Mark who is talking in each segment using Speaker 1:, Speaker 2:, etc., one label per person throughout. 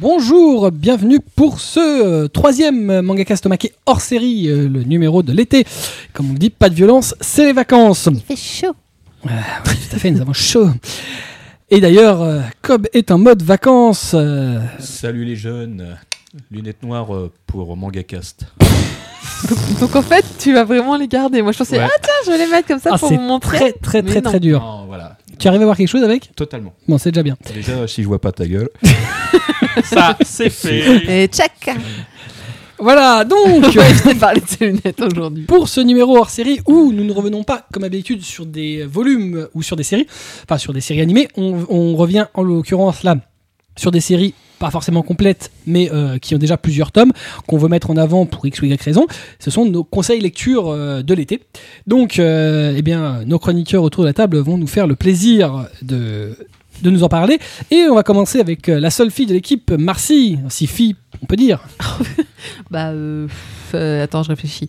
Speaker 1: Bonjour, bienvenue pour ce euh, troisième euh, mangaka stomaqué hors série, euh, le numéro de l'été. Comme on dit, pas de violence, c'est les vacances.
Speaker 2: Il fait chaud.
Speaker 1: Tout à fait, nous avons chaud. Et d'ailleurs, euh, Cobb est en mode vacances. euh,
Speaker 3: Salut les jeunes, lunettes noires euh, pour Mangacast.
Speaker 4: Donc, donc en fait, tu vas vraiment les garder. Moi, je pensais,
Speaker 3: Ouais.
Speaker 4: ah tiens, je vais les mettre comme ça
Speaker 1: ah,
Speaker 4: pour
Speaker 1: c'est
Speaker 4: vous montrer.
Speaker 1: très, très,
Speaker 4: Mais
Speaker 1: très,
Speaker 4: non.
Speaker 1: très dur.
Speaker 3: Non, voilà,
Speaker 1: Tu arrives à voir quelque chose avec
Speaker 3: totalement.
Speaker 1: Bon, c'est déjà bien.
Speaker 3: Déjà, si je vois pas ta gueule.
Speaker 5: Ça, c'est fait.
Speaker 4: Et check
Speaker 1: Voilà, donc
Speaker 4: Tu vas éviter de parler de ces lunettes aujourd'hui.
Speaker 1: pour ce numéro hors série où nous ne revenons pas, comme d'habitude, sur des volumes ou sur des séries, enfin sur des séries animées, on, on revient en l'occurrence là sur des séries pas forcément complètes, mais euh, qui ont déjà plusieurs tomes, qu'on veut mettre en avant pour X ou Y raison. Ce sont nos conseils lecture euh, de l'été. Donc, euh, eh bien, nos chroniqueurs autour de la table vont nous faire le plaisir de, de nous en parler. Et on va commencer avec euh, la seule fille de l'équipe, Marcy. Si fille, on peut dire.
Speaker 4: Bah, euh, pff, euh, attends, je réfléchis.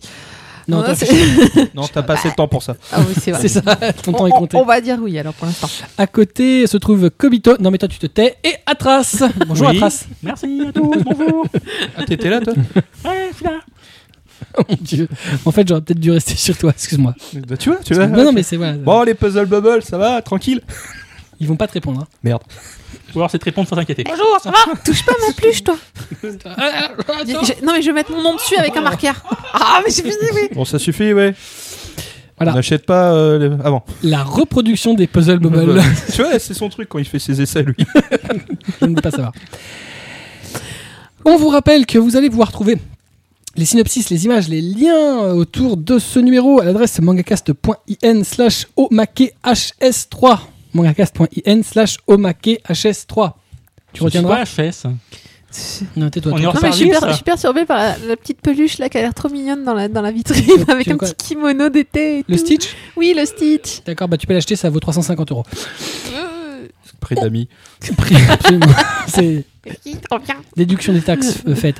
Speaker 1: Non,
Speaker 4: Ouais,
Speaker 1: toi,
Speaker 4: c'est-
Speaker 3: Non, t'as pas assez de temps pour ça.
Speaker 4: ah oui, c'est vrai.
Speaker 1: c'est ça, ton temps
Speaker 4: on,
Speaker 1: est
Speaker 4: on-
Speaker 1: compté.
Speaker 4: on va dire oui alors pour l'instant.
Speaker 1: À côté se trouve Kobito. Non, mais toi, tu te tais. Et Atras. Bonjour,
Speaker 5: Oui.
Speaker 1: Atras.
Speaker 5: Merci à tous, bonjour.
Speaker 3: Ah, t'étais là, toi
Speaker 5: Ouais, je suis là.
Speaker 1: Oh mon Dieu. En fait, j'aurais peut-être dû rester sur toi. Excuse-moi.
Speaker 3: Bah, Tu vois, tu vois.
Speaker 1: Non, non, mais c'est voilà.
Speaker 3: Bon, Oh, les puzzle bubble, ça va, tranquille
Speaker 1: Ils vont pas te répondre. hein.
Speaker 3: Merde.
Speaker 5: Ou alors cette réponse sans s'inquiéter.
Speaker 4: Bonjour, ça va Touche pas mon peluche, toi. Je- je- non, mais je vais mettre mon nom dessus avec un marqueur. Ah, mais j'ai fini, oui.
Speaker 3: Bon, ça suffit, ouais.
Speaker 1: Voilà.
Speaker 3: On n'achète pas euh, les- avant.
Speaker 1: La reproduction des puzzles bubble.
Speaker 3: tu vois, c'est son truc quand il fait ses essais, lui.
Speaker 1: Je ne veux pas savoir. On vous rappelle que vous allez pouvoir trouver les synopsis, les images, les liens autour de ce numéro à l'adresse mangacast.in slash omakehs3. Mangacast.in slash omakehs3. Tu retiendras
Speaker 5: Je suis pas HS.
Speaker 1: Non, tais-toi.
Speaker 5: On
Speaker 1: toi.
Speaker 5: est hors
Speaker 4: Non, mais je suis,
Speaker 5: Service.
Speaker 4: per- je suis perturbée par la, la petite peluche là qui a l'air trop mignonne dans la, dans la
Speaker 1: Tu veux-
Speaker 4: vitrine
Speaker 1: tu
Speaker 4: avec
Speaker 1: veux
Speaker 4: un
Speaker 1: quoi
Speaker 4: petit kimono d'été. et
Speaker 1: Le
Speaker 4: tout.
Speaker 1: Stitch
Speaker 4: Oui, le Stitch.
Speaker 1: D'accord, bah tu peux l'acheter, ça vaut 350 euros.
Speaker 4: Euh,
Speaker 3: Près d'amis.
Speaker 1: Prix, absolument. C'est
Speaker 2: Oui, trop bien.
Speaker 1: déduction des taxes euh, faite.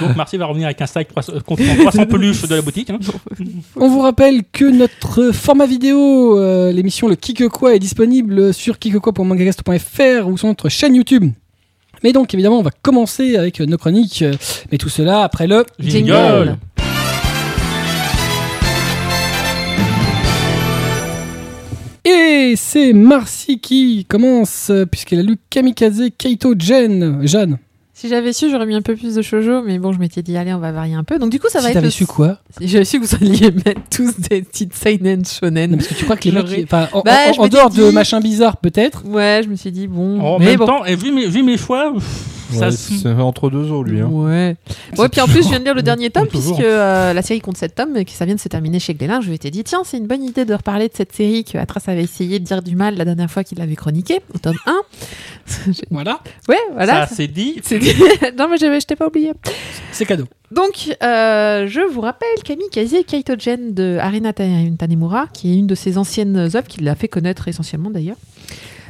Speaker 5: Donc Marcy va revenir avec un sac 300 euh, contenant 300 peluches de la boutique. hein.
Speaker 1: On vous rappelle que notre format vidéo, euh, l'émission Le Kike Quoi, est disponible sur kikekoi.mangacast.fr ou sur notre chaîne YouTube. Mais donc, évidemment, on va commencer avec euh, nos chroniques, euh, mais tout cela après le.
Speaker 5: Jingle.
Speaker 1: Et c'est Marcy qui commence, euh, puisqu'elle a lu Kamikaze Kaito Jen. Jeanne,
Speaker 4: Si j'avais su, j'aurais mis un peu plus de shoujo, mais bon, je m'étais dit, allez, on va varier un peu. Donc, du coup, ça
Speaker 1: si
Speaker 4: va être.
Speaker 1: t'avais
Speaker 4: le-
Speaker 1: su quoi
Speaker 4: Si j'avais su que vous alliez mettre tous des petites seinen
Speaker 1: Non,
Speaker 4: shonen.
Speaker 1: parce que tu crois que les mecs.
Speaker 4: J'aurais-
Speaker 1: qui- enfin, en,
Speaker 4: Bah,
Speaker 1: en-
Speaker 4: je
Speaker 1: en
Speaker 4: m'étais
Speaker 1: dehors de
Speaker 4: dit-
Speaker 1: machin bizarre, peut-être.
Speaker 4: Ouais, je me suis dit, bon.
Speaker 5: Oh, En
Speaker 4: mais
Speaker 5: même
Speaker 4: bon.
Speaker 5: temps, et vu mes, vu mes choix, pff, ça
Speaker 3: Ouais,
Speaker 5: se-
Speaker 3: c'est entre deux os, lui. Hein.
Speaker 4: Ouais. Ouais, puis en plus, je viens de lire le dernier tome,
Speaker 5: Toujours.
Speaker 4: puisque euh, la série compte 7 tomes, et qui ça vient de se terminer chez Glénat. Je m'étais dit, tiens, c'est une bonne idée de reparler de cette série que Atras avait essayé de dire du mal la dernière fois qu'il l'avait chroniquée, au tome 1.
Speaker 1: Voilà,
Speaker 4: ouais, voilà.
Speaker 5: ça c'est dit.
Speaker 4: C'est- non, mais j'avais- je t'ai pas oublié.
Speaker 1: c'est cadeau.
Speaker 4: Donc, euh, je vous rappelle Kamikaze Kaitogen de Arena Ta- Tanemura, qui est une de ses anciennes œuvres, qui l'a fait connaître essentiellement d'ailleurs.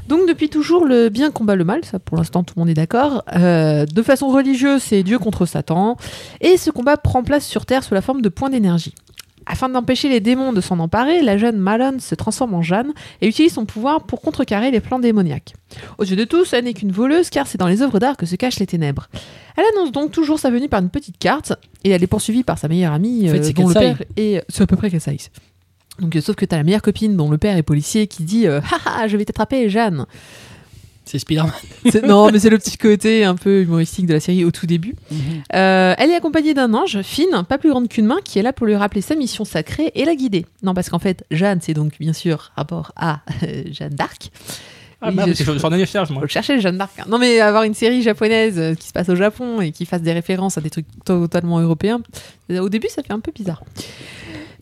Speaker 4: Donc, depuis toujours, le bien combat le mal, ça pour l'instant tout le monde est d'accord. Euh, de façon religieuse, c'est Dieu contre Satan. Et ce combat prend place sur Terre sous la forme de points d'énergie. Afin d'empêcher les démons de s'en emparer, la jeune Malone se transforme en Jeanne et utilise son pouvoir pour contrecarrer les plans démoniaques. Aux yeux de tous, elle n'est qu'une voleuse car c'est dans les œuvres d'art que se cachent les ténèbres. Elle annonce donc toujours sa venue par une petite carte et elle est poursuivie par sa meilleure amie
Speaker 1: En fait,
Speaker 4: euh,
Speaker 1: c'est
Speaker 4: dont le
Speaker 1: Katsai.
Speaker 4: père est... C'est à peu près Katsai. Donc, euh, sauf que t'as la meilleure copine dont le père est policier qui dit euh, Haha, je vais t'attraper, Jeanne
Speaker 1: C'est Spider-Man.
Speaker 4: C'est- Non, mais c'est le petit côté un peu humoristique de la série au tout début. Euh, elle est accompagnée d'un ange, Fine, pas plus grande qu'une main, qui est là pour lui rappeler sa mission sacrée et la guider. Non, parce qu'en fait, Jeanne, c'est donc bien sûr rapport à euh, Jeanne d'Arc.
Speaker 5: Ah,
Speaker 4: Oui,
Speaker 5: merde,
Speaker 4: je-
Speaker 5: parce que j'en ai les charges,
Speaker 4: Faut
Speaker 5: moi.
Speaker 4: le chercher, Jeanne d'Arc. hein. Non, mais avoir une série japonaise euh, qui se passe au Japon et qui fasse des références à des trucs totalement européens, euh, au début, ça fait un peu bizarre.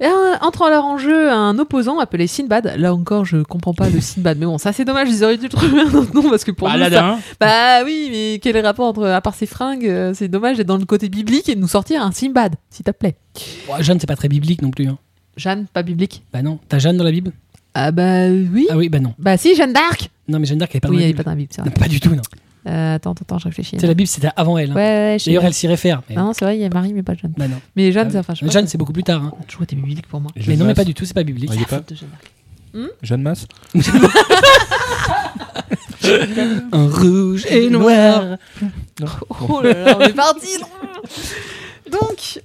Speaker 4: Et, euh, entre alors en jeu un opposant appelé Sinbad. Là encore, je comprends pas le Sinbad, mais bon, ça c'est dommage, ils auraient dû trouver un autre nom parce que pour
Speaker 5: Bah,
Speaker 4: nous, ça-
Speaker 5: Paladin.
Speaker 4: bah oui, mais quel est le rapport entre, à part ses fringues, euh, c'est dommage d'être dans le côté biblique et de nous sortir un Simbad, s'il te plaît.
Speaker 1: Ouais, Oh, Jeanne, c'est pas très biblique non plus. hein.
Speaker 4: Jeanne, pas biblique
Speaker 1: Bah non, t'as Jeanne dans la Bible
Speaker 4: Ah bah oui.
Speaker 1: Ah oui, bah non.
Speaker 4: Bah si, Jeanne d'Arc
Speaker 1: Non, mais Jeanne d'Arc, elle est pas
Speaker 4: Oui,
Speaker 1: dans la
Speaker 4: elle est
Speaker 1: Bible.
Speaker 4: pas dans la Bible, c'est vrai.
Speaker 1: Non, pas du tout, non.
Speaker 4: Euh, attends, attends, attends, je réfléchis.
Speaker 1: C'est la Bible, c'était avant elle. hein.
Speaker 4: Ouais, ouais, je sais
Speaker 1: D'ailleurs,
Speaker 4: bien.
Speaker 1: elle s'y réfère. Mais...
Speaker 4: Non, c'est vrai, il y a Marie, mais pas Jeanne.
Speaker 1: Bah non.
Speaker 4: Mais Jeanne,
Speaker 1: Ah,
Speaker 4: c'est enfin, je sais pas.
Speaker 1: Jeanne, c'est beaucoup plus tard. hein.
Speaker 4: Tu vois, t'es biblique pour moi.
Speaker 1: Mais non, mais
Speaker 3: Masse.
Speaker 1: pas du tout, c'est pas biblique.
Speaker 3: Ah, il est pas
Speaker 4: Faute de Jeanne d'Arc.
Speaker 3: Jeanne Masse
Speaker 1: Un rouge et noir. Non.
Speaker 4: Oh là là, on est parti non Donc,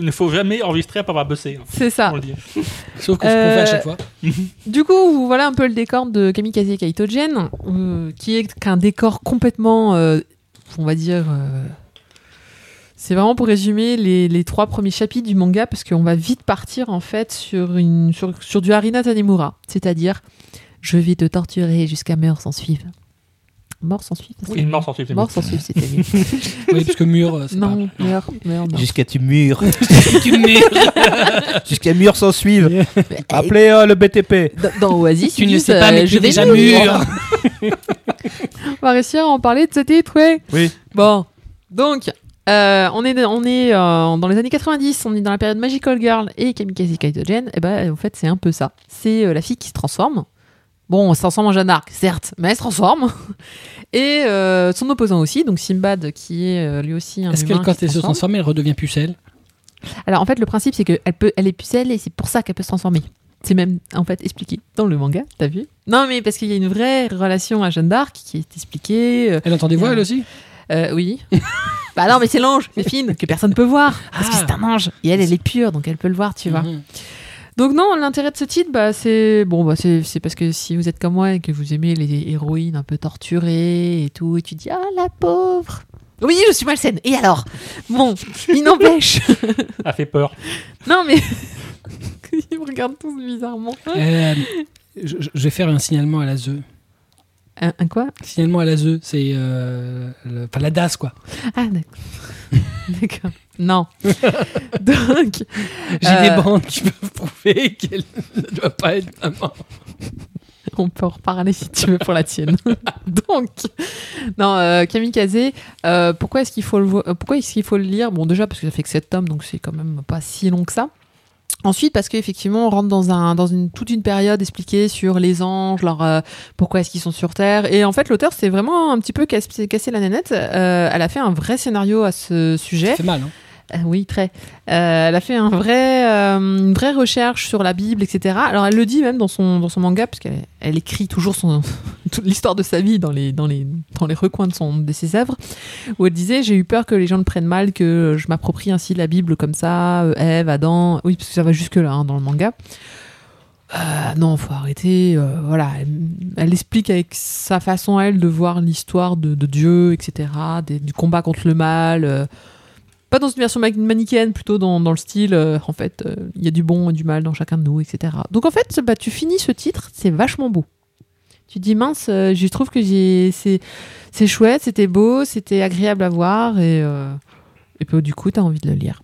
Speaker 5: Il ne faut jamais enregistrer après avoir bossé. hein.
Speaker 4: c'est ça.
Speaker 5: On le dit.
Speaker 1: Sauf qu'on
Speaker 4: Euh,
Speaker 1: se fait à chaque fois.
Speaker 4: Du coup, voilà un peu le décor de Kamikaze Kaitogen, euh, qui est qu'un décor complètement, euh, on va dire, euh, c'est vraiment pour résumer les, les trois premiers chapitres du manga, parce qu'on va vite partir en fait sur, une, sur, sur du Harina Tanemura, c'est-à-dire je vais te torturer jusqu'à mort sans suivre. Mort sans suivre
Speaker 5: Oui, une mort sans suite. c'est
Speaker 4: Mort
Speaker 5: mieux.
Speaker 4: sans suivre, c'était mieux.
Speaker 1: Oui, parce que mur, euh, c'est pas grave.
Speaker 4: non, mort, mort, mort.
Speaker 2: Jusqu'à tu mûres.
Speaker 1: Tu mets-
Speaker 2: Jusqu'à mûres s'en suivent.
Speaker 4: Mais,
Speaker 2: Appelez euh, le BTP.
Speaker 4: dans, dans Oasis,
Speaker 1: Tu
Speaker 4: ils
Speaker 1: ne
Speaker 4: disent,
Speaker 1: sais pas, mais
Speaker 4: euh,
Speaker 1: tu
Speaker 4: je
Speaker 1: es
Speaker 4: vais
Speaker 1: déjà
Speaker 4: mûr.
Speaker 1: mûr.
Speaker 4: On va réussir à en parler de ce titre, ouais.
Speaker 2: Oui.
Speaker 4: Bon, donc, euh, on est, on est euh, dans les années 90, on est dans la période Magical Girl et Kamikaze Kaitogen. Et ben, en fait, c'est un peu ça. C'est euh, la fille qui se transforme. Bon, elle se transforme en Jeanne d'Arc, certes, mais elle se transforme. Et euh, son opposant aussi, donc Simbad, qui est euh, lui aussi un
Speaker 1: Est-ce
Speaker 4: humain
Speaker 1: qu'elle, quand
Speaker 4: qui
Speaker 1: elle se transforme, elle redevient pucelle
Speaker 4: Alors, en fait, le principe, c'est qu'elle peut, elle est pucelle et c'est pour ça qu'elle peut se transformer. C'est même, en fait, expliqué dans le manga, t'as vu Non, mais parce qu'il y a une vraie relation à Jeanne d'Arc qui est expliquée. euh,
Speaker 1: Elle entend des voix, elle aussi
Speaker 4: euh, oui. bah non, mais c'est l'ange, c'est fine, que personne peut voir. Parce que
Speaker 1: Ah.
Speaker 4: c'est un ange. Et elle, elle est pure, donc elle peut le voir, tu vois.
Speaker 1: Mhm.
Speaker 4: Donc non, l'intérêt de ce titre, bah, c'est bon, bah, c'est c'est parce que si vous êtes comme moi et que vous aimez les héroïnes un peu torturées et tout, et tu dis ah la pauvre. Oui, je suis malsaine. Et alors Bon, il n'empêche.
Speaker 5: Elle fait peur.
Speaker 4: non mais ils me regardent tous bizarrement.
Speaker 1: Euh, je, je- je vais faire un signalement à la ZE.
Speaker 4: Un, Euh, un quoi
Speaker 1: Signalement à la ZE, c'est. euh, le- Enfin, la DAS, quoi.
Speaker 4: Ah d'accord. d'accord. Non. donc
Speaker 1: J'ai
Speaker 4: Euh.
Speaker 1: des bandes qui peuvent prouver qu'elle ne doit pas être maman.
Speaker 4: On peut en reparler si tu veux pour la tienne. Donc, non, euh, Kamikaze, euh, pourquoi est-ce qu'il faut le vo- euh, pourquoi est-ce qu'il faut le lire Bon, déjà parce que ça fait que 7 tomes, donc c'est quand même pas si long que ça. Ensuite, parce qu'effectivement, on rentre dans un dans une toute une période expliquée sur les anges, leur euh, pourquoi est-ce qu'ils sont sur Terre. Et en fait, l'auteur s'est vraiment un petit peu casse- cassé la nanette. Euh, elle a fait un vrai scénario à ce sujet.
Speaker 1: Ça fait mal, hein.
Speaker 4: Euh, Oui, très. Euh, elle a fait un vrai, euh, une vraie recherche sur la Bible, etc. Alors elle le dit même dans son, dans son manga, parce qu'elle elle écrit toujours son, toute l'histoire de sa vie dans les, dans les, dans les recoins de, son, de ses œuvres, où elle disait J'ai eu peur que les gens le prennent mal, que je m'approprie ainsi la Bible comme ça, euh, Ève, Adam. Oui, parce que ça va jusque-là hein, dans le manga. Euh, non, faut arrêter. euh, voilà, elle, elle explique avec sa façon à elle de voir l'histoire de, de Dieu, etc., des- du combat contre le mal, euh, pas dans une version ma- manichéenne, plutôt dans, dans le style, euh, en fait, euh, il y a du bon et du mal dans chacun de nous, etc. Donc en fait, bah, tu finis ce titre, c'est vachement beau. Tu te dis mince, euh, je trouve que j'ai c'est c'est chouette, c'était beau, c'était agréable à voir et euh, et puis du coup, t'as envie de le lire.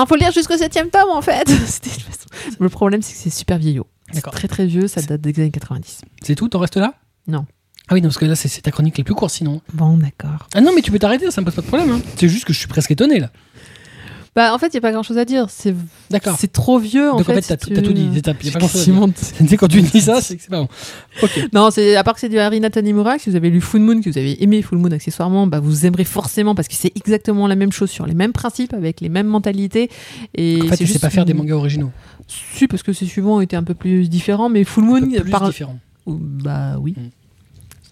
Speaker 4: Il faut le lire jusqu'au septième tome en fait. C'était une façon- Le problème c'est que c'est super vieillot. C'est
Speaker 1: D'accord.
Speaker 4: très très vieux, ça date des années 90.
Speaker 1: C'est tout, t'en restes là
Speaker 4: Non.
Speaker 1: Ah oui, non, parce que là, c'est c'est ta chronique la plus courte sinon.
Speaker 4: Bon, d'accord.
Speaker 1: Ah non, mais tu peux t'arrêter, ça me pose pas de problème. hein. C'est juste que je suis presque étonné là.
Speaker 4: Bah en fait, il y a pas grand-chose à dire, c'est
Speaker 1: D'accord.
Speaker 4: c'est trop vieux en
Speaker 1: Donc en
Speaker 4: fait.
Speaker 1: fait,
Speaker 4: si
Speaker 1: t'as
Speaker 4: tu
Speaker 1: tout, t'as tout dit.
Speaker 4: veux.
Speaker 1: T'as- y a pas grand-chose à dire.
Speaker 4: Effectivement,
Speaker 1: Tu sais, quand tu dis ça, c'est que c'est pas bon.
Speaker 4: Non, c'est à part que c'est du Harina Tanimura, que si vous avez lu Full Moon, que vous avez aimé Full Moon accessoirement, bah vous aimerez forcément parce que c'est exactement la même chose sur les mêmes principes, avec les mêmes mentalités. Et
Speaker 1: En fait,
Speaker 4: c'est
Speaker 1: je sais
Speaker 4: juste
Speaker 1: pas faire des
Speaker 4: une-
Speaker 1: mangas originaux.
Speaker 4: Si, parce que ces suivants étaient un peu plus différents, mais Full
Speaker 1: Un
Speaker 4: Moon
Speaker 1: peu plus
Speaker 4: parle.
Speaker 1: différents.
Speaker 4: Ouh, Bah oui.
Speaker 1: Mm.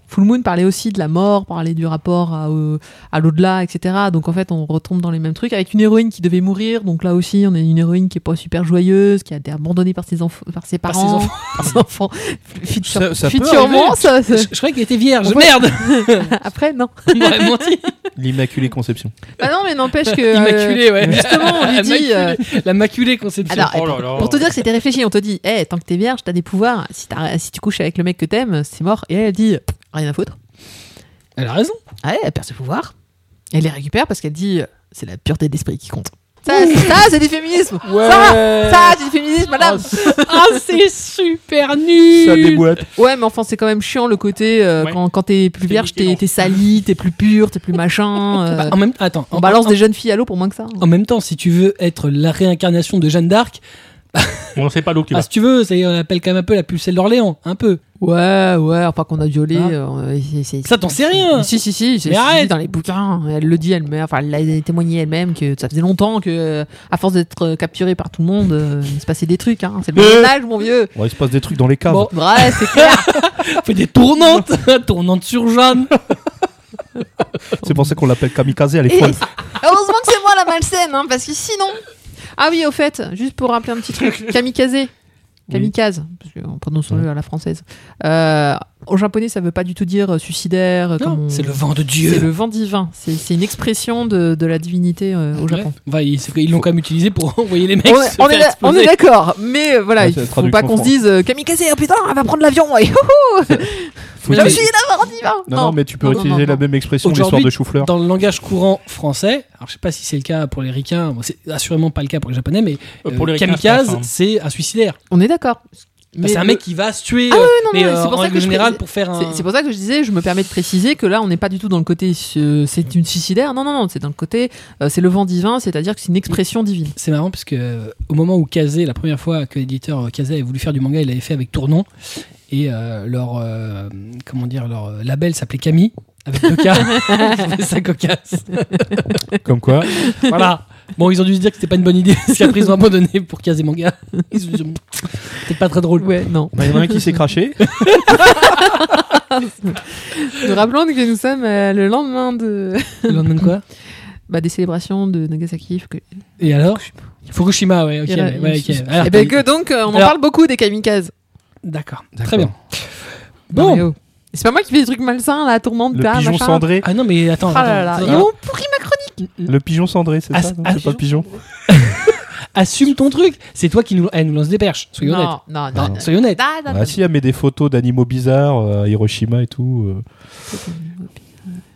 Speaker 4: Full Moon parlait aussi de la mort, parlait du rapport à, euh, à l'au-delà, etc. Donc en fait, on retombe dans les mêmes trucs avec une héroïne qui devait mourir. Donc là aussi, on a une héroïne qui est pas super joyeuse, qui a été abandonnée par ses, enf- par ses
Speaker 1: Par
Speaker 4: parents,
Speaker 1: ses enfants.
Speaker 4: par ses enfants. Future-
Speaker 2: Ça- ça peut
Speaker 4: futurement,
Speaker 2: arriver.
Speaker 4: ça- ça-
Speaker 1: Je, je croyais qu'il était vierge.
Speaker 4: On
Speaker 1: Merde
Speaker 4: Après, non.
Speaker 1: On m'aurait menti.
Speaker 2: L'Immaculée Conception.
Speaker 4: Bah non, mais n'empêche que. euh,
Speaker 1: Immaculée, ouais.
Speaker 4: Justement, on lui
Speaker 1: La
Speaker 4: dit. euh,
Speaker 1: maculée- La maculée conception.
Speaker 4: Alors,
Speaker 5: Oh là là.
Speaker 4: pour te dire que c'était réfléchi, on te dit, Eh, tant que t'es vierge, t'as des pouvoirs. Si, t'as- si tu couches avec le mec que t'aimes, c'est mort. Et elle elle dit, rien à foutre.
Speaker 1: Elle a raison.
Speaker 4: Ouais, elle perd ses pouvoirs. Elle les récupère parce qu'elle dit, c'est la pureté d'esprit qui compte. Ça, c'est- ça, c'est du féminisme. Ça,
Speaker 5: Euh,
Speaker 4: ça, c'est du féminisme, madame.
Speaker 5: oh,
Speaker 1: Ah, c'est super nul
Speaker 2: Ça déboîte.
Speaker 4: Ouais, mais enfin, c'est quand même chiant le côté euh,
Speaker 5: Ouais.
Speaker 4: quand, quand t'es plus
Speaker 5: T'es
Speaker 4: vierge,
Speaker 5: niqué,
Speaker 4: t'es
Speaker 5: non.
Speaker 4: t'es salie, t'es plus pure, t'es plus machin. euh,
Speaker 1: Bah, en même attends,
Speaker 4: on
Speaker 1: en-
Speaker 4: balance
Speaker 1: en-
Speaker 4: des jeunes filles à l'eau pour moins que ça. hein.
Speaker 1: en même temps, si tu veux être la réincarnation de Jeanne d'Arc,
Speaker 5: On ne sait pas l'eau qui
Speaker 1: bah,
Speaker 5: va.
Speaker 1: si tu veux, c'est- on appelle quand même un peu la pucelle d'Orléans, un peu.
Speaker 4: Ouais, ouais, enfin qu'on a violé.
Speaker 1: Ah.
Speaker 4: euh, c'est- c'est-
Speaker 1: Ça, t'en sais rien.
Speaker 4: Mais Si, si, si, c'est
Speaker 1: Mais
Speaker 4: c'est dit
Speaker 1: arrête.
Speaker 4: dans les bouquins. Elle le dit elle-même, enfin, elle l'a témoigné elle-même que ça faisait longtemps que, euh, à force d'être euh, capturée par tout le monde, euh, il se passait des trucs. Hein. C'est le
Speaker 2: Euh.
Speaker 4: bon âge, mon vieux.
Speaker 2: Bon, il se passe des trucs dans les caves.
Speaker 1: Ah, Bon.
Speaker 4: Ouais, c'est clair.
Speaker 1: Fais des tournantes Tournantes sur Jeanne
Speaker 2: C'est pour ça qu'on l'appelle Kamikaze, elle est
Speaker 4: Et-
Speaker 2: folle.
Speaker 4: Heureusement que c'est moi la malsaine, hein, parce que sinon. Ah oui, au fait, juste pour rappeler un petit truc, kamikaze. Kamikaze, parce qu'on prononce le à la française. Euh, au japonais, ça veut pas du tout dire euh, suicidaire. euh, comme
Speaker 1: Non,
Speaker 4: on-
Speaker 1: c'est le vent de
Speaker 4: C'est
Speaker 1: Dieu.
Speaker 4: le vent divin. C'est c'est une expression de, de la divinité euh, au Japon.
Speaker 1: Ouais. Bah, ils c'est- ils l'ont quand même utilisé pour envoyer les mecs.
Speaker 4: On est-
Speaker 1: se
Speaker 4: on
Speaker 1: faire
Speaker 4: est, d'a- on
Speaker 1: exploser.
Speaker 4: est d'accord, mais euh, voilà,
Speaker 2: Ouais,
Speaker 4: il
Speaker 2: c'est la
Speaker 4: faut pas
Speaker 2: traduction
Speaker 4: qu'on se dise euh, kamikaze, oh putain, elle va prendre l'avion. et hop,
Speaker 2: Faut
Speaker 1: Mais-
Speaker 4: Je
Speaker 2: dire-
Speaker 4: suis là, vent divin.
Speaker 2: Non, non, mais tu peux
Speaker 4: non, non,
Speaker 2: utiliser
Speaker 4: non,
Speaker 2: la
Speaker 4: non.
Speaker 2: même expression, l'histoire
Speaker 1: Aujourd'hui,
Speaker 2: de chou-fleur.
Speaker 1: Dans le langage courant français, alors je sais pas si c'est le cas pour les ricains, bon, c'est assurément pas le cas pour les japonais, mais
Speaker 5: Euh, pour
Speaker 1: euh,
Speaker 5: les ricains,
Speaker 1: kamikaze,
Speaker 5: c'est un-
Speaker 1: c'est un suicidaire.
Speaker 4: On est d'accord.
Speaker 1: Bah, c'est un
Speaker 4: le-
Speaker 1: mec qui va se tuer,
Speaker 4: Ah
Speaker 1: euh,
Speaker 4: ouais, non,
Speaker 1: mais
Speaker 4: non,
Speaker 1: euh,
Speaker 4: c'est pour
Speaker 1: en
Speaker 4: ça que
Speaker 1: règle
Speaker 4: je
Speaker 1: générale,
Speaker 4: précise-
Speaker 1: pour faire
Speaker 4: C'est
Speaker 1: un.
Speaker 4: c'est pour ça que je disais, je me permets de préciser que là, on n'est pas du tout dans le côté euh, c'est une suicidaire. Non, non, non, c'est dans le côté euh, c'est le vent divin, c'est-à-dire que c'est une expression divine.
Speaker 1: C'est marrant parce que euh, au moment où Kazé, la première fois que l'éditeur euh, Kazé avait voulu faire du manga, il l'avait fait avec Tournon et euh, leur euh, comment dire leur euh, label s'appelait Camille avec deux K. Je trouvais ça cocasse.
Speaker 2: Comme quoi
Speaker 1: Voilà. Bon, ils ont dû se dire que c'était pas une bonne idée, parce qu'après ils ont abandonné pour Kazé manga. Ils ont dit, Bon, c'était pas très drôle.
Speaker 4: Ouais, non.
Speaker 2: Il y en a un qui s'est craché.
Speaker 4: Nous rappelons que nous sommes euh, le lendemain de,
Speaker 1: Le lendemain de quoi
Speaker 4: bah, des célébrations de Nagasaki. Faut que-
Speaker 1: Et alors Fukushima, ouais, ok.
Speaker 4: Il y en a-
Speaker 1: ouais, ouais, ok. Ah,
Speaker 4: il y en a-
Speaker 1: Alors,
Speaker 4: Eh ben, que donc, euh, on en
Speaker 1: Alors-
Speaker 4: parle beaucoup des kamikazes.
Speaker 1: D'accord,
Speaker 2: D'accord.
Speaker 1: très bien.
Speaker 4: Non,
Speaker 1: Bon,
Speaker 4: mais oh. C'est pas moi qui fais des trucs malsains, là, tourmente,
Speaker 2: Le
Speaker 4: là,
Speaker 2: pigeon
Speaker 4: machin.
Speaker 2: cendré.
Speaker 1: ah non, mais attends,
Speaker 4: Ah là là,
Speaker 1: attends.
Speaker 4: ils ont pourri ma chronique.
Speaker 2: Le pigeon cendré, c'est
Speaker 1: Ah,
Speaker 2: ça
Speaker 1: c'est-
Speaker 2: non
Speaker 1: ah,
Speaker 2: C'est pas pigeon
Speaker 1: assume ton truc. C'est toi qui nous, eh, nous lance des perches, soyons honnêtes.
Speaker 4: Non, non, non. non.
Speaker 1: Soyons honnêtes.
Speaker 4: Ah, non, non.
Speaker 2: Ah si, elle met des photos d'animaux bizarres euh, à Hiroshima et tout. euh.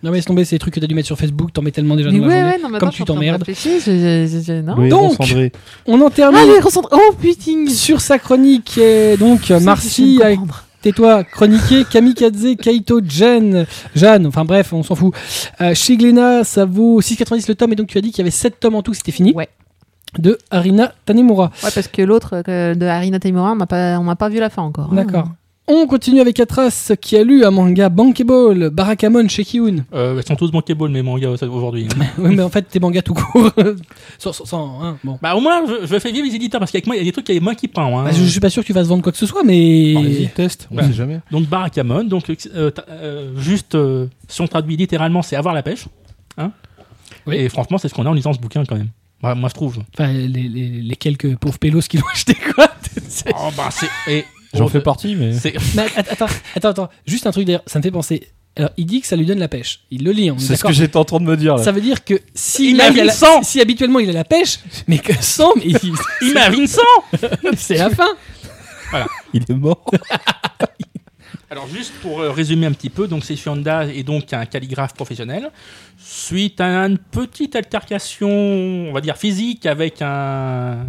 Speaker 1: Non, mais laisse tomber ces trucs que t'as dû mettre sur Facebook, t'en mets tellement déjà
Speaker 4: Mais
Speaker 1: dans la
Speaker 4: ouais,
Speaker 1: journée.
Speaker 4: ouais, non, mais
Speaker 1: Comme tu
Speaker 4: attends, je suis en train de
Speaker 1: t'emmerdes.
Speaker 4: réfléchir, je- je- je- non.
Speaker 2: Le héron
Speaker 1: Donc,
Speaker 2: cendré.
Speaker 1: On en
Speaker 4: Ah,
Speaker 1: termine
Speaker 4: les recentrés. Oh, putain.
Speaker 1: sur sa chronique. Et donc, Marcy, a- tais-toi, chroniqué Kamikaze, Kaito, Jen, Jeanne, enfin bref, on s'en fout. Euh, chez Glénat, ça vaut 6,90 le tome, et donc tu as dit qu'il y avait 7 tomes en tout, c'était fini.
Speaker 4: Ouais.
Speaker 1: De Harina Tanemura.
Speaker 4: Ouais, parce que l'autre euh, de Harina Taimura, on m'a pas, on m'a pas vu la fin encore. hein.
Speaker 1: Ah. D'accord. On continue avec Atras qui a lu un manga Bankable, Barakamon chez Kiun.
Speaker 5: Euh, ils sont tous bankable mes mangas aujourd'hui. hein.
Speaker 1: oui, mais en fait, tes mangas tout court. sans, sans- sans- hein, bon.
Speaker 5: bah au moins je, je fais vivre les éditeurs parce qu'avec moi il y a des trucs qu'il y a moi qui peins. hein.
Speaker 1: Bah, je, je suis pas sûr que tu vas se vendre quoi que ce soit, mais.
Speaker 4: Bah,
Speaker 2: Ah, Vas-y, teste, on
Speaker 5: Ouais.
Speaker 2: sait Bah, jamais.
Speaker 5: Donc Barakamon, donc euh, t'as- euh, juste euh, si on traduit littéralement, c'est avoir la pêche, hein
Speaker 1: Oui.
Speaker 5: Et franchement, c'est ce qu'on a en lisant ce bouquin quand même. Bah, moi, je trouve.
Speaker 1: Enfin, les, les- les quelques pauvres pélos qui l'ont acheté, quoi. C'est-
Speaker 5: Oh, bah, c'est- et-
Speaker 2: J'en
Speaker 5: oh,
Speaker 2: fais partie, mais...
Speaker 5: c'est-
Speaker 1: Mais att- attends, attends, attends. Juste un truc d'ailleurs, ça me fait penser. Alors, il dit que ça lui donne la pêche. Il le lit, on est
Speaker 2: C'est ce
Speaker 1: d'accord.
Speaker 2: que j'étais en train de me dire, là.
Speaker 1: Ça veut dire que si,
Speaker 5: Il
Speaker 1: là, il a
Speaker 5: imagine
Speaker 1: la-
Speaker 5: cent.
Speaker 1: si habituellement il a la pêche, mais que sans, mais il-
Speaker 5: Imagine ça
Speaker 1: c'est la fin.
Speaker 2: Il est mort.
Speaker 5: Alors juste pour euh, résumer un petit peu, donc c'est Shonda est donc un calligraphe professionnel. Suite à une petite altercation, on va dire physique, avec un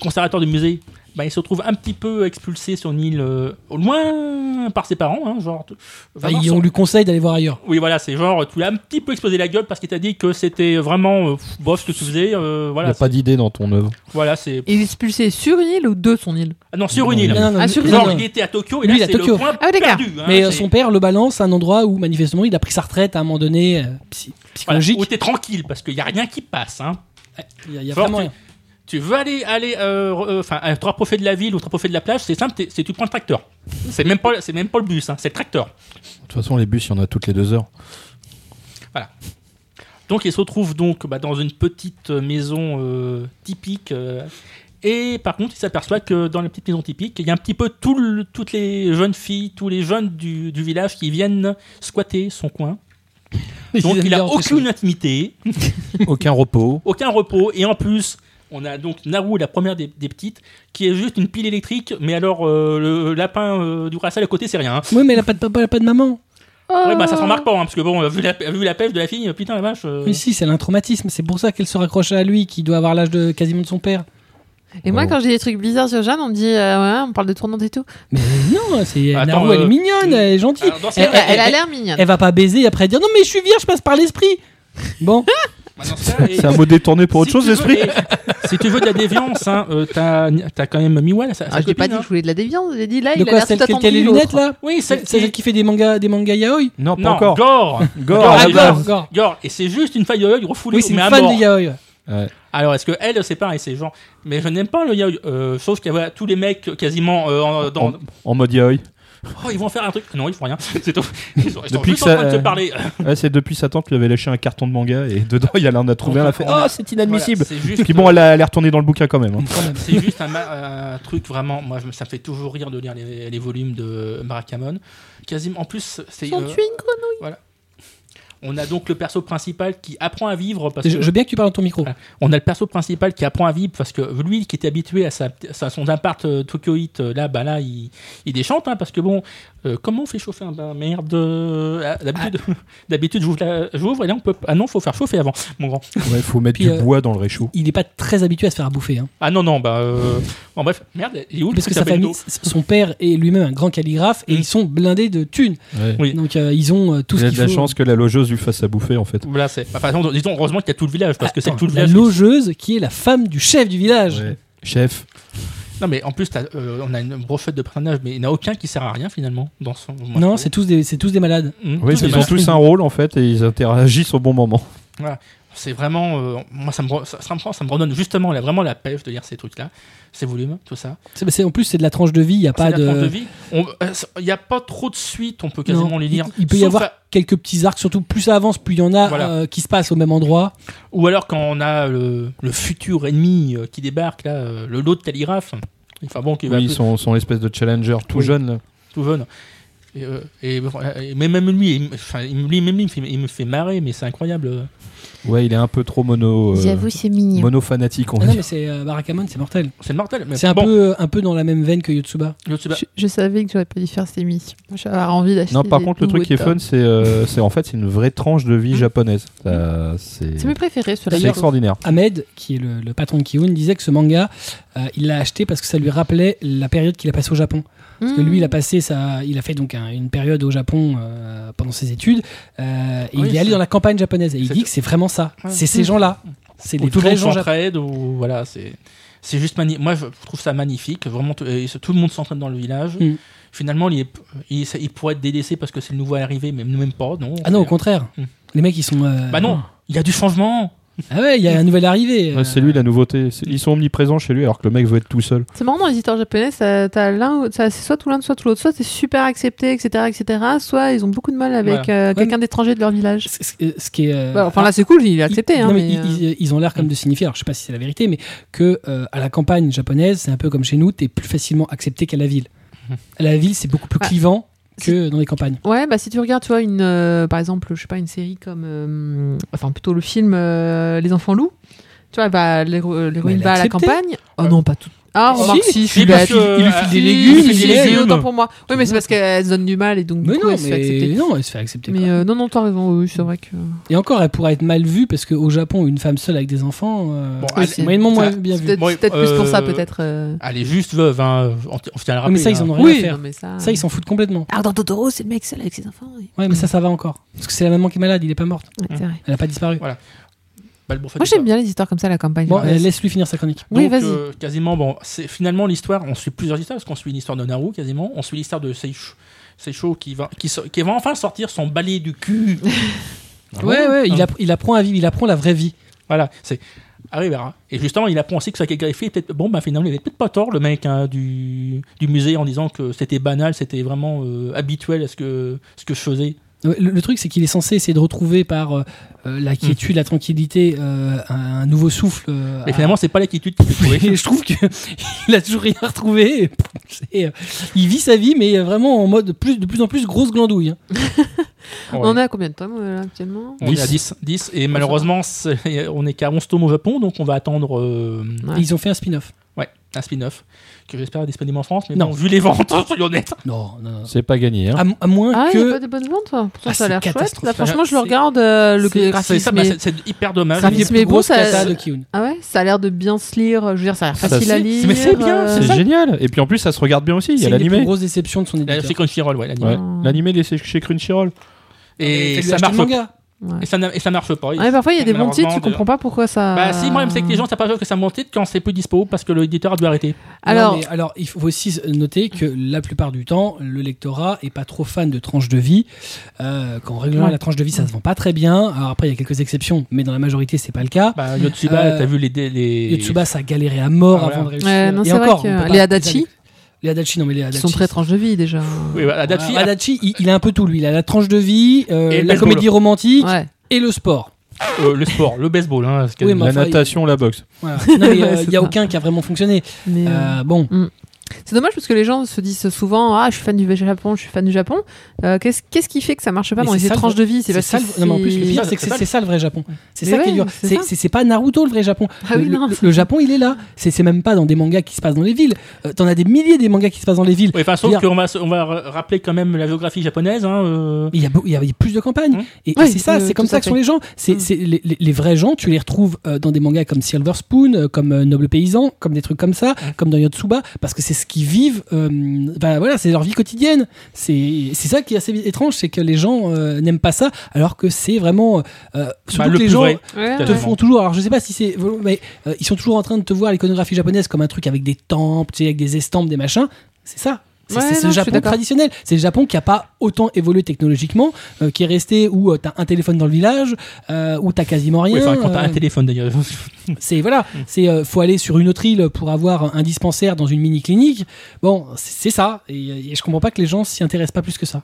Speaker 5: conservateur du musée, bah, il se retrouve un petit peu expulsé sur une île euh, au loin par ses parents, hein, genre.
Speaker 1: Enfin,
Speaker 5: vraiment
Speaker 1: Bah, ils-
Speaker 5: sur-
Speaker 1: on lui conseille d'aller voir ailleurs.
Speaker 5: Oui, voilà, c'est genre tu as un petit peu explosé la gueule parce qu'il t'a dit que c'était vraiment euh, pff, bof ce que tu faisais. euh,
Speaker 2: Il
Speaker 5: voilà,
Speaker 2: n'y a pas d'idée dans ton œuvre.
Speaker 5: c'est- voilà, c'est
Speaker 4: Il est expulsé sur une île ou de son île
Speaker 5: ah, non sur une
Speaker 2: Non,
Speaker 5: île.
Speaker 1: Non, non, non,
Speaker 4: Ah, sur
Speaker 1: non,
Speaker 5: Genre
Speaker 1: non.
Speaker 5: il était à Tokyo et
Speaker 1: Lui, il est
Speaker 5: là
Speaker 1: à
Speaker 5: c'est le
Speaker 1: Tokyo.
Speaker 5: point
Speaker 4: Ah oui, d'accord.
Speaker 5: perdu. hein,
Speaker 1: Mais euh,
Speaker 5: c'est-
Speaker 1: son père le balance à un endroit où manifestement il a pris sa retraite à un moment donné euh, psy-
Speaker 5: voilà,
Speaker 1: psychologique.
Speaker 5: où t'es tranquille parce qu'il y a rien qui passe. Hein.
Speaker 1: Il y a, il y a
Speaker 5: Genre,
Speaker 1: vraiment
Speaker 5: tu-
Speaker 1: rien.
Speaker 5: Tu veux aller, aller, euh, re- euh, enfin, euh, trois profets de la ville ou trois profets de la plage, c'est simple, t'es- c'est tu prends le tracteur. C'est même pas, c'est même pas le bus, hein, c'est le tracteur.
Speaker 2: De toute façon, les bus, il y en a toutes les deux heures.
Speaker 5: Donc il se retrouve donc bah, dans une petite maison euh, typique. euh, et par contre, il s'aperçoit que dans la petite maison typique, il y a un petit peu tout le- toutes les jeunes filles, tous les jeunes du, du village qui viennent squatter son coin. Donc
Speaker 1: aiment
Speaker 5: il
Speaker 1: bien
Speaker 5: a
Speaker 1: rentrer chez
Speaker 5: aucune intimité,
Speaker 2: Aucun repos.
Speaker 5: aucun repos. Et en plus, on a donc Naru, la première des, des petites, qui est juste une pile électrique. Mais alors, euh, le lapin euh, du rassal à côté, c'est rien. hein.
Speaker 1: Oui, mais elle a pas de papa, elle a pas de maman. Ah.
Speaker 5: Ouais, bah ça se remarque pas, hein, parce que bon, vu la, vu la pêche de la fille, putain la vache. euh,
Speaker 1: Mais si, c'est un traumatisme. C'est pour ça qu'elle se raccroche à lui, qui doit avoir l'âge de quasiment de son père.
Speaker 4: Et moi,
Speaker 2: Oh.
Speaker 4: quand j'ai des trucs bizarres sur Jeanne, on me dit euh, ouais, on parle de tournante et tout.
Speaker 1: Mais non, c'est
Speaker 5: Attends,
Speaker 1: Naru, elle est
Speaker 5: euh,
Speaker 1: mignonne, elle est gentille.
Speaker 5: alors, dans ce
Speaker 1: Elle,
Speaker 5: cas-
Speaker 1: elle-
Speaker 4: Elle a
Speaker 1: elle-
Speaker 4: l'air mignonne.
Speaker 1: elle va pas baiser et après dire non mais je suis vierge, je passe par l'esprit. Bon,
Speaker 4: Ah,
Speaker 5: bah, dans ce cas, et-
Speaker 2: C'est un mot détourné pour autre
Speaker 5: si
Speaker 2: chose,
Speaker 5: tu veux-
Speaker 2: l'esprit
Speaker 5: et- Si tu veux de la déviance, hein, euh, t'as t'as quand même Miwa, sa, sa
Speaker 4: Ah, je t'ai pas
Speaker 5: copine,
Speaker 4: dit que
Speaker 5: hein.
Speaker 4: je voulais de la déviance, j'ai dit là,
Speaker 1: de
Speaker 4: il a
Speaker 1: quoi
Speaker 4: l'air tout
Speaker 1: celle celle qui a les
Speaker 4: attentif,
Speaker 1: lunettes
Speaker 4: l'autre.
Speaker 1: là
Speaker 5: Oui,
Speaker 1: C'est
Speaker 5: celle
Speaker 1: celle
Speaker 5: qui... Oh,
Speaker 1: qui fait des mangas, des mangas yaoi.
Speaker 2: Non, pas
Speaker 5: Non,
Speaker 2: encore.
Speaker 5: Gore
Speaker 2: Gore,
Speaker 5: Gore,
Speaker 2: à la
Speaker 1: Ah,
Speaker 5: les
Speaker 1: gore,
Speaker 5: gens.
Speaker 1: gore.
Speaker 5: Gore Et c'est juste une faille de yaoi refoulée,
Speaker 1: Oui, c'est une
Speaker 5: mais à
Speaker 1: fan
Speaker 5: mort.
Speaker 1: de yaoi. ouais.
Speaker 5: Alors, est-ce que elle, c'est pareil, c'est genre... Mais je n'aime pas le yaoi, euh, sauf qu'il y a voilà, tous les mecs quasiment euh, en- dans...
Speaker 2: En mode yaoi.
Speaker 5: Oh, ils vont faire un truc. Non, ils font rien. C'est tout. Ils sont ils sont
Speaker 2: Depuis
Speaker 5: juste
Speaker 2: que
Speaker 5: en
Speaker 2: ça- euh,
Speaker 5: train de te parler.
Speaker 2: Ouais, c'est depuis sa tante lui avait lâché un carton de manga et dedans il en a trouvé un, elle a fait
Speaker 5: On
Speaker 2: Ah,
Speaker 5: a-
Speaker 2: c'est inadmissible
Speaker 5: Voilà, c'est juste-
Speaker 2: Puis bon, elle a- elle est retournée dans le bouquin quand même. hein.
Speaker 1: quand même.
Speaker 5: C'est juste un, ma- un truc vraiment. Moi, je me- ça me fait toujours rire de lire les, les volumes de Barakamon. Quasiment. En plus, c'est.
Speaker 4: Ils ont
Speaker 5: euh,
Speaker 4: tué une grenouille.
Speaker 5: on a donc le perso principal qui apprend à vivre parce
Speaker 1: Je, je
Speaker 5: que
Speaker 1: veux bien que tu parles dans ton micro.
Speaker 5: Ah. on a le perso principal qui apprend à vivre parce que lui qui était habitué à, sa, à son appart euh, tokyoïte euh, là bah là il, il déchante hein, parce que bon euh, comment on fait chauffer un bain merde euh, ah, d'habitude d'habitude j'ouvre la- j'ouvre et là on peut ah non faut faire chauffer avant mon grand
Speaker 2: Ouais, faut mettre
Speaker 1: Puis,
Speaker 2: du
Speaker 1: euh,
Speaker 2: bois dans le réchaud.
Speaker 1: Il n'est pas très habitué à se faire à bouffer. hein.
Speaker 5: ah non non bah euh, en bref merde il est où le
Speaker 1: Parce que
Speaker 5: truc
Speaker 1: sa
Speaker 5: à
Speaker 1: famille,
Speaker 5: Beldo
Speaker 1: son père est lui-même un grand calligraphe et
Speaker 5: Mm.
Speaker 1: ils sont blindés de thunes.
Speaker 5: Oui.
Speaker 1: Donc euh, ils ont euh, tout
Speaker 2: Il
Speaker 1: ce
Speaker 2: a
Speaker 1: qu'il
Speaker 2: de
Speaker 1: faut.
Speaker 2: la chance que la logeuse lui fasse à bouffer en fait.
Speaker 5: voilà c'est enfin disons- disons heureusement qu'il y a tout le village parce que c'est
Speaker 1: Attends,
Speaker 5: tout le
Speaker 1: la
Speaker 5: village qui-
Speaker 1: logeuse qui est la femme du chef du village.
Speaker 2: Ouais. Chef,
Speaker 5: non mais en plus t'as, euh, on a une brochette de personnages mais il n'y en a aucun qui sert à rien finalement dans son moi, je
Speaker 1: Non,
Speaker 5: trouve.
Speaker 1: c'est tous des, c'est tous des malades.
Speaker 5: Mmh,
Speaker 2: oui, bah,
Speaker 5: tous des
Speaker 2: ils ont
Speaker 5: malades.
Speaker 2: tous un rôle en fait et ils interagissent au bon moment.
Speaker 5: C'est vraiment, euh, moi ça me, re- ça, ça me prend, ça me redonne justement la, vraiment la pêche de lire ces trucs-là, ces volumes, tout ça.
Speaker 1: C'est- c'est- en plus, c'est de la tranche de vie. Il y a
Speaker 5: Ah, C'est
Speaker 1: pas
Speaker 5: la tranche de
Speaker 1: de,
Speaker 5: vie. On- euh, Il n'y a pas trop de suites, on peut quasiment
Speaker 1: Non,
Speaker 5: les lire.
Speaker 1: il- il peut y
Speaker 5: Sauf
Speaker 1: avoir-
Speaker 5: à-
Speaker 1: quelques petits arcs. Surtout, plus ça avance, plus il y en a
Speaker 5: Voilà.
Speaker 1: euh, qui se passent au même endroit.
Speaker 5: ou alors quand on a le, le futur ennemi euh, qui débarque là, euh, le lot de calligraphe. Enfin bon, qui va
Speaker 2: Oui, bah,
Speaker 5: plus-
Speaker 2: son, son espèce de challenger tout
Speaker 5: Oui.
Speaker 2: jeune. là.
Speaker 5: tout jeune. Et, euh, et, et même lui, il, me- enfin, il me- lui, même lui, il me fait- il me fait marrer, mais c'est incroyable.
Speaker 2: Ouais, il est un peu trop mono. euh,
Speaker 6: J'avoue, c'est mignon.
Speaker 2: mono-fanatique, on
Speaker 1: Ah
Speaker 2: va
Speaker 1: non,
Speaker 2: dire.
Speaker 1: mais c'est euh, Barakamon, c'est mortel.
Speaker 5: C'est mortel. mais
Speaker 1: C'est un
Speaker 5: bon,
Speaker 1: peu, un peu dans la même veine que Yotsuba.
Speaker 5: Yotsuba-
Speaker 4: Je, je savais que j'aurais pas dû faire cette émission. Moi, J'avais envie d'acheter.
Speaker 2: Bah. Non, par
Speaker 4: des
Speaker 2: contre, le truc qui est
Speaker 4: nouveaux
Speaker 2: fun, c'est euh, c'est- en fait c'est une vraie tranche de vie japonaise. Ça, c'est
Speaker 4: tomes. C'est mes préférés, ceux-là.
Speaker 2: c'est extraordinaire.
Speaker 1: Ahmed, qui est le, le patron de Kiun, disait que ce manga, euh, il l'a acheté parce que ça lui rappelait la période qu'il a passée au Japon.
Speaker 4: Mmh.
Speaker 1: Parce que
Speaker 4: Mm.
Speaker 1: lui, il a passé sa, il a fait donc un- une période au Japon euh, pendant ses études. euh, et
Speaker 5: Oui,
Speaker 1: il est allé
Speaker 5: c'est-
Speaker 1: dans la campagne japonaise. Et il
Speaker 5: c'est-
Speaker 1: dit que c'est vraiment ça.
Speaker 5: Ouais.
Speaker 1: C'est ces gens-là. C'est
Speaker 5: où
Speaker 1: les
Speaker 5: tout le
Speaker 1: vrais
Speaker 5: monde
Speaker 1: gens japonais.
Speaker 5: s'entraide, ou voilà, c'est c'est juste magnifique. Moi, je trouve ça magnifique. Vraiment, tout, et tout le monde s'entraîne dans le village.
Speaker 1: Mm.
Speaker 5: Finalement, il, est- il, ça- il pourrait être délaissé parce que c'est le nouveau à l'arrivée, mais nous même pas, non.
Speaker 1: Ah non, au contraire.
Speaker 5: Hmm.
Speaker 1: Les mecs, ils sont. euh,
Speaker 5: Bah non, il y a du changement.
Speaker 1: Ah ouais, il y a un nouvel arrivé. euh.
Speaker 2: Ouais, c'est lui la nouveauté. C'est- Ils sont omniprésents chez lui alors que le mec veut être tout seul.
Speaker 4: C'est marrant dans les éditeurs japonais, ça, t'as l'un, ou- ça, c'est soit tout l'un, soit tout l'autre. Soit c'est super accepté, etc., etc. Soit ils ont beaucoup de mal avec euh, quelqu'un d'étranger de leur village.
Speaker 1: Ce- ce- ce qui est. euh,
Speaker 4: Bah, enfin là, c'est cool, il est
Speaker 1: ils-
Speaker 4: accepté.
Speaker 1: non,
Speaker 4: hein,
Speaker 1: mais
Speaker 4: mais,
Speaker 1: ils,
Speaker 4: euh,
Speaker 1: ils- ils ont l'air comme de signifier, alors je sais pas si c'est la vérité, mais que euh, à la campagne japonaise, c'est un peu comme chez nous, t'es plus facilement accepté qu'à la ville.
Speaker 5: Hmm.
Speaker 1: À la ville, c'est beaucoup plus
Speaker 4: Ah.
Speaker 1: clivant que dans les campagnes.
Speaker 4: Ouais, bah si tu regardes, tu vois, une, euh, par exemple, je sais pas, une série comme, euh, enfin plutôt le film euh, Les Enfants loups. Tu vois, bah, l'héro- euh, l'héroïne
Speaker 1: Mais elle
Speaker 4: va à
Speaker 1: a
Speaker 4: la
Speaker 1: accepté.
Speaker 4: campagne. Oh non, pas tout. Ah,
Speaker 1: Si, euh,
Speaker 4: remarque, si, je suis
Speaker 5: si, parce
Speaker 4: bête.
Speaker 5: que, Il lui file
Speaker 4: Si,
Speaker 5: des
Speaker 1: légumes, il
Speaker 4: si,
Speaker 1: file
Speaker 4: si,
Speaker 1: des
Speaker 4: si,
Speaker 5: légumes.
Speaker 4: autant pour moi. Oui, mais c'est parce qu'elle se donne du mal et donc du
Speaker 1: Mais
Speaker 4: coup,
Speaker 1: non,
Speaker 4: elle se fait
Speaker 1: mais
Speaker 4: accepter.
Speaker 1: non, elle se fait accepter. quand
Speaker 4: Mais
Speaker 1: même.
Speaker 4: euh, non, non, t'as raison, oui, c'est vrai que.
Speaker 1: Et encore, elle pourrait être mal vue parce qu'au Japon, une femme seule avec des enfants, euh,
Speaker 5: Bon,
Speaker 1: oui,
Speaker 5: allez,
Speaker 1: c'est moyennement moins
Speaker 5: ça-
Speaker 1: bien
Speaker 4: C'est
Speaker 1: vu.
Speaker 4: peut-être
Speaker 5: Bon,
Speaker 4: peut-être plus pour ça,
Speaker 5: euh,
Speaker 4: peut-être. euh.
Speaker 5: Elle est juste veuve, hein. on, t- on tient à le rappeler.
Speaker 1: mais ça, ils
Speaker 5: hein.
Speaker 1: en ont rien à
Speaker 4: Oui, non,
Speaker 1: faire.
Speaker 4: mais ça.
Speaker 1: Ça, ils s'en foutent complètement.
Speaker 6: Alors dans Totoro, c'est le mec seul avec ses enfants. oui.
Speaker 1: Ouais, mais
Speaker 4: Hmm.
Speaker 1: ça, ça va encore. Parce que c'est la maman qui est malade, il est pas morte.
Speaker 4: Ouais, c'est vrai.
Speaker 1: Elle a pas disparu.
Speaker 5: Bah, le bourgfait
Speaker 4: Moi,
Speaker 5: du
Speaker 4: j'aime
Speaker 5: peuple.
Speaker 4: bien les histoires comme ça, la campagne.
Speaker 1: Bon,
Speaker 4: japonaise.
Speaker 1: euh, laisse-lui finir sa chronique.
Speaker 4: Oui,
Speaker 5: Donc,
Speaker 4: vas-y.
Speaker 5: euh, quasiment, bon, c'est finalement l'histoire. On suit plusieurs histoires parce qu'on suit l'histoire de Naru quasiment. On suit l'histoire de Seisho, Seisho qui va, qui, so- qui va enfin sortir son balai du cul. Ah
Speaker 1: Ouais, ouais, il,
Speaker 5: a
Speaker 1: app- il apprend à vivre, il apprend la vraie vie.
Speaker 5: Voilà, c'est Arrivera. Et justement, il apprend aussi que ça qui est greffé, peut-être, bon, bah finalement, il avait peut-être pas tort, le mec hein, du, du musée, en disant que c'était banal, c'était vraiment euh, habituel à ce que, ce que je faisais.
Speaker 1: Ouais, Le, le truc, c'est qu'il est censé essayer de retrouver par euh, euh,
Speaker 5: Mm.
Speaker 1: la quiétude, la tranquillité, euh, un, un nouveau souffle. euh,
Speaker 5: Mais
Speaker 1: à-
Speaker 5: finalement, c'est pas l'attitude qu'il faut trouver.
Speaker 1: Et je trouve qu'il a toujours rien retrouvé. Et, c'est, euh, il vit sa vie, mais euh, vraiment en mode plus, de plus en plus grosse glandouille. hein.
Speaker 4: On en est à combien de temps là, actuellement
Speaker 5: On est à 10, 10 et malheureusement, c'est- on est qu'à 11 tomes au Japon, donc on va attendre euh,
Speaker 4: Ouais.
Speaker 1: Et ils ont fait un spin-off.
Speaker 5: ouais, un spin-off que j'espère disponible en France. Mais
Speaker 1: Non.
Speaker 5: bon, vu les ventes, soyons honnêtes.
Speaker 1: Non, non, non.
Speaker 2: C'est pas gagné. Hein.
Speaker 1: À, mo- à moins
Speaker 4: Ah, il n'y a pas
Speaker 1: que.
Speaker 4: de bonne vente Pourtant,
Speaker 1: Ah,
Speaker 4: ça a
Speaker 1: c'est
Speaker 4: l'air chouette. Là,
Speaker 1: catastrophique.
Speaker 4: franchement, je le
Speaker 5: C'est-
Speaker 4: regarde, euh, le
Speaker 5: C'est- c'est
Speaker 4: graphisme.
Speaker 5: ça, bah,
Speaker 4: est-
Speaker 5: c'est c'est hyper dommage.
Speaker 4: Ça
Speaker 1: une des
Speaker 4: mais
Speaker 1: plus
Speaker 4: bon,
Speaker 1: grosses
Speaker 4: ça-
Speaker 1: catas de Kiyun.
Speaker 4: Ah ouais, ça a l'air de bien se lire. Je veux dire, ça a l'air
Speaker 2: Ça,
Speaker 4: facile à
Speaker 2: c'est-
Speaker 4: lire.
Speaker 5: mais c'est bien,
Speaker 4: euh,
Speaker 2: C'est génial. Et puis en plus, ça se regarde bien aussi. Il y
Speaker 1: C'est
Speaker 2: a
Speaker 1: une des plus
Speaker 2: l'animé.
Speaker 1: grosses déceptions de son
Speaker 5: La- C'est
Speaker 1: éditeur.
Speaker 5: Crunchyroll, ouais, l'anime.
Speaker 2: Ouais.
Speaker 4: Ah.
Speaker 2: L'animé, il est chez Crunchyroll.
Speaker 5: Et,
Speaker 1: Fais-lui
Speaker 5: ça
Speaker 1: acheter le
Speaker 5: marche pas.
Speaker 1: manga.
Speaker 4: ouais.
Speaker 5: Et ça n'a- et ça marche pas.
Speaker 4: Ouais, parfois, il y a des bons titres, tu
Speaker 5: Malheureusement,
Speaker 4: comprends pas pourquoi ça.
Speaker 5: Bah si, moi,
Speaker 4: Euh,
Speaker 5: je sais que les gens, ça pas que ça monte quand c'est plus dispo parce que l'éditeur a dû arrêter.
Speaker 4: Alors,
Speaker 5: euh,
Speaker 1: Non, mais alors, il faut aussi noter que la plupart du temps, le lectorat est pas trop fan de tranches de vie. Euh, quand règlement
Speaker 4: Ouais.
Speaker 1: la tranche de vie, ça se vend pas très bien. Alors après, il y a quelques exceptions, mais dans la majorité, c'est pas le cas.
Speaker 5: Bah, Yotsuba,
Speaker 1: Euh,
Speaker 5: t'as vu les, dé- les...
Speaker 1: Yotsuba, ça a galéré à mort
Speaker 5: Ah, voilà.
Speaker 1: avant de réussir.
Speaker 4: Ouais, non,
Speaker 1: Et
Speaker 4: c'est vrai
Speaker 1: encore,
Speaker 4: que-
Speaker 1: on peut pas-
Speaker 4: les Adachi
Speaker 1: Les Adachi, non mais les
Speaker 4: Ils
Speaker 1: Adachi.
Speaker 4: sont très tranches de vie déjà.
Speaker 5: Oui, bah, Adachi,
Speaker 1: Adachi, Adachi, il, il a un peu tout lui. Il a la tranche de vie, euh,
Speaker 5: Et le
Speaker 1: la
Speaker 5: baseball.
Speaker 1: comédie romantique
Speaker 4: Ouais.
Speaker 1: et le sport.
Speaker 5: euh, le sport, le baseball. Hein, parce que-
Speaker 1: Oui, mais
Speaker 2: La
Speaker 1: enfin,
Speaker 2: natation, la boxe.
Speaker 1: Voilà. Non, mais, euh,
Speaker 4: Ouais,
Speaker 1: il n'y a
Speaker 4: c'est
Speaker 1: aucun qui a vraiment fonctionné.
Speaker 4: Mais, euh,
Speaker 1: Euh, bon,
Speaker 4: C'est dommage parce que les gens se disent souvent Ah, je suis fan du Japon, je suis fan du Japon. Euh, Qu'est-ce qu'est-ce qui fait que ça marche pas
Speaker 1: Mais
Speaker 4: dans
Speaker 1: c'est
Speaker 4: les
Speaker 1: ça,
Speaker 4: tranches de vie
Speaker 1: c'est
Speaker 4: parce
Speaker 1: ça.
Speaker 4: que
Speaker 1: le- Non, mais en plus, le
Speaker 4: c'est-
Speaker 1: pire, c'est que c'est c'est ça le vrai Japon. C'est
Speaker 4: Mais
Speaker 1: ça qui est
Speaker 4: ouais,
Speaker 1: dur.
Speaker 4: c'est
Speaker 1: C'est-
Speaker 4: ça.
Speaker 1: C'est c'est pas Naruto le vrai Japon.
Speaker 4: Ah oui,
Speaker 1: le,
Speaker 4: non,
Speaker 1: le-
Speaker 4: c'est-
Speaker 1: le Japon, il est là. C'est c'est même pas dans des mangas qui se passent dans les villes. Euh, T'en as des milliers des mangas qui se passent dans les villes.
Speaker 5: Oui, enfin, sauf
Speaker 1: Bien.
Speaker 5: qu'on va, se- on va ra- rappeler quand même la géographie japonaise. Hein, euh,
Speaker 1: Il y, a, beau- il y a plus de campagnes.
Speaker 5: Mmh.
Speaker 1: Et, et
Speaker 4: Oui,
Speaker 1: c'est ça,
Speaker 4: euh,
Speaker 1: c'est comme
Speaker 4: tout
Speaker 1: ça
Speaker 4: à
Speaker 1: que sont les gens. C'est
Speaker 4: Mmh.
Speaker 1: c'est les, les- les vrais gens, tu les retrouves euh, dans des mangas comme Silver Spoon, euh, comme euh, Noble Paysan, comme des trucs comme ça, comme dans Yotsuba, parce que c'est ce qu'ils vivent. euh, ben voilà, c'est leur vie quotidienne. C'est c'est ça qui est assez étrange, c'est que les gens euh, n'aiment pas ça, alors que c'est vraiment. euh, surtout
Speaker 5: bah,
Speaker 1: que
Speaker 5: le
Speaker 1: les
Speaker 5: plus
Speaker 1: gens
Speaker 5: vrai.
Speaker 4: Ouais,
Speaker 5: Tout à
Speaker 1: te
Speaker 4: ouais.
Speaker 5: fait.
Speaker 1: font toujours. Alors je sais pas si c'est volo- mais euh, ils sont toujours en train de te voir l'iconographie japonaise comme un truc avec des temples, tu sais, avec des estampes, des machins. C'est ça. C'est
Speaker 4: Ouais,
Speaker 1: c'est ce
Speaker 4: non, je suis
Speaker 1: Japon
Speaker 4: d'accord.
Speaker 1: traditionnel. C'est le Japon qui a pas autant évolué technologiquement, euh, qui est resté où euh, t'as un téléphone dans le village, euh, où t'as quasiment rien.
Speaker 5: Oui, enfin, quand t'as un
Speaker 1: euh,
Speaker 5: téléphone d'ailleurs.
Speaker 1: c'est voilà, c'est euh, faut aller sur une autre île pour avoir un dispensaire dans une mini clinique. Bon, c'est c'est ça. Et, et je comprends pas que les gens s'y intéressent pas plus que ça.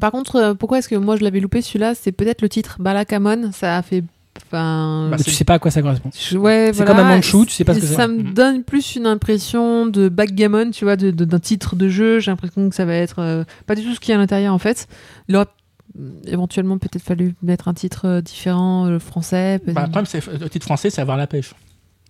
Speaker 4: Par contre, euh, pourquoi est-ce que moi je l'avais loupé celui-là C'est peut-être le titre Balakamon. Ça a fait. Enfin.
Speaker 5: Bah,
Speaker 1: Mais
Speaker 5: c'est-
Speaker 1: tu sais pas à quoi ça correspond.
Speaker 4: je- ouais,
Speaker 1: c'est
Speaker 4: voilà.
Speaker 1: comme un manchou, tu sais pas ce que c'est.
Speaker 4: Ça me
Speaker 5: Mm-hmm.
Speaker 4: donne plus une impression de backgammon, tu vois, de- de- d'un titre de jeu. J'ai l'impression que ça va être euh, pas du tout ce qu'il y a à l'intérieur en fait. Il aurait euh, éventuellement peut-être fallu mettre un titre euh, différent, euh, français. peut-être.
Speaker 5: Bah, le problème, c'est le titre français, c'est avoir la pêche.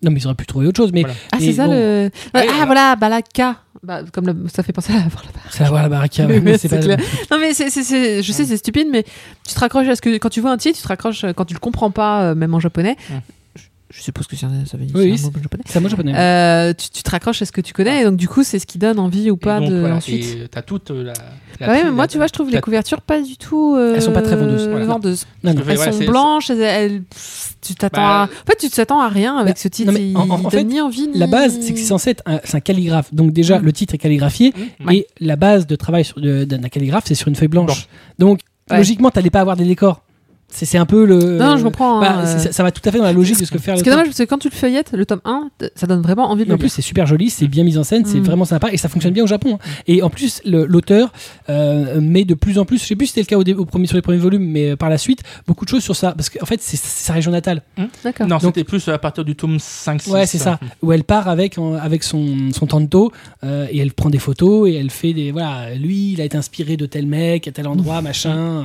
Speaker 1: Non, mais ils auraient pu trouver autre chose. Mais
Speaker 5: Voilà.
Speaker 4: ah,
Speaker 1: mais
Speaker 4: c'est ça
Speaker 1: bon,
Speaker 4: le. Ah,
Speaker 5: Ouais, voilà.
Speaker 4: voilà, Balaka. Bah, comme le- ça fait penser à la Balaka.
Speaker 1: Ça va voir la baraque.
Speaker 4: Oui,
Speaker 1: mais
Speaker 4: oui,
Speaker 1: c'est
Speaker 4: c'est
Speaker 1: pas-
Speaker 4: clair. Non mais c'est, c'est- c'est- je sais c'est stupide mais tu te raccroches à ce que quand tu vois un titre tu te raccroches euh, quand tu le comprends pas euh, même en japonais
Speaker 5: Mm.
Speaker 4: je, je suppose que c'est un- ça veut dire
Speaker 1: Oui, oui,
Speaker 4: c'est un mot japonais
Speaker 1: C'est un mot japonais.
Speaker 4: Euh, tu, tu te raccroches à ce que tu connais et donc du coup c'est ce qui donne envie ou
Speaker 5: Et
Speaker 4: pas
Speaker 5: donc,
Speaker 4: de
Speaker 5: voilà,
Speaker 4: ensuite
Speaker 5: et t'as toute euh, la. la
Speaker 4: Bah ouais,
Speaker 5: tri-
Speaker 4: mais moi
Speaker 5: la-
Speaker 4: tu vois je trouve
Speaker 5: la-
Speaker 4: les couvertures pas du tout euh,
Speaker 1: Elles sont pas très vendeuses,
Speaker 5: voilà.
Speaker 4: vendeuses.
Speaker 1: Non, non.
Speaker 5: Ouais,
Speaker 4: elles
Speaker 5: voilà,
Speaker 4: sont
Speaker 5: c'est-
Speaker 4: blanches elles, elles- pff, tu t'attends
Speaker 5: Bah,
Speaker 4: à... en fait tu t'attends à rien avec
Speaker 1: Bah,
Speaker 4: ce titre
Speaker 1: non, mais
Speaker 4: il
Speaker 1: en- en
Speaker 4: donne
Speaker 1: fait,
Speaker 4: ni envie ni
Speaker 1: La base,
Speaker 4: Hmm.
Speaker 1: c'est que c'est censé être un, c'est un calligraphe. Donc déjà,
Speaker 4: Mm.
Speaker 1: le titre est calligraphié.
Speaker 5: Mmh.
Speaker 1: Et la base de travail sur- de- d'un calligraphe, c'est sur une feuille blanche. Donc,
Speaker 4: Ouais.
Speaker 1: logiquement, t'allais pas avoir des décors. C'est c'est un peu le...
Speaker 4: non, non, je comprends.
Speaker 1: Bah,
Speaker 4: hein,
Speaker 1: c'est-
Speaker 4: euh.
Speaker 1: ça, ça va tout à fait dans la logique de ce que faire
Speaker 4: Ce
Speaker 1: le
Speaker 4: qui est
Speaker 1: tome.
Speaker 4: dommage, parce que quand tu le feuillettes, le tome 1, t- ça donne vraiment envie de
Speaker 1: En
Speaker 4: le
Speaker 1: plus,
Speaker 4: lire.
Speaker 1: c'est super joli, c'est bien mis en scène, c'est
Speaker 4: Mm.
Speaker 1: vraiment sympa et ça fonctionne bien au Japon. hein. Et en plus, le- l'auteur euh, met de plus en plus, je sais plus si c'était le cas au, dé- au premier, sur les premiers volumes, mais euh, par la suite, beaucoup de choses sur ça. Parce qu'en fait, c'est c'est sa région natale.
Speaker 4: D'accord.
Speaker 5: Non,
Speaker 1: Donc-
Speaker 5: c'était plus à partir du tome 5-6.
Speaker 1: Ouais, c'est ça. Où elle part avec, en- avec son, son tanto euh, et elle prend des photos et elle fait des. Voilà, lui, il a été inspiré de tel mec, à tel endroit, machin. euh,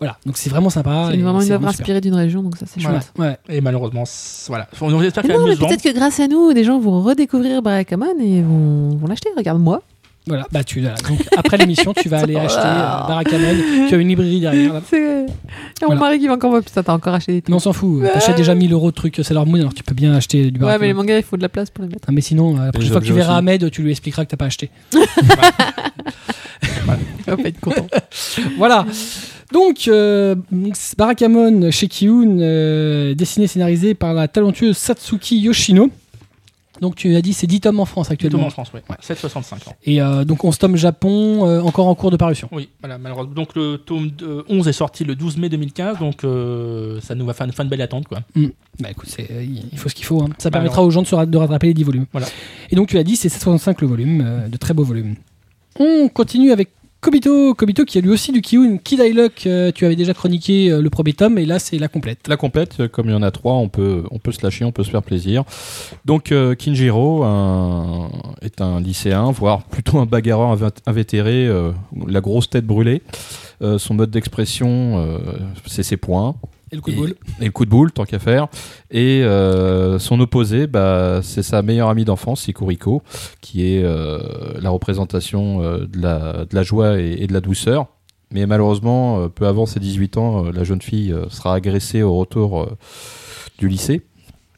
Speaker 1: Voilà, donc c'est vraiment sympa.
Speaker 4: C'est
Speaker 1: et
Speaker 4: vraiment une œuvre
Speaker 1: super.
Speaker 4: inspirée d'une région, donc ça, c'est
Speaker 5: Voilà.
Speaker 4: chouette.
Speaker 1: Ouais.
Speaker 5: Et malheureusement, c'est- voilà. On espère
Speaker 4: Mais
Speaker 5: qu'elle
Speaker 4: non, mais
Speaker 5: nous vend.
Speaker 4: peut-être que grâce à nous, des gens vont redécouvrir Barakamon et vont, vont l'acheter. Regarde, moi.
Speaker 1: Voilà, bah tu voilà. donc après l'émission, tu vas aller acheter
Speaker 4: Voilà.
Speaker 1: euh, Barakamen, tu as une librairie derrière. là.
Speaker 4: C'est. Et mon
Speaker 1: Voilà.
Speaker 4: mari qui va encore voir. Putain, t'as encore acheté des trucs.
Speaker 1: Mais on s'en fout, t'achètes déjà 1000 euros de trucs Sailor Moon, alors tu peux bien acheter du
Speaker 4: ouais,
Speaker 1: Barakamen.
Speaker 4: mais les mangas, il faut de la place pour les mettre.
Speaker 1: Ah, mais sinon, euh, la prochaine fois que tu
Speaker 3: objets
Speaker 1: verras
Speaker 3: aussi.
Speaker 1: Ahmed, tu lui expliqueras que t'as pas acheté.
Speaker 4: On va être content.
Speaker 1: Voilà. Donc, euh, Barakamon chez Kiun, euh, dessiné et scénarisé par la talentueuse Satsuki Yoshino. Donc, tu as dit, c'est 10 tomes en France
Speaker 5: Tout le
Speaker 1: actuellement.
Speaker 5: monde en France, oui. 7,65 ans.
Speaker 1: Et euh, donc, 11 tomes Japon, euh, encore en cours de parution.
Speaker 5: Oui, voilà, malheureusement. Donc le tome de- 11 est sorti le 12 mai 2015, donc euh, ça nous va faire une fin de belle attente, quoi.
Speaker 1: Bah écoute, c'est- euh, il faut ce qu'il faut. hein. Ça
Speaker 5: Bah,
Speaker 1: permettra aux gens de, se ra- de rattraper les 10 volumes.
Speaker 5: Voilà.
Speaker 1: Et donc, tu l'as dit, c'est 765 le volume, euh, de très beaux volumes. On continue avec Kobito, Kobito qui a lui aussi du Kiun. Kid I Luck, euh, tu avais déjà chroniqué euh, le premier tome, et là, c'est la complète.
Speaker 2: La complète, euh, comme il y en a trois, on peut, on peut se lâcher, on peut se faire plaisir. Donc euh, Kinjiro un- est un lycéen, voire plutôt un bagarreur inv- invétéré, euh, la grosse tête brûlée. Euh, son mode d'expression, euh, c'est ses poings
Speaker 1: Et le coup de boule.
Speaker 2: et le coup de boule, tant qu'à faire. Et euh, son opposé, bah, c'est sa meilleure amie d'enfance, Sikuriko, qui est euh, la représentation euh, de, la, de la joie et, et de la douceur. Mais malheureusement, euh, peu avant ses 18 ans, euh, la jeune fille euh, sera agressée au retour euh, du lycée.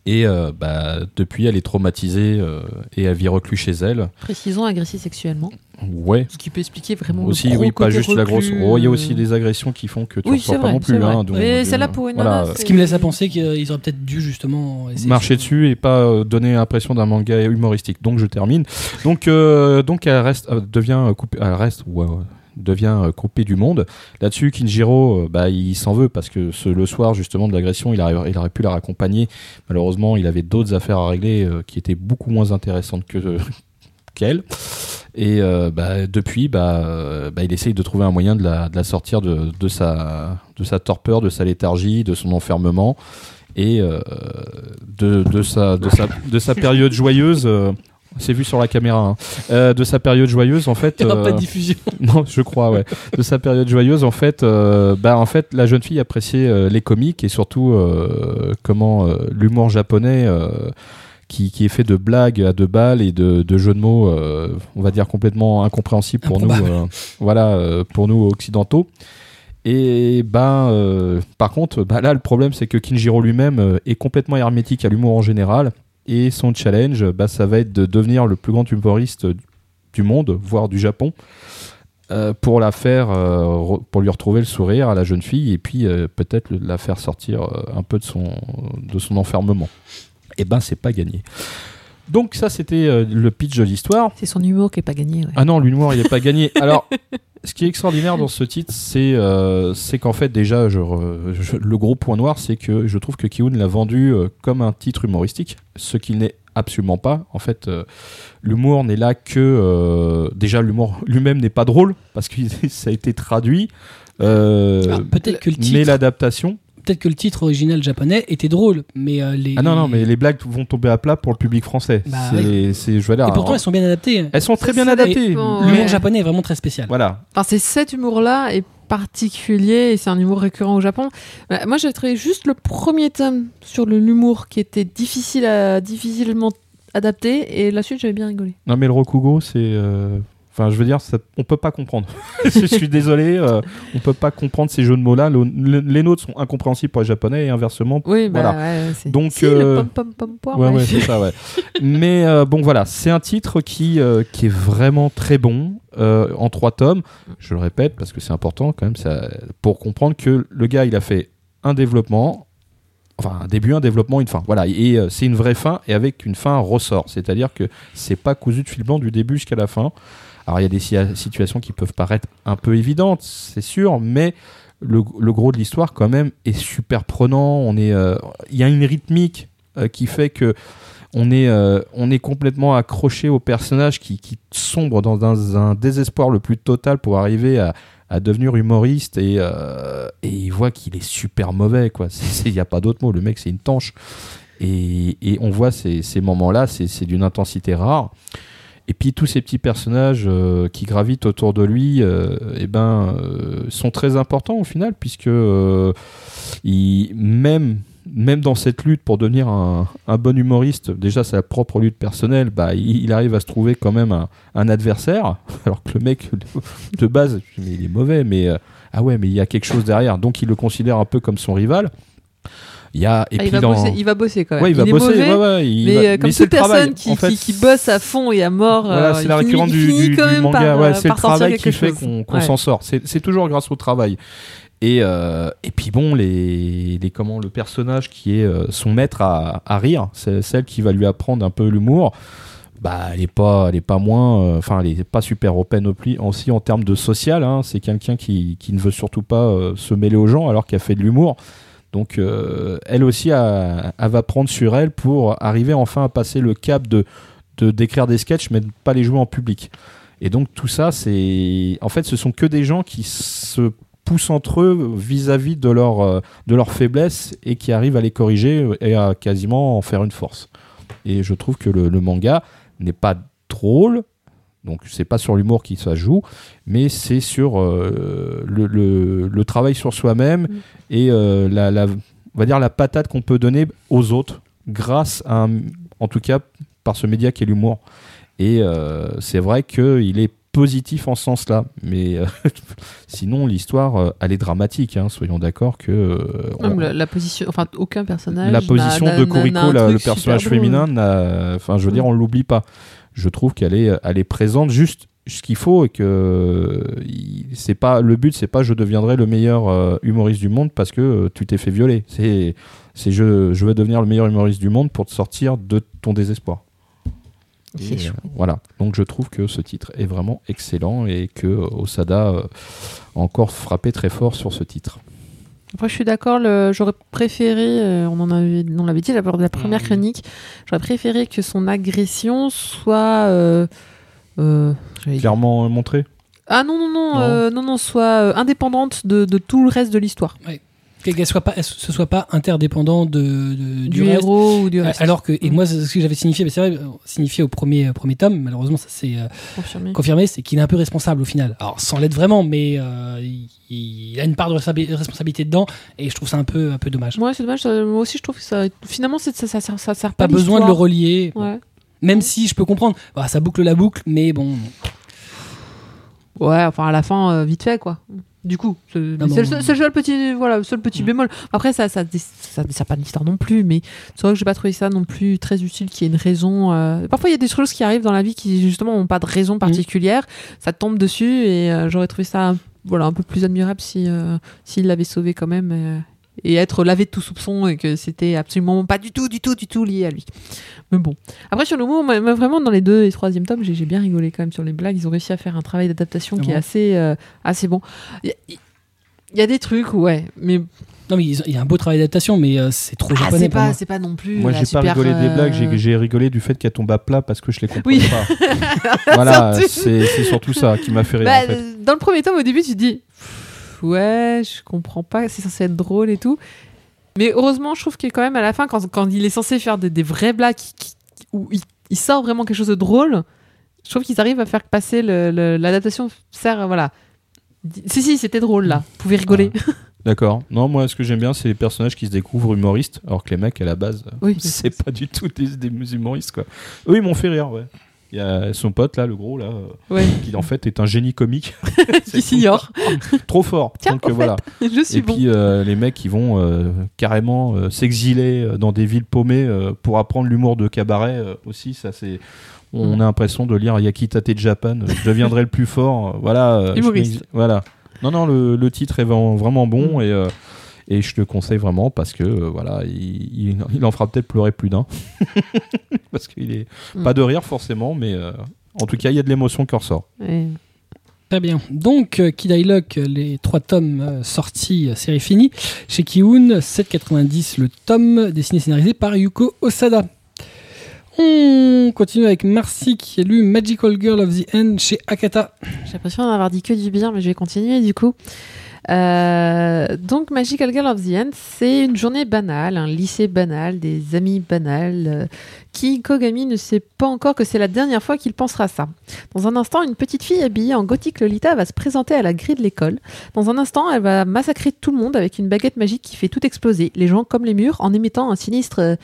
Speaker 2: Et euh, bah, depuis, elle est traumatisée euh, et elle vit reclus chez elle.
Speaker 4: Précisons agressif sexuellement.
Speaker 2: Ouais.
Speaker 4: Ce qui peut expliquer vraiment. Ah le
Speaker 2: Aussi,
Speaker 4: gros
Speaker 2: oui, pas
Speaker 4: côté
Speaker 2: juste la grosse.
Speaker 4: reclus,
Speaker 2: Oh, il y a
Speaker 4: euh,
Speaker 2: aussi des agressions qui font que tu ne
Speaker 4: Oui,
Speaker 2: ressors
Speaker 4: c'est
Speaker 2: pas
Speaker 4: vrai.
Speaker 2: non plus.
Speaker 4: c'est
Speaker 2: hein,
Speaker 4: vrai.
Speaker 2: donc,
Speaker 4: Mais
Speaker 2: euh,
Speaker 4: celle-là pour une
Speaker 2: voilà.
Speaker 4: nana. c'est-
Speaker 1: Ce qui me laisse à penser qu'ils auraient peut-être dû justement essayer
Speaker 2: marcher
Speaker 1: de-
Speaker 2: dessus et pas euh, donner l'impression d'un manga humoristique. Donc je termine. Donc euh, donc elle reste euh, devient euh, coupée, elle reste ou euh, devient euh, coupée du monde. Là-dessus, Kinjiro, euh, bah, il s'en veut parce que ce- le soir justement de l'agression, il, arrive- il aurait pu la raccompagner. Malheureusement, il avait d'autres affaires à régler euh, qui étaient beaucoup moins intéressantes que qu'elle. Et euh, bah, depuis, bah, euh, bah, il essaye de trouver un moyen de la, de la sortir de, de sa, de sa torpeur, de sa léthargie, de son enfermement et euh, de, de sa, de, sa, de sa période joyeuse. euh, c'est vu sur la caméra. hein. Euh, de sa période joyeuse, en fait.
Speaker 1: Il n'y aura pas
Speaker 2: euh,
Speaker 1: de diffusion.
Speaker 2: non, je crois, ouais. De sa période joyeuse, en fait, euh, bah, en fait, la jeune fille appréciait euh, les comiques et surtout euh, comment euh, l'humour japonais. euh, qui, qui est fait de blagues à deux balles et de, de jeux de mots, euh, on va dire complètement incompréhensibles pour nous, euh, voilà, euh, pour nous occidentaux. Et ben, euh, par contre, bah, là, le problème, c'est que Kinjiro lui-même euh, est complètement hermétique à l'humour en général. Et son challenge, bah, ça va être de devenir le plus grand humoriste du monde, voire du Japon, euh, pour la faire, euh, re- pour lui retrouver le sourire à la jeune fille et puis euh, peut-être le- la faire sortir euh, un peu de son, de son enfermement. Et ben, c'est pas gagné. Donc ça, c'était euh, le pitch de l'histoire.
Speaker 4: C'est son humour qui est pas gagné. ouais.
Speaker 2: Ah non, l'humour, il n'est pas gagné. Alors, ce qui est extraordinaire dans ce titre, c'est euh, c'est qu'en fait, déjà, je re- je- le gros point noir, c'est que je trouve que Kiun l'a vendu euh, comme un titre humoristique, ce qu'il n'est absolument pas. En fait, euh, l'humour n'est là que. euh, déjà, l'humour lui-même n'est pas drôle, parce que ça a été traduit.
Speaker 1: Ah,
Speaker 2: euh,
Speaker 1: peut-être que le
Speaker 2: mais
Speaker 1: titre,
Speaker 2: l'adaptation.
Speaker 1: peut-être que le titre original japonais était drôle, mais euh, les
Speaker 2: Ah non, non, mais les blagues vont tomber à plat pour le public français.
Speaker 1: Bah
Speaker 2: C'est- c'est- je vais dire,
Speaker 1: et pourtant
Speaker 2: alors,
Speaker 1: elles sont bien adaptées.
Speaker 2: hein. elles sont très
Speaker 4: Ça,
Speaker 2: bien
Speaker 4: ça
Speaker 2: adaptées.
Speaker 4: dépend,
Speaker 1: L'humour
Speaker 4: ouais.
Speaker 1: japonais est vraiment très spécial.
Speaker 2: Voilà.
Speaker 4: Enfin, c'est cet humour-là est particulier et c'est un humour récurrent au Japon. Bah, moi, j'ai trouvé juste le premier tome sur le- l'humour qui était difficile à difficilement adapté et la suite, j'avais bien rigolé.
Speaker 2: Non, mais le Rokugo, c'est. euh, Enfin, je veux dire, ça... on peut pas comprendre. je suis désolé, euh, on peut pas comprendre ces jeux de mots-là. Le- le- les nôtres sont incompréhensibles pour les Japonais et inversement.
Speaker 4: Oui, bah,
Speaker 2: Voilà.
Speaker 4: ouais, c'est
Speaker 2: Donc,
Speaker 4: Si,
Speaker 2: euh,
Speaker 4: le pom pom pom pom.
Speaker 2: ouais, ouais, c'est ça, ouais. mais euh, bon, voilà, c'est un titre qui, euh, qui est vraiment très bon euh, en trois tomes. Je le répète parce que c'est important quand même ça, pour comprendre que le gars, il a fait un développement. Enfin, un début, un développement, une fin. Voilà, et euh, c'est une vraie fin, et avec une fin ressort. C'est-à-dire que c'est pas cousu de fil blanc du début jusqu'à la fin. Alors il y a des si- situations qui peuvent paraître un peu évidentes, c'est sûr, mais le, le gros de l'histoire quand même est super prenant. On est, euh, il y a une rythmique euh, qui fait que on est, euh, on est complètement accroché au personnage qui, qui sombre dans un, un désespoir le plus total pour arriver à, à devenir humoriste et, euh, et il voit qu'il est super mauvais quoi. C'est- c'est- Il n'y a pas d'autre mot. Le mec c'est une tanche. Et, et on voit ces, ces moments-là, c'est c'est d'une intensité rare. Et puis tous ces petits personnages euh, qui gravitent autour de lui, euh, eh ben, euh, sont très importants au final, puisque euh, il- même, même dans cette lutte pour devenir un, un bon humoriste, déjà sa propre lutte personnelle, bah, il, il arrive à se trouver quand même un, un adversaire, alors que le mec de base, mais il est mauvais, mais euh, ah ouais, mais il y a quelque chose derrière, donc il le considère un peu comme son rival. Il y a, et
Speaker 4: Ah,
Speaker 2: puis
Speaker 4: il, va
Speaker 2: dans-
Speaker 4: bosser, il va bosser quand même.
Speaker 2: Ouais, il va
Speaker 4: est
Speaker 2: bosser.
Speaker 4: mauvais,
Speaker 2: ouais, ouais, il
Speaker 4: mais
Speaker 2: va-
Speaker 4: euh, comme
Speaker 2: c'est le
Speaker 4: toute personne
Speaker 2: travail,
Speaker 4: qui,
Speaker 2: en fait.
Speaker 4: qui- qui bosse à fond et à mort,
Speaker 2: Voilà,
Speaker 4: euh,
Speaker 2: c'est
Speaker 4: il
Speaker 2: la
Speaker 4: finit-
Speaker 2: récurrente
Speaker 4: il
Speaker 2: du,
Speaker 4: finit
Speaker 2: du-
Speaker 4: quand
Speaker 2: du
Speaker 4: même
Speaker 2: manga.
Speaker 4: par,
Speaker 2: ouais,
Speaker 4: euh,
Speaker 2: c'est le
Speaker 4: par sortir
Speaker 2: travail qui
Speaker 4: quelque
Speaker 2: fait
Speaker 4: chose.
Speaker 2: qu'on qu'on
Speaker 4: Ouais.
Speaker 2: s'en sort. C'est c'est toujours grâce au travail. Et, euh, et puis bon, les, les- comment, le personnage qui est euh, son maître à, à rire, c'est celle qui va lui apprendre un peu l'humour. Bah, elle est pas, elle est pas moins, euh, enfin, elle est pas super open au pli- aussi en termes de social. hein. c'est quelqu'un qui, qui ne veut surtout pas euh, se mêler aux gens alors qu'elle fait de l'humour. Donc, euh, elle aussi, elle, elle va prendre sur elle pour arriver enfin à passer le cap de de d'écrire des sketchs mais de pas les jouer en public. Et donc tout ça, c'est en fait, ce sont que des gens qui se poussent entre eux vis-à-vis de leur euh, de leurs faiblesses et qui arrivent à les corriger et à quasiment en faire une force. Et je trouve que le, le manga n'est pas drôle. Donc c'est pas sur l'humour qui ça joue, mais c'est sur euh, le, le- le travail sur soi-même et euh, la, la- on va dire la patate qu'on peut donner aux autres grâce à un- en tout cas par ce média qui est l'humour. Et euh, c'est vrai qu'il est positif en ce sens-là, mais euh, sinon l'histoire, euh, elle est dramatique, hein, soyons d'accord que... euh, on-
Speaker 4: Même La, la position, enfin, aucun personnage.
Speaker 2: la
Speaker 4: n'a-
Speaker 2: position
Speaker 4: n'a-
Speaker 2: de
Speaker 4: n'a- n'a
Speaker 2: Kuriko,
Speaker 4: un
Speaker 2: la-
Speaker 4: truc
Speaker 2: le
Speaker 4: super
Speaker 2: personnage
Speaker 4: drôle.
Speaker 2: féminin, n'a- enfin, je veux dire, on l'oublie pas. Je trouve qu'elle est, elle est présente juste ce qu'il faut et que il- c'est pas le but, c'est pas je deviendrai le meilleur euh, humoriste du monde parce que euh, tu t'es fait violer. C'est, c'est je, je veux devenir le meilleur humoriste du monde pour te sortir de ton désespoir.
Speaker 4: C'est
Speaker 2: Et,
Speaker 4: chouette.
Speaker 2: euh, voilà. Donc je trouve que ce titre est vraiment excellent et que euh, Osada euh, a encore frappé très fort sur ce titre.
Speaker 4: Après, je suis d'accord. le- J'aurais préféré, euh, on en avait, on l'avait
Speaker 2: Mmh.
Speaker 4: dit lors de la première
Speaker 5: Mhm.
Speaker 4: chronique, j'aurais préféré que son agression soit euh, euh, j'allais dire-
Speaker 2: clairement montré.
Speaker 4: Ah non, non, non,
Speaker 2: Non.
Speaker 4: euh, non, non, soit euh, indépendante de, de tout le reste de l'histoire.
Speaker 1: Qu'elle qu'elle soit pas, elle se soit pas interdépendant de, de- du,
Speaker 4: Du,
Speaker 1: reste.
Speaker 4: héros ou du reste.
Speaker 1: Alors que, et
Speaker 4: Mm.
Speaker 1: moi, c'est ce que j'avais signifié, mais c'est vrai, euh, signifié au premier, euh, premier tome, malheureusement, ça s'est euh,
Speaker 4: Confirmé.
Speaker 1: confirmé, c'est qu'il est un peu responsable au final. Alors, sans l'être vraiment, mais euh, il, il a une part de responsabi- responsabilité dedans, et je trouve ça un peu, un peu dommage.
Speaker 4: Ouais, c'est dommage. ça- moi aussi, je trouve que ça. Finalement, c'est- ça, ça, ça, ça sert
Speaker 1: Pas
Speaker 4: pas.
Speaker 1: besoin de le
Speaker 4: l'histoire.
Speaker 1: relier,
Speaker 4: Ouais.
Speaker 1: même si je peux comprendre. Bah, ça boucle la boucle, mais bon.
Speaker 4: ouais, enfin, à la fin, euh, vite fait, quoi. Du coup, c'est
Speaker 1: Non,
Speaker 4: c'est le
Speaker 1: non,
Speaker 4: seul,
Speaker 1: non.
Speaker 4: seul petit, voilà, le seul petit
Speaker 1: Mm.
Speaker 4: bémol. Après, ça ça, dé- ça ne sert pas de l'histoire non plus, mais c'est vrai que j'ai pas trouvé ça non plus très utile, qu'il y ait une raison. euh, Parfois, il y a des choses qui arrivent dans la vie qui, justement, n'ont pas de
Speaker 1: Mm.
Speaker 4: raison particulière. Ça te tombe dessus, et euh, j'aurais trouvé ça voilà, un peu plus admirable si, euh, s'il l'avait sauvé quand même. euh, et être lavé de tout soupçon et que c'était absolument pas du tout, du tout, du tout lié à lui. Mais bon. Après, sur l'humour, moi, moi, vraiment, dans les deux et troisième tomes, j'ai j'ai bien rigolé quand même sur les blagues. Ils ont réussi à faire un travail d'adaptation
Speaker 1: Ah
Speaker 4: qui est
Speaker 1: bon
Speaker 4: assez, euh, assez bon. Il y, a- il y a des trucs, ouais, mais
Speaker 1: Non, mais ils ont- il y a un beau travail d'adaptation, mais euh, c'est trop
Speaker 4: ah,
Speaker 1: japonais
Speaker 4: c'est
Speaker 1: pour
Speaker 4: pas,
Speaker 1: moi.
Speaker 4: c'est pas non plus.
Speaker 2: Moi,
Speaker 4: la
Speaker 2: j'ai pas
Speaker 4: super,
Speaker 2: rigolé des
Speaker 4: euh,
Speaker 2: blagues, j'ai- j'ai rigolé du fait qu'elle tombe à plat parce que je les comprends
Speaker 4: Oui.
Speaker 2: pas. voilà,
Speaker 4: Surtout.
Speaker 2: c'est c'est surtout ça qui m'a fait rire.
Speaker 4: Bah,
Speaker 2: en fait.
Speaker 4: euh, Dans le premier tome, au début, tu te dis Pff, Ouais, je comprends pas, c'est censé être drôle et tout. Mais heureusement, je trouve que quand même, à la fin, quand, quand il est censé faire des, des vraies blagues qui- qui- où il, il sort vraiment quelque chose de drôle, je trouve qu'ils arrivent à faire passer le- le- l'adaptation. Sert, voilà. Di- Si, si, c'était drôle là, vous pouvez rigoler.
Speaker 2: Ah, D'accord. Non, moi, ce que j'aime bien, c'est les personnages qui se découvrent humoristes, alors que les mecs, à la base, euh,
Speaker 4: Oui,
Speaker 2: c'est pas du tout des, des humoristes, quoi. Eux, ils m'ont fait rire, ouais. Il y a son pote, là, le gros, là, euh,
Speaker 4: ouais,
Speaker 2: qui en fait est un génie comique.
Speaker 4: qui s'ignore.
Speaker 2: Trop fort.
Speaker 4: Tiens,
Speaker 2: Donc
Speaker 4: au
Speaker 2: euh, voilà.
Speaker 4: Je suis
Speaker 2: Et
Speaker 4: bon.
Speaker 2: puis euh, les mecs ils vont euh, carrément euh, s'exiler euh, dans des villes paumées euh, pour apprendre l'humour de cabaret euh, aussi. Ça c'est,
Speaker 4: Mm.
Speaker 2: on a l'impression de lire Yakitate Japan. euh, Je deviendrai le plus fort. euh, Voilà. euh, je
Speaker 4: Humoriste. Mm.
Speaker 2: m'exi- voilà. Non non le, le titre est vraiment, vraiment bon et euh, et je te conseille vraiment parce que euh, voilà il, il- il en fera peut-être pleurer plus d'un parce qu'il est
Speaker 4: Mm.
Speaker 2: pas de rire forcément mais euh, en tout cas il y a de l'émotion qui ressort.
Speaker 4: Ouais.
Speaker 1: Très bien. Donc, euh, Kid I Luck, euh, les trois tomes euh, sortis, euh, série finie, chez Kiun, 7,90 le tome, dessiné et scénarisé par Yuko Osada. On continue avec Marcy qui a lu Magical Girl of the End chez Akata.
Speaker 4: J'ai l'impression d'en avoir dit que du bien, mais je vais continuer du coup. Euh, donc, Magical Girl of the End, c'est une journée banale, un lycée banal, des amis banals. euh, qui Kogami ne sait pas encore que c'est la dernière fois qu'il pensera ça. Dans un instant, une petite fille habillée en gothique Lolita va se présenter à la grille de l'école. Dans un instant, elle va massacrer tout le monde avec une baguette magique qui fait tout exploser, les gens comme les murs, en émettant un sinistre. euh,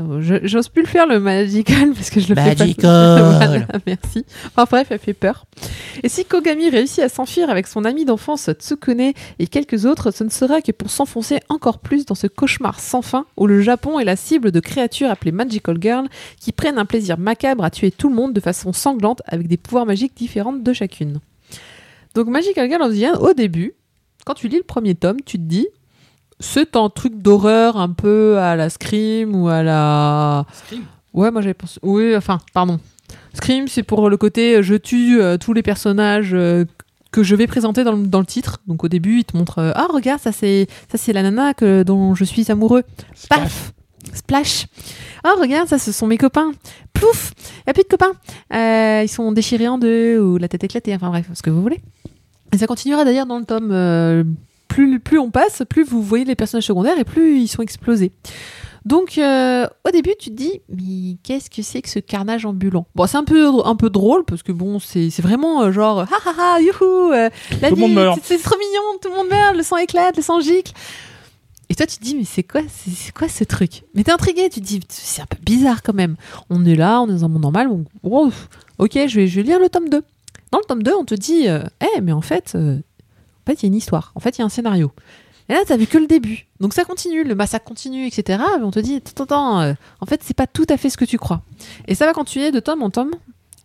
Speaker 4: euh, je- J'ose plus le faire le magical parce que je le fais pas. Voilà, merci. Enfin bref, elle fait peur. Et si Kogami réussit à s'enfuir avec son ami d'enfance Tsukune et quelques autres, ce ne sera que pour s'enfoncer encore plus dans ce cauchemar sans fin où le Japon est la cible de créatures appelées Magical Girl qui prennent un plaisir macabre à tuer tout le monde de façon sanglante avec des pouvoirs magiques différentes de chacune. Donc Magical Girl of the End, au début, quand tu lis le premier tome, tu te dis c'est un truc d'horreur un peu à la Scream ou à la... Ouais, moi j'avais pensé. Oui, enfin, pardon. Scream, c'est pour le côté euh, je tue euh, tous les personnages euh, que je vais présenter dans le, dans le titre. Donc au début, il te montre euh, Ah, regarde, ça c'est ça c'est la nana que, dont je suis amoureux. Paf Splash Ah, regarde, ça ce sont mes copains. Plouf Il a plus de copains. Euh, ils sont déchirés en deux ou la tête éclatée. Enfin bref, ce que vous voulez. Et ça continuera d'ailleurs dans le tome. euh, plus, plus on passe, plus vous voyez les personnages secondaires et plus ils sont explosés. Donc, euh, au début, tu te dis, mais qu'est-ce que c'est que ce carnage ambulant Bon, c'est un peu, un peu drôle parce que bon, c'est c'est vraiment euh, genre, ha ha ha, youhou, euh, la
Speaker 5: Tout le
Speaker 4: vie,
Speaker 5: monde meurt.
Speaker 4: c'est c'est trop mignon, tout le monde meurt, le sang éclate, le sang gicle. Et toi, tu te dis, mais c'est quoi, c'est c'est quoi ce truc Mais t'es intrigué, tu te dis, c'est un peu bizarre quand même. On est là, on est dans un monde normal, bon, wow, ok, je vais, je vais lire le tome 2. Dans le tome 2, on te dit, eh, mais en fait, euh, en fait, il y a une histoire, en fait, il y a un scénario. Et là, t'as vu que le début. Donc ça continue, le massacre continue, etc. Mais on te dit, attends, attends, euh, en fait, c'est pas tout à fait ce que tu crois. Et ça va continuer de tome en tome.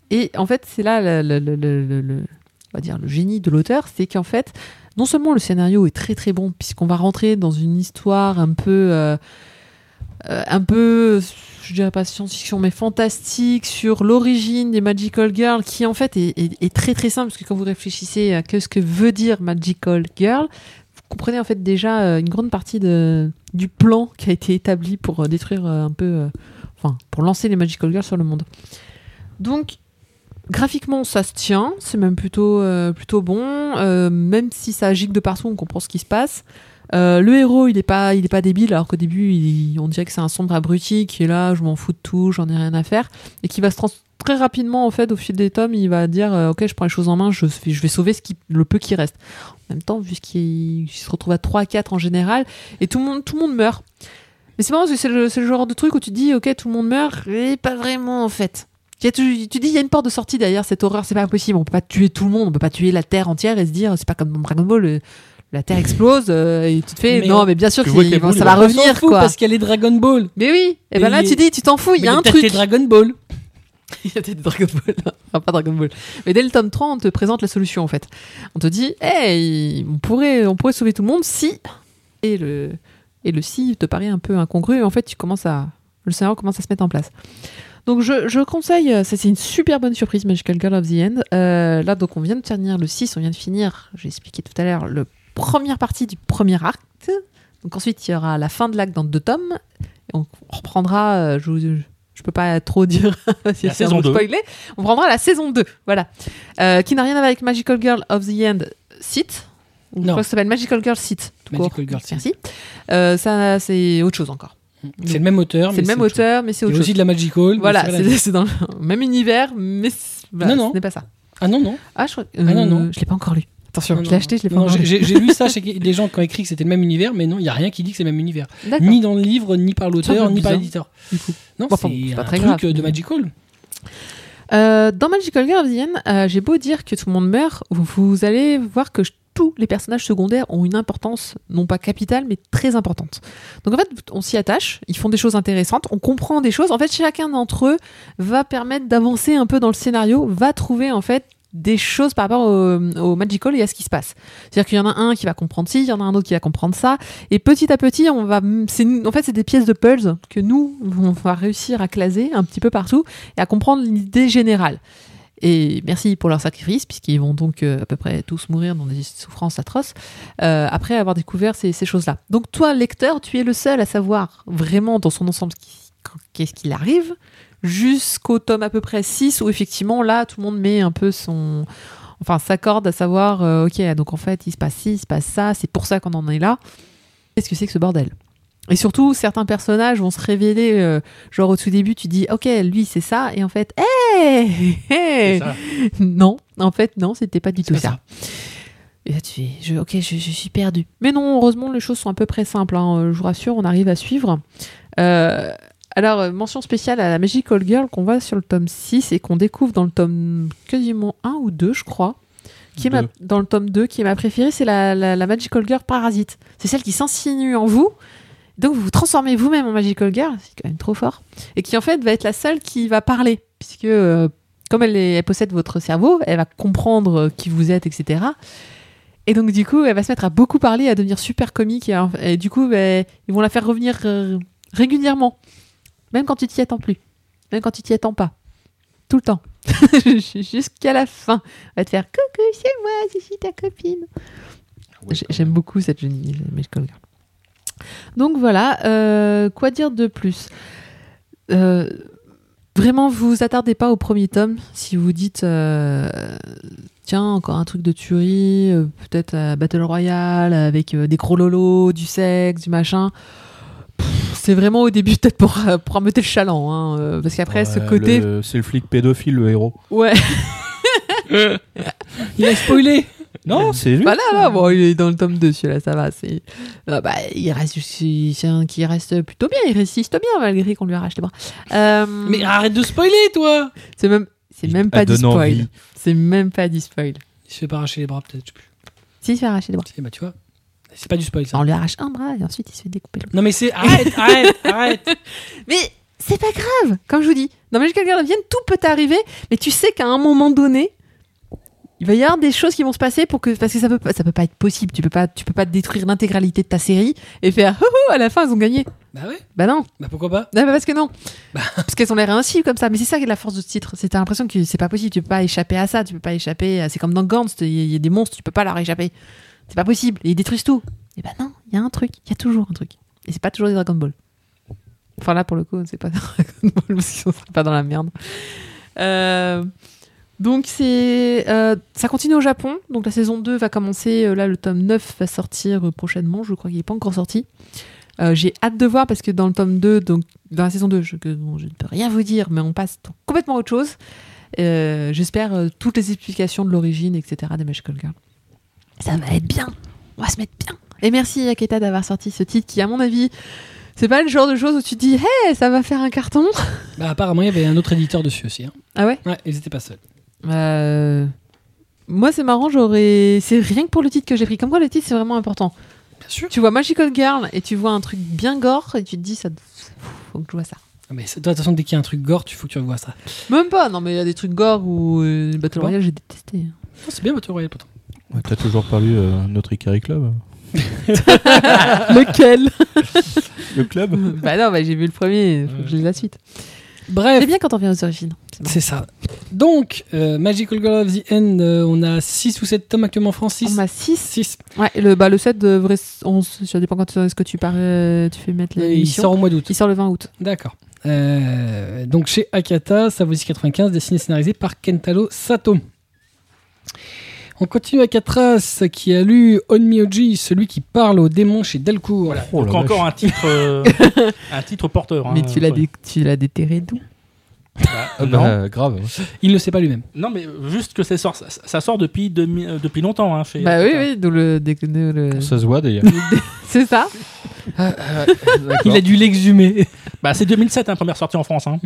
Speaker 4: Et en fait, c'est là le, le- le- le- le- le- on va dire, le génie de l'auteur, c'est qu'en fait, non seulement le scénario est très très bon, puisqu'on va rentrer dans une histoire un peu. euh, euh, un peu, je dirais pas science-fiction, mais fantastique, sur l'origine des Magical Girls, qui en fait est, est- est très très simple, parce que quand vous réfléchissez à que ce que veut dire Magical Girl, vous comprenez en fait déjà euh, une grande partie de, du plan qui a été établi pour euh, détruire euh, un peu, euh, enfin, pour lancer les Magical Girls sur le monde. Donc, Graphiquement, ça se tient, c'est même plutôt, euh, plutôt bon, euh, même si ça gicle de partout, on comprend ce qui se passe. Euh, le héros, il est pas, il est pas débile, alors qu'au début, il- on dirait que c'est un sombre abruti qui est là, je m'en fous de tout, j'en ai rien à faire, et qui va se trans très rapidement, en fait, au fil des tomes, il va dire, euh, ok, je prends les choses en main, je, fais- je vais sauver ce qui, le peu qui reste. En même temps, vu qu'il se retrouve à 3 à 4 en général, et tout le monde, tout le monde meurt. Mais c'est marrant parce que c'est le, c'est le genre de truc où tu dis, ok, tout le monde meurt, et pas vraiment en fait. Il y a tu, tu dis, il y a une porte de sortie derrière cette horreur, c'est pas possible, on peut pas tuer tout le monde, on peut pas tuer la Terre entière et se dire, c'est pas comme dans Dragon Ball, euh, la Terre explose, euh, et tu te fais,
Speaker 1: Mais
Speaker 4: non,
Speaker 1: on-
Speaker 4: mais bien sûr,
Speaker 5: tu
Speaker 4: qu'il-
Speaker 5: vois que les
Speaker 4: bon,
Speaker 5: boules,
Speaker 4: ça va
Speaker 5: on
Speaker 1: On s'en
Speaker 4: revenir
Speaker 1: fout
Speaker 4: quoi.
Speaker 1: Parce qu'elle est Dragon Ball.
Speaker 4: Mais oui, et ben
Speaker 1: Mais
Speaker 4: là,
Speaker 1: il-
Speaker 4: tu dis, tu t'en fous, il y
Speaker 1: Mais
Speaker 4: a un
Speaker 1: peut-être
Speaker 4: truc.
Speaker 1: les Dragon Ball.
Speaker 4: Il y a des Dragon Ball. hein. Enfin, pas Dragon Ball. Mais dès le tome 3, on te présente la solution, en fait. On te dit, hey, on pourrait, on pourrait sauver tout le monde si. Et le, et le si te paraît un peu incongru. Et en fait, tu commences à. Le scénario commence à se mettre en place. Donc, je, je conseille. euh, ça, C'est une super bonne surprise, Magical Girl of the End. Euh, là, donc, on vient de finir le 6. On vient de finir, j'ai expliqué tout à l'heure, la première partie du premier acte. Donc, ensuite, il y aura la fin de l'acte dans deux tomes. Et on reprendra. euh, je, vous- je peux pas trop dire. si
Speaker 5: La
Speaker 4: c'est un
Speaker 5: saison
Speaker 4: peu
Speaker 5: deux.
Speaker 4: spoilé. On prendra la saison 2. Voilà. Euh, qui n'a rien à voir avec Magical Girl of the End Site. Ou Je
Speaker 1: Non.
Speaker 4: crois que ça s'appelle Magical Girl Site. tout court.
Speaker 1: Magical Girl Site.
Speaker 4: Merci. Euh, ça, c'est autre chose encore.
Speaker 1: C'est le même auteur.
Speaker 4: C'est le
Speaker 1: mais
Speaker 4: même
Speaker 1: autre chose.
Speaker 4: auteur, mais
Speaker 1: Il y
Speaker 4: c'est autre
Speaker 1: a
Speaker 4: chose.
Speaker 1: aussi de la Magical. mais
Speaker 4: Voilà,
Speaker 1: c'est pas la-
Speaker 4: c'est c'est dans le même univers, mais c'est- voilà,
Speaker 1: Non, non.
Speaker 4: ce n'est pas ça.
Speaker 1: Ah non, non.
Speaker 4: Ah, je crois.
Speaker 1: non, non.
Speaker 4: euh, Je l'ai pas encore lu. Attention,
Speaker 1: Non,
Speaker 4: je
Speaker 1: non.
Speaker 4: l'ai acheté, je l'ai pas
Speaker 1: Non,
Speaker 4: encore
Speaker 1: j'ai-
Speaker 4: lu.
Speaker 1: J'ai j'ai lu ça chez des gens qui ont écrit que c'était le même univers, mais non, il n'y a rien qui dit que c'est le même univers.
Speaker 4: D'accord.
Speaker 1: Ni dans le livre, ni par
Speaker 4: Ça
Speaker 1: l'auteur,
Speaker 4: me
Speaker 1: ni par
Speaker 4: bizarre,
Speaker 1: l'éditeur.
Speaker 4: du coup.
Speaker 1: Non,
Speaker 4: Bon, enfin,
Speaker 1: c'est
Speaker 4: c'est
Speaker 1: un
Speaker 4: pas très
Speaker 1: truc
Speaker 4: grave,
Speaker 1: de
Speaker 4: mais-
Speaker 1: Magical.
Speaker 4: Euh, dans Magical Girl of the End, euh, j'ai beau dire que tout le monde meurt, vous allez voir que je- tous les personnages secondaires ont une importance, non pas capitale, mais très importante. Donc en fait, on s'y attache, ils font des choses intéressantes, on comprend des choses. En fait, chacun d'entre eux va permettre d'avancer un peu dans le scénario, va trouver en fait des choses par rapport au, au Magical et à ce qui se passe. C'est-à-dire qu'il y en a un qui va comprendre ci, il y en a un autre qui va comprendre ça, et petit à petit, on va, c'est, en fait, c'est des pièces de puzzle que nous, on va réussir à classer un petit peu partout et à comprendre l'idée générale. Et merci pour leur sacrifice, puisqu'ils vont donc euh, à peu près tous mourir dans des souffrances atroces, euh, après avoir découvert ces, ces choses-là. Donc toi, lecteur, tu es le seul à savoir vraiment dans son ensemble qui- quand- qu'est-ce qu'il arrive, jusqu'au tome à peu près 6, où effectivement, là, tout le monde met un peu son... Enfin, s'accorde à savoir, euh, ok, donc en fait, il se passe ci, il se passe ça, c'est pour ça qu'on en est là. Qu'est-ce que c'est que ce bordel Et surtout, certains personnages vont se révéler... euh, Genre au tout début, tu dis OK, lui c'est ça, et en fait, hey,
Speaker 5: C'est
Speaker 4: hey
Speaker 5: ça.
Speaker 4: non, en fait non, c'était pas du tout
Speaker 1: pas
Speaker 4: ça. Et là, tu fais, je, ok, je, je suis perdu. Mais non, heureusement, les choses sont à peu près simples. hein, euh, je vous rassure, on arrive à suivre. Euh, alors, euh, mention spéciale à la Magical Girl qu'on voit sur le tome 6 et qu'on découvre dans le tome quasiment 1 ou 2, je crois. Qui est ma-
Speaker 3: Deux.
Speaker 4: dans le tome 2, qui est ma préférée, c'est la, la, la Magical Girl Parasite. C'est celle qui s'insinue en vous. Donc, vous vous transformez vous-même en Magical Girl, c'est quand même trop fort. Et qui, en fait, va être la seule qui va parler. Puisque, euh, comme elle, est- elle possède votre cerveau, elle va comprendre euh, qui vous êtes, etc. Et donc, du coup, elle va se mettre à beaucoup parler, à devenir super comique. Et, alors- et du coup, ben, ils vont la faire revenir euh, régulièrement. Même quand tu t'y attends plus. Même quand tu t'y attends pas. Tout le temps. Jusqu'à la fin. Elle va te faire Coucou, c'est moi, je suis ta copine.
Speaker 3: Ouais,
Speaker 4: J'ai-
Speaker 3: quand
Speaker 4: J'aime
Speaker 3: même.
Speaker 4: beaucoup cette jeune Magical Girl. Donc voilà, euh, quoi dire de plus Euh, Vraiment, vous attardez pas au premier tome. Si vous dites, euh, tiens, encore un truc de tuerie, euh, peut-être euh, Battle Royale avec euh, des gros lolos, du sexe, du machin. Pff, C'est vraiment au début peut-être pour, euh, pour ameuter le chaland, hein, euh, parce qu'après ce
Speaker 3: Ouais,
Speaker 4: côté,
Speaker 3: le- C'est le flic pédophile, le héros.
Speaker 4: ouais,
Speaker 1: Il a spoilé.
Speaker 3: Non, c'est lui.
Speaker 4: voilà, Bah là, bon, il est dans le tome 2, celui-là, ça va, c'est, Ah bah, il reste, c'est un qui reste plutôt bien, il résiste bien malgré qu'on lui arrache les bras. Euh,
Speaker 1: Mais arrête de spoiler, toi
Speaker 4: c'est même, c'est
Speaker 3: Il
Speaker 4: même
Speaker 3: a
Speaker 4: pas du
Speaker 3: donné
Speaker 4: spoil,
Speaker 3: envie.
Speaker 4: c'est même pas du spoil.
Speaker 1: Il se fait pas arracher les bras, peut-être. je sais plus.
Speaker 4: Si, il se fait arracher les bras.
Speaker 1: Tu sais, Bah, tu vois. C'est pas du spoil, ça.
Speaker 4: On lui arrache un bras et ensuite il se fait découper le
Speaker 1: Non, mais c'est. Arrête, arrête, arrête.
Speaker 4: Mais c'est pas grave, comme je vous dis. Dans Magical Girl of the End, tout peut arriver, mais tu sais qu'à un moment donné, il va y avoir des choses qui vont se passer pour que parce que ça peut pas- ça peut pas être possible. Tu peux pas tu peux pas détruire l'intégralité de ta série et faire oh, oh, à la fin ils ont gagné.
Speaker 1: Bah ouais.
Speaker 4: Bah non,
Speaker 1: Bah pourquoi pas
Speaker 4: non bah parce que non, parce qu'elles ont l'air ainsi comme ça. Mais c'est ça qui est la force de ce titre. C'est t'as l'impression que c'est pas possible. Tu peux pas échapper à ça. Tu peux pas échapper. à- C'est comme dans Gantz, il y a- il y, a des monstres, tu peux pas leur échapper. C'est pas possible. Et ils détruisent tout. Et bah non, il y a un truc. Il y a toujours un truc. Et c'est pas toujours des Dragon Ball. Enfin là pour le coup, c'est pas des Dragon Ball parce qu'ils sont pas dans la merde. Euh, Donc c'est euh, ça continue au Japon. Donc la saison 2 va commencer euh, là le tome 9 va sortir euh, prochainement, je crois qu'il est pas encore sorti. Euh, j'ai hâte de voir parce que dans le tome 2 donc dans la saison 2 je, que- bon, je ne peux rien vous dire mais on passe donc complètement à autre chose. Euh, j'espère euh, toutes les explications de l'origine etc des Magical Girls.
Speaker 6: Ça va être bien. On va se mettre bien.
Speaker 4: Et merci Aketa d'avoir sorti ce titre qui à mon avis c'est pas le genre de chose où tu te dis hey ça va faire un carton.
Speaker 1: Bah, apparemment, il y avait un autre éditeur dessus aussi. hein.
Speaker 4: Ah ouais.
Speaker 1: Ouais, ils étaient pas seuls.
Speaker 4: Euh, Moi, c'est marrant, j'aurais. C'est rien que pour le titre que j'ai pris. Comme quoi, le titre, c'est vraiment important.
Speaker 1: Bien sûr.
Speaker 4: Tu vois Magical Girl et tu vois un truc bien gore et tu te dis, ça. Faut que je vois ça.
Speaker 1: Ah, Mais c'est- de toute façon, dès qu'il y a un truc gore, tu faut que tu revois ça.
Speaker 4: Même pas, non, mais il y a des trucs gore ou euh, Battle
Speaker 1: Bon.
Speaker 4: Royale, j'ai détesté.
Speaker 1: Non, c'est bien Battle Royale pourtant.
Speaker 2: Ouais, T'as toujours pas lu euh, notre Ikari Club
Speaker 4: Lequel
Speaker 2: Le club
Speaker 4: Bah non, bah, j'ai vu le premier, faut que je lise la suite.
Speaker 1: Bref,
Speaker 4: C'est bien quand on vient aux origines. c'est marrant.
Speaker 1: c'est ça. Donc, euh, Magical Girl of the End, euh, on a 6 ou 7 tomes actuellement, Francis.
Speaker 4: On a 6.
Speaker 1: 6.
Speaker 4: Ouais, le, bah, le 7 devrait. On, ça dépend quand est-ce que tu pars. euh, tu fais mettre
Speaker 1: Il
Speaker 4: l'émission.
Speaker 1: sort au mois d'août.
Speaker 4: Il sort le 20 août.
Speaker 1: D'accord. Euh, donc chez Akata, Savosi 95, dessiné et scénarisé par Kentaro Sato. On continue avec Atras qui a lu Onmyoji, celui qui parle aux démons chez Delcourt.
Speaker 5: Voilà.
Speaker 2: Oh la
Speaker 5: Donc encore un titre, euh, un titre porteur. hein,
Speaker 4: mais tu l'as
Speaker 5: ouais.
Speaker 4: dé- tu l'as déterré d'où
Speaker 5: Ah,
Speaker 2: Non,
Speaker 5: non.
Speaker 2: bah, grave. hein.
Speaker 1: Il ne le sait pas lui-même.
Speaker 5: Non, mais juste que ça sort, ça, ça sort depuis, demi- euh, depuis longtemps. hein, chez-
Speaker 4: Bah oui, oui, d'où le. dé- d'où le-
Speaker 2: Ça se voit d'ailleurs.
Speaker 4: C'est ça
Speaker 1: Il a dû l'exhumer.
Speaker 5: Bah, c'est 2007, hein, première sortie en France. hein.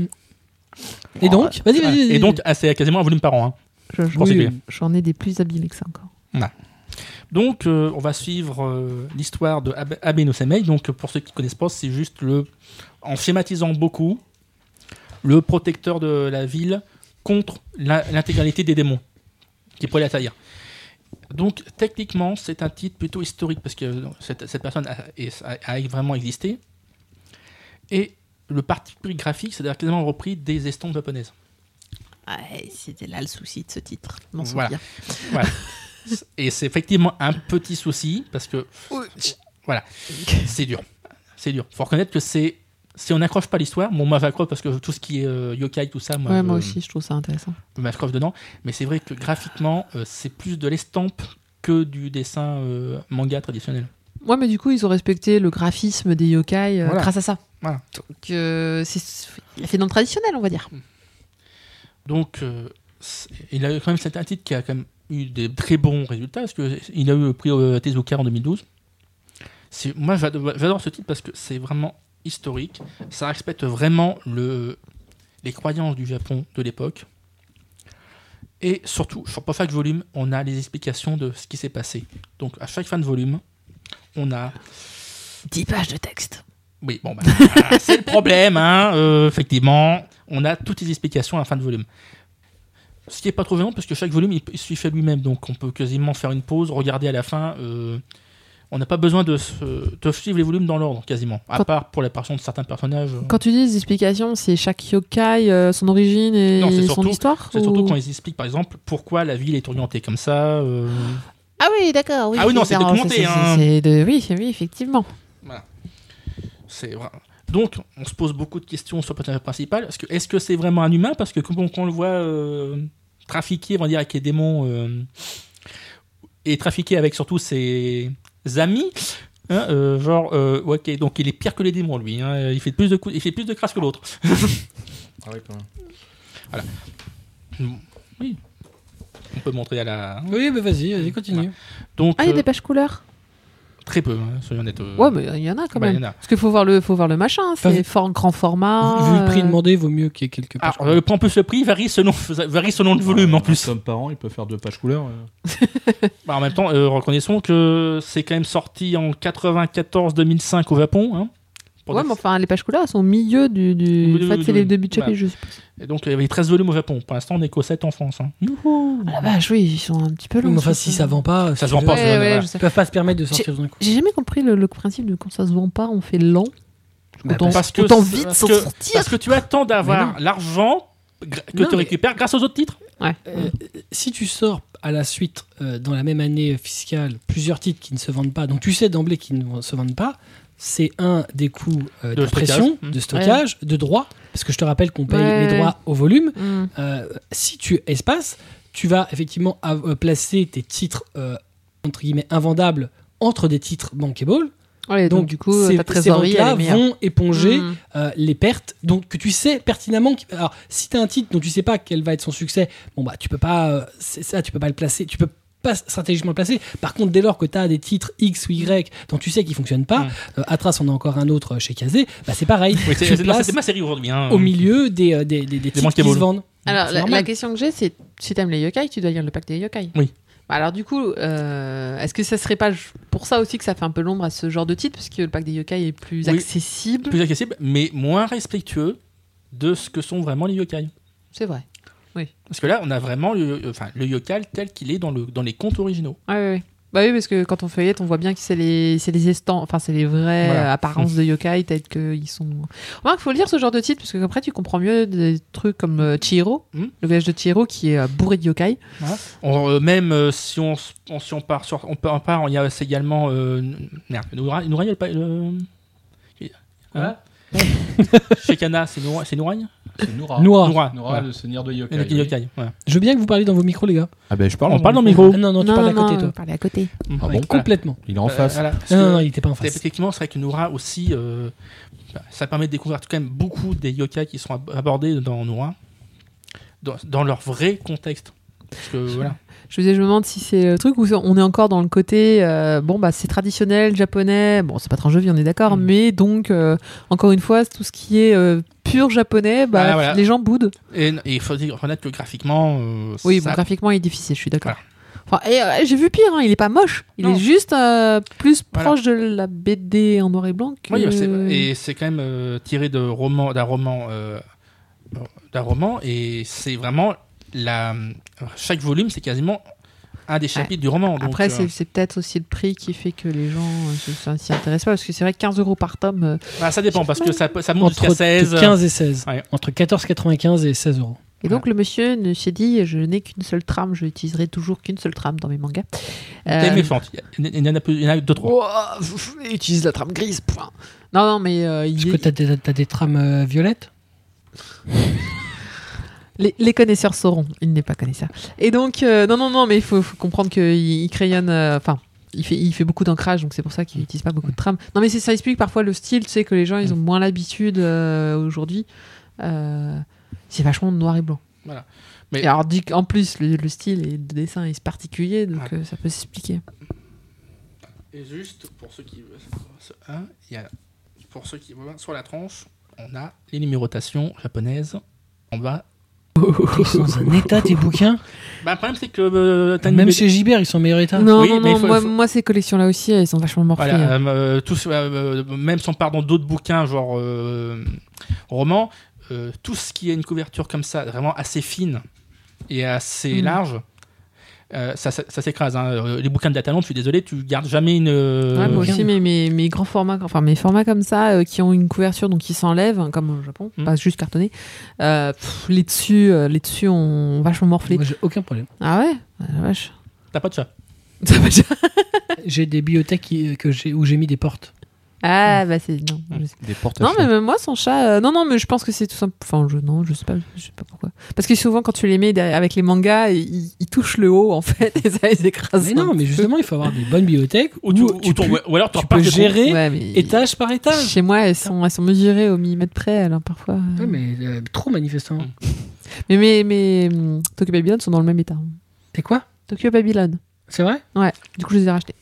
Speaker 1: Et donc Vas-y, vas-y, vas-y.
Speaker 5: Et donc, ah, c'est quasiment un volume par an. hein.
Speaker 4: Je- je-
Speaker 5: Bon, c'est
Speaker 1: Oui,
Speaker 5: clair.
Speaker 4: J'en ai des plus habiles que ça encore.
Speaker 5: Donc, euh, on va suivre euh, l'histoire de Ab- Abe no Semei. Donc, euh, pour ceux qui connaissent pas, c'est juste le. En schématisant beaucoup, le protecteur de la ville contre la- l'intégralité des démons qui pourraient l'atteindre. Donc, techniquement, c'est un titre plutôt historique parce que euh, cette, cette personne a, est- a- a vraiment existé. Et le parti pris graphique, c'est d'ailleurs quasiment repris des estampes japonaises.
Speaker 6: Ouais, c'était là le souci de ce titre.
Speaker 4: M'en
Speaker 5: Voilà.
Speaker 4: souviens.
Speaker 5: Et c'est effectivement un petit souci parce que voilà, c'est dur, c'est dur. Faut reconnaître que c'est si on n'accroche pas l'histoire, bon moi j'accroche parce que tout ce qui est euh, yokai tout ça, moi,
Speaker 4: Ouais,
Speaker 5: je-
Speaker 4: moi aussi, je trouve ça intéressant.
Speaker 5: je m'accroche dedans. Mais c'est vrai que graphiquement, euh, c'est plus de l'estampe que du dessin euh, manga traditionnel.
Speaker 4: Ouais, mais du coup, ils ont respecté le graphisme des yokai euh,
Speaker 5: Voilà.
Speaker 4: grâce à ça.
Speaker 5: Voilà. Mm.
Speaker 4: Donc, euh, c'est- il a fait dans le traditionnel, on va dire.
Speaker 5: Donc euh, c'est- il a eu quand même c'est un titre qui a quand même eu des très bons résultats parce que il a eu le prix euh, Tezuka en 2012. C'est- Moi j'ado- j'adore ce titre parce que c'est vraiment historique. Ça respecte vraiment le, les croyances du Japon de l'époque. Et surtout, sur- pour chaque volume, on a les explications de ce qui s'est passé. Donc à chaque fin de volume, on a
Speaker 6: 10 pages de texte.
Speaker 5: oui, bon, bah, voilà, c'est le problème, hein, euh, effectivement. On a toutes les explications à la fin de volume. Ce qui n'est pas trop gênant, parce que chaque volume, il, il suffit à lui-même, donc on peut quasiment faire une pause, regarder à la fin. euh, on n'a pas besoin de, se- de suivre les volumes dans l'ordre, quasiment, à
Speaker 4: Quand-
Speaker 5: part pour l'apparition de certains personnages. euh,
Speaker 4: Quand tu dis les explications, c'est chaque yokai, euh, son origine et
Speaker 5: Non, c'est
Speaker 4: son
Speaker 5: surtout-
Speaker 4: histoire
Speaker 5: C'est surtout
Speaker 4: ou-
Speaker 5: quand ils expliquent, par exemple, pourquoi la ville est orientée comme ça. euh,
Speaker 6: Ah oui, d'accord. Oui,
Speaker 5: Ah oui, non, c'est
Speaker 6: d'accord,
Speaker 5: documenté,
Speaker 6: ça, ça,
Speaker 5: hein.
Speaker 4: C'est de- Oui, c'est- oui, effectivement.
Speaker 5: C'est vrai. Donc, on se pose beaucoup de questions sur le personnage principal. Est-ce que est-ce que c'est vraiment un humain Parce que quand on, quand on le voit euh, trafiquer, on va dire, avec les démons, euh, et trafiquer avec surtout ses amis, hein, euh, genre, euh, ouais, ok, donc il est pire que les démons, lui. hein. il, fait plus de coups, il fait plus de crasse que l'autre.
Speaker 3: Ah
Speaker 5: On peut montrer à la...
Speaker 1: Oui, mais vas-y, vas-y, continue.
Speaker 5: Donc,
Speaker 4: Ah, il y a
Speaker 5: euh,
Speaker 4: des pages couleurs
Speaker 5: très peu, hein, soyons honnêtes. euh.
Speaker 4: Ouais, mais il y en a quand
Speaker 5: bah, il y
Speaker 4: même.
Speaker 5: en a.
Speaker 4: Parce qu'il faut voir le, faut voir le machin. hein,
Speaker 1: Enfin,
Speaker 4: C'est fort, grand format.
Speaker 1: Vu le prix
Speaker 4: euh,
Speaker 1: demandé, vaut mieux qu'il y ait quelques
Speaker 5: Ah,
Speaker 1: pages.
Speaker 5: euh, en plus, le prix varie selon, varie selon le volume, en plus.
Speaker 2: Comme parent, il peut faire deux pages couleurs.
Speaker 3: euh.
Speaker 5: Bah, en même temps, euh, reconnaissons que c'est quand même sorti en 94-2005 au Japon. hein, pour
Speaker 4: Ouais,
Speaker 5: des-
Speaker 4: mais enfin, les pages couleurs, elles sont au milieu du. du...
Speaker 5: Oui,
Speaker 4: en fait,
Speaker 5: oui,
Speaker 4: c'est
Speaker 5: oui,
Speaker 4: les débuts de
Speaker 5: oui.
Speaker 4: chapitre, je suppose.
Speaker 5: Et donc, il y avait 13 volumes au Japon. Pour l'instant, on est qu'au 7 en France. hein.
Speaker 4: Ah la vache, oui, ils sont un petit peu
Speaker 1: Oui,
Speaker 4: longs.
Speaker 1: mais enfin, si
Speaker 4: sur
Speaker 1: ça vend pas,
Speaker 5: Ça
Speaker 1: si
Speaker 5: se vend
Speaker 1: tu
Speaker 5: pas,
Speaker 1: veux,
Speaker 5: ça
Speaker 4: Ouais,
Speaker 5: voilà.
Speaker 4: ouais, je
Speaker 1: Ils
Speaker 4: sais.
Speaker 1: peuvent pas se permettre de sortir d'un coup.
Speaker 4: J'ai jamais compris le, le principe de quand ça se vend pas, on fait lent.
Speaker 1: Bah,
Speaker 4: autant
Speaker 5: Bah, parce que-
Speaker 4: autant
Speaker 5: c'est-
Speaker 4: vite
Speaker 5: parce
Speaker 4: s'en
Speaker 5: que-
Speaker 4: sortir.
Speaker 5: Parce que tu attends d'avoir
Speaker 1: Mais
Speaker 5: l'argent gra- que
Speaker 1: Non,
Speaker 5: tu
Speaker 1: mais-
Speaker 5: récupères grâce aux autres titres.
Speaker 1: Euh, si tu sors à la suite, euh, dans la même année fiscale, plusieurs titres qui ne se vendent pas, donc tu sais d'emblée qu'ils ne se vendent pas, c'est un des coûts euh,
Speaker 5: De
Speaker 1: d'impression,
Speaker 5: stockage.
Speaker 1: de stockage, de droit, parce que je te rappelle qu'on paye
Speaker 4: Mmh. Ouais,
Speaker 1: les
Speaker 4: ouais.
Speaker 1: droits au volume.
Speaker 4: Hmm.
Speaker 1: Euh, si tu espaces, tu vas effectivement av- euh, placer tes titres euh, entre guillemets invendables entre des titres bankable.
Speaker 4: Ouais, donc, du coup, euh, ta trésorerie,
Speaker 1: ces
Speaker 4: elle est
Speaker 1: banques-là
Speaker 4: meilleure.
Speaker 1: vont éponger
Speaker 4: Hmm.
Speaker 1: euh, les pertes donc que tu sais pertinemment qu'il- alors si tu as un titre dont tu sais pas quel va être son succès bon bah tu peux pas euh, c'est ça tu peux pas le placer tu peux pas stratégiquement le placer par contre dès lors que tu as des titres X ou Y dont tu sais qu'ils fonctionnent pas
Speaker 5: Mm.
Speaker 1: euh, Atras on a encore un autre chez Kazé bah c'est pareil
Speaker 5: Oui,
Speaker 1: tu
Speaker 5: c'est- c'est- non,
Speaker 1: places
Speaker 5: C'était ma série aujourd'hui. hein.
Speaker 1: au milieu des, euh, des, des, des titres qui
Speaker 5: manquables.
Speaker 1: se vendent
Speaker 4: Alors,
Speaker 1: C'est
Speaker 4: la,
Speaker 1: normal.
Speaker 4: la question que j'ai, c'est si t'aimes les yokai, tu dois lire le pacte des yokai.
Speaker 5: Oui.
Speaker 4: Bah alors, du coup, euh, est-ce que ça serait pas pour ça aussi que ça fait un peu l'ombre à ce genre de titre Parce que le pacte des yokai est plus
Speaker 5: Oui.
Speaker 4: accessible.
Speaker 5: Plus accessible, mais moins respectueux de ce que sont vraiment les yokai.
Speaker 4: C'est vrai.
Speaker 5: Parce que là, on a vraiment le, euh, enfin, le yokai tel qu'il est dans, le, dans les contes originaux.
Speaker 4: Ouais, ouais, ouais. Bah oui, parce que quand on feuillette, on voit bien que c'est les, c'est les estamps, enfin, c'est les vraies
Speaker 5: Voilà.
Speaker 4: euh, apparences de yokai, telles qu'ils sont. Enfin, il faut lire ce genre de titre, parce que après, tu comprends mieux des trucs comme euh, Chihiro,
Speaker 5: Hmm.
Speaker 4: le voyage de Chihiro, qui est euh, bourré de yokai.
Speaker 5: On- euh, même euh, si on, s- on- si on part sur, on part, on part, il y a c'est également euh, merde, Noura- Noura, il y a le pa- le-
Speaker 1: Quoi
Speaker 5: Hein Chez Kana, c'est Noura- c'est Nouraï
Speaker 3: C'est Noura.
Speaker 1: Noura.
Speaker 5: Noura.
Speaker 3: Noura,
Speaker 5: Ouais.
Speaker 3: le seigneur de Yokai.
Speaker 5: Le
Speaker 3: oui.
Speaker 5: yokai, voilà.
Speaker 1: je veux bien que vous parliez dans vos micros les gars
Speaker 2: Ah ben je parle.
Speaker 5: On
Speaker 2: en-
Speaker 5: parle dans le micro.
Speaker 1: Ah non non tu parles à côté toi
Speaker 6: parler à côté.
Speaker 5: Mm.
Speaker 2: Ah
Speaker 1: Ouais,
Speaker 2: bon
Speaker 1: complètement
Speaker 2: Il est en
Speaker 5: Euh,
Speaker 2: face.
Speaker 5: voilà, parce
Speaker 1: non, non
Speaker 5: que-
Speaker 1: non, il était pas en face
Speaker 5: Effectivement, c'est vrai que Noura aussi, euh, bah, ça permet de découvrir tout quand même beaucoup des yokai qui sont ab- abordés dans Noura, dans, dans leur vrai contexte. Parce que voilà.
Speaker 4: Je me disais, je me demande si c'est le truc où on est encore dans le côté, euh, bon, bah, c'est traditionnel, japonais, bon, c'est pas très en jeu, on est d'accord,
Speaker 5: Mm.
Speaker 4: mais donc, euh, encore une fois, tout ce qui est euh, pur japonais, bah,
Speaker 5: Ah, voilà.
Speaker 4: les gens boudent.
Speaker 5: Et et il faut dire- reconnaître que graphiquement, euh,
Speaker 4: Oui, bah,
Speaker 5: ça-
Speaker 4: bon, graphiquement, il est difficile, je suis d'accord. Enfin, et, euh, j'ai vu pire, hein, il est pas moche, il
Speaker 5: Non.
Speaker 4: est juste euh, plus
Speaker 5: Voilà.
Speaker 4: proche de la BD en noir et blanc que...
Speaker 5: Oui, bah, c'est- et c'est quand même euh, tiré de roman, d'un roman, euh, d'un roman, et c'est vraiment la chaque volume, c'est quasiment un des chapitres du roman. donc,
Speaker 4: Après,
Speaker 5: euh,
Speaker 4: c'est- c'est peut-être aussi le prix qui fait que les gens euh, se- s'y s'y intéressent pas, parce que c'est vrai que 15 euros par tome, euh,
Speaker 5: bah, ça dépend parce que ça, peut- ça monte
Speaker 1: entre
Speaker 5: jusqu'à 16.
Speaker 1: 15 et 16
Speaker 5: Ouais.
Speaker 1: entre 14,95 et 16 euros
Speaker 4: Et donc le monsieur ne s'est dit je n'ai qu'une seule trame, je n'utiliserai toujours qu'une seule trame dans mes mangas. Euh, Oh,
Speaker 5: Téléphante. Il y en a plus- il y en a deux trois.
Speaker 4: Ouah, utilise la trame grise. Point. Non non mais euh, il
Speaker 1: Parce
Speaker 4: est-
Speaker 1: que t'as des, t'as des trames euh, violettes
Speaker 4: les, les connaisseurs sauront. Il n'est pas connaisseur. Et donc euh, non non non mais il faut, faut comprendre qu'il il crayonne. euh, Enfin. il fait, il fait beaucoup d'ancrage, donc c'est pour ça qu'il n'utilise pas beaucoup de trames. Non, mais c'est- ça explique parfois le style, tu sais, que les gens,
Speaker 5: Mm.
Speaker 4: ils ont moins l'habitude euh, aujourd'hui. Euh, c'est vachement noir et blanc.
Speaker 5: Voilà. Mais-
Speaker 4: Mais... alors, dit qu'en plus, le, le style et le dessin est particulier, donc
Speaker 5: Ouais.
Speaker 4: euh, ça peut s'expliquer.
Speaker 5: Et juste pour ceux qui veulent, ce un, il y a- pour ceux qui veulent, sur la tranche, on a les numérotations japonaises en bas.
Speaker 1: Ils sont dans un état tes bouquins
Speaker 5: Bah, le problème c'est que euh, t'as une
Speaker 1: même
Speaker 5: BD
Speaker 1: chez Gibert ils sont en meilleur état
Speaker 4: Non,
Speaker 5: Ah. Oui,
Speaker 4: non,
Speaker 5: mais
Speaker 4: non,
Speaker 5: il faut-
Speaker 4: moi,
Speaker 5: faut-
Speaker 4: moi, ces collections-là aussi, elles sont vachement morphées.
Speaker 5: Voilà, euh, tous, euh, euh, même si on part dans d'autres bouquins, genre euh, romans, euh, tout ce qui a une couverture comme ça, vraiment assez fine et assez
Speaker 4: Mm.
Speaker 5: large, euh, ça, ça- ça s'écrase. hein. Euh, Les bouquins de Dataland, je suis désolé, tu gardes jamais une. euh,
Speaker 4: Ouais, Ah, moi aussi,
Speaker 1: regarde.
Speaker 4: mes, mes, mes grands formats, enfin mes formats comme ça, euh, qui ont une couverture, donc qui s'enlèvent, hein, comme au Japon,
Speaker 5: Mm.
Speaker 4: pas juste cartonné, euh, pff, les dessus, euh, les dessus ont vachement morflé.
Speaker 1: Moi, j'ai aucun problème.
Speaker 4: Ah ouais Ah, La vache.
Speaker 5: T'as pas de chat.
Speaker 4: Ça va déjà.
Speaker 1: J'ai des bibliothèques qui- euh, que j'ai- où j'ai mis des portes.
Speaker 4: ah bah c'est... Non, je sais.
Speaker 2: Des portes. à
Speaker 4: non
Speaker 2: chiens.
Speaker 4: mais même moi, son chat... euh, non, non, mais je pense que c'est tout simple. Enfin, je, non, je sais pas, je sais pas pourquoi. Parce que souvent, quand tu les mets derrière- avec les mangas, ils, ils touchent le haut, en fait, et ça les écrase.
Speaker 1: Mais
Speaker 4: un
Speaker 1: non,
Speaker 4: peu.
Speaker 1: mais justement, il faut avoir des bonnes bibliothèques où,
Speaker 5: Ou, tu- ou
Speaker 1: tu,
Speaker 5: ton-
Speaker 1: pu-
Speaker 5: ou alors
Speaker 1: tu
Speaker 5: tu
Speaker 1: peux
Speaker 5: repars
Speaker 1: gérer
Speaker 4: Ouais, mais-
Speaker 1: étage par étage.
Speaker 4: Chez moi, elles sont, elles sont mesurées au millimètre près, alors parfois. euh,
Speaker 1: Ouais, mais euh, trop manifestant.
Speaker 5: Mm.
Speaker 4: Mais mes, mes hum, Tokyo Babylone sont dans le même état. hein.
Speaker 1: C'est quoi
Speaker 4: Tokyo Babylone.
Speaker 1: C'est vrai
Speaker 4: Du coup, je les ai rachetés.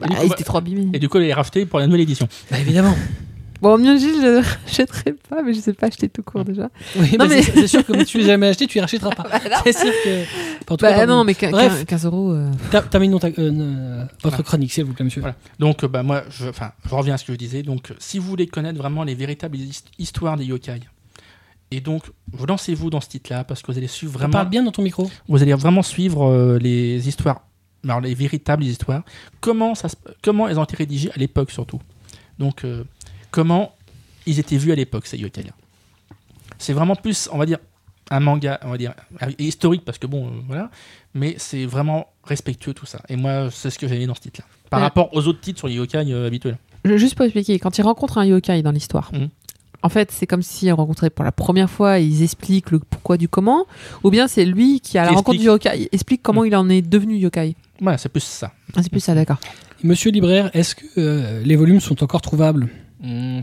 Speaker 4: Bah,
Speaker 5: du coup,
Speaker 4: ils
Speaker 5: bah-
Speaker 4: étaient trop abîmés.
Speaker 5: Et du coup, elle est rachetée pour la nouvelle édition.
Speaker 1: Bah évidemment.
Speaker 4: Bon, au mieux, je les rachèterai pas, mais je sais pas acheter tout court déjà.
Speaker 1: Oui,
Speaker 4: Non,
Speaker 1: bah,
Speaker 4: mais-
Speaker 1: c'est, c'est sûr que comme tu l'as jamais acheté, tu les rachèteras pas. c'est sûr que. Enfin, en tout cas,
Speaker 4: Bah,
Speaker 1: pardon.
Speaker 4: non, mais quin-
Speaker 1: Bref.
Speaker 4: quin- 15 euros. euh,
Speaker 1: Ta- terminons ta- euh, euh, votre
Speaker 5: Ah.
Speaker 1: chronique, s'il vous plaît, monsieur.
Speaker 5: Voilà. Donc, euh, bah, moi, je, enfin, je reviens à ce que je disais. Donc, euh, si vous voulez connaître vraiment les véritables his- histoires des yokai, et donc, vous lancez-vous dans ce titre-là parce que vous allez suivre
Speaker 1: On
Speaker 5: vraiment,
Speaker 1: Parle bien dans ton micro.
Speaker 5: vous allez vraiment suivre euh, les histoires, alors les véritables histoires. Comment ça, se- comment elles ont été rédigées à l'époque surtout. Donc, euh, comment ils étaient vus à l'époque ces yokai-là. C'est vraiment plus, on va dire, un manga, on va dire, historique, parce que bon, euh, voilà, mais c'est vraiment respectueux tout ça. Et moi, c'est ce que j'ai aimé dans ce titre-là. Par
Speaker 4: Ouais.
Speaker 5: rapport aux autres titres sur les yokai euh, habituels.
Speaker 4: Je- Juste pour expliquer, quand ils rencontrent un yokai dans l'histoire,
Speaker 5: Mhm.
Speaker 4: en fait, c'est comme s'ils rencontraient pour la première fois, ils expliquent le pourquoi du comment, ou bien c'est lui qui, à la
Speaker 5: Qui
Speaker 4: rencontre du yokai, explique comment il en est devenu yokai.
Speaker 5: Voilà, c'est plus ça.
Speaker 4: Ah, c'est plus ça, d'accord.
Speaker 1: Monsieur Libraire, est-ce que euh, les volumes sont encore trouvables
Speaker 2: Mm.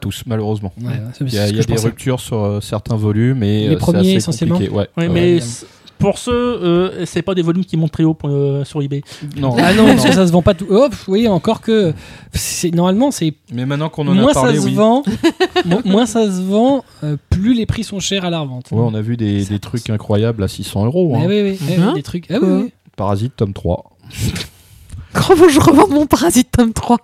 Speaker 2: Tous, malheureusement.
Speaker 1: Ouais, c'est-
Speaker 2: Il y
Speaker 1: c'est
Speaker 2: a,
Speaker 1: ce
Speaker 2: il y
Speaker 1: que
Speaker 2: a
Speaker 1: je
Speaker 2: des
Speaker 1: pensais.
Speaker 2: ruptures sur euh, certains volumes et
Speaker 1: Les
Speaker 2: euh, c'est
Speaker 1: premiers,
Speaker 2: assez
Speaker 1: essentiellement.
Speaker 2: compliqué. Ouais,
Speaker 5: Oui,
Speaker 2: ouais,
Speaker 5: mais
Speaker 2: ouais.
Speaker 5: c'est- pour ceux, euh, c'est pas des volumes qui montent très haut pour, euh, sur eBay.
Speaker 2: Non,
Speaker 1: Ah non,
Speaker 2: Oh. non.
Speaker 1: parce que ça se vend pas tout. Oh, pff, oui, encore que. c'est- Normalement, c'est
Speaker 2: Mais maintenant qu'on en
Speaker 1: moins
Speaker 2: a
Speaker 1: ça,
Speaker 2: parlé,
Speaker 1: se
Speaker 2: oui.
Speaker 1: vend, mo- moins ça se vend, euh, plus les prix sont chers à la revente.
Speaker 2: Ouais, on a vu des,
Speaker 1: Ça
Speaker 2: des trucs incroyables à 600 euros.
Speaker 1: Ah
Speaker 2: hein.
Speaker 1: oui, oui, oui,
Speaker 4: Hein
Speaker 1: des trucs. ah oui, oui.
Speaker 2: Parasite tome 3.
Speaker 4: Comment je revends mon parasite tome 3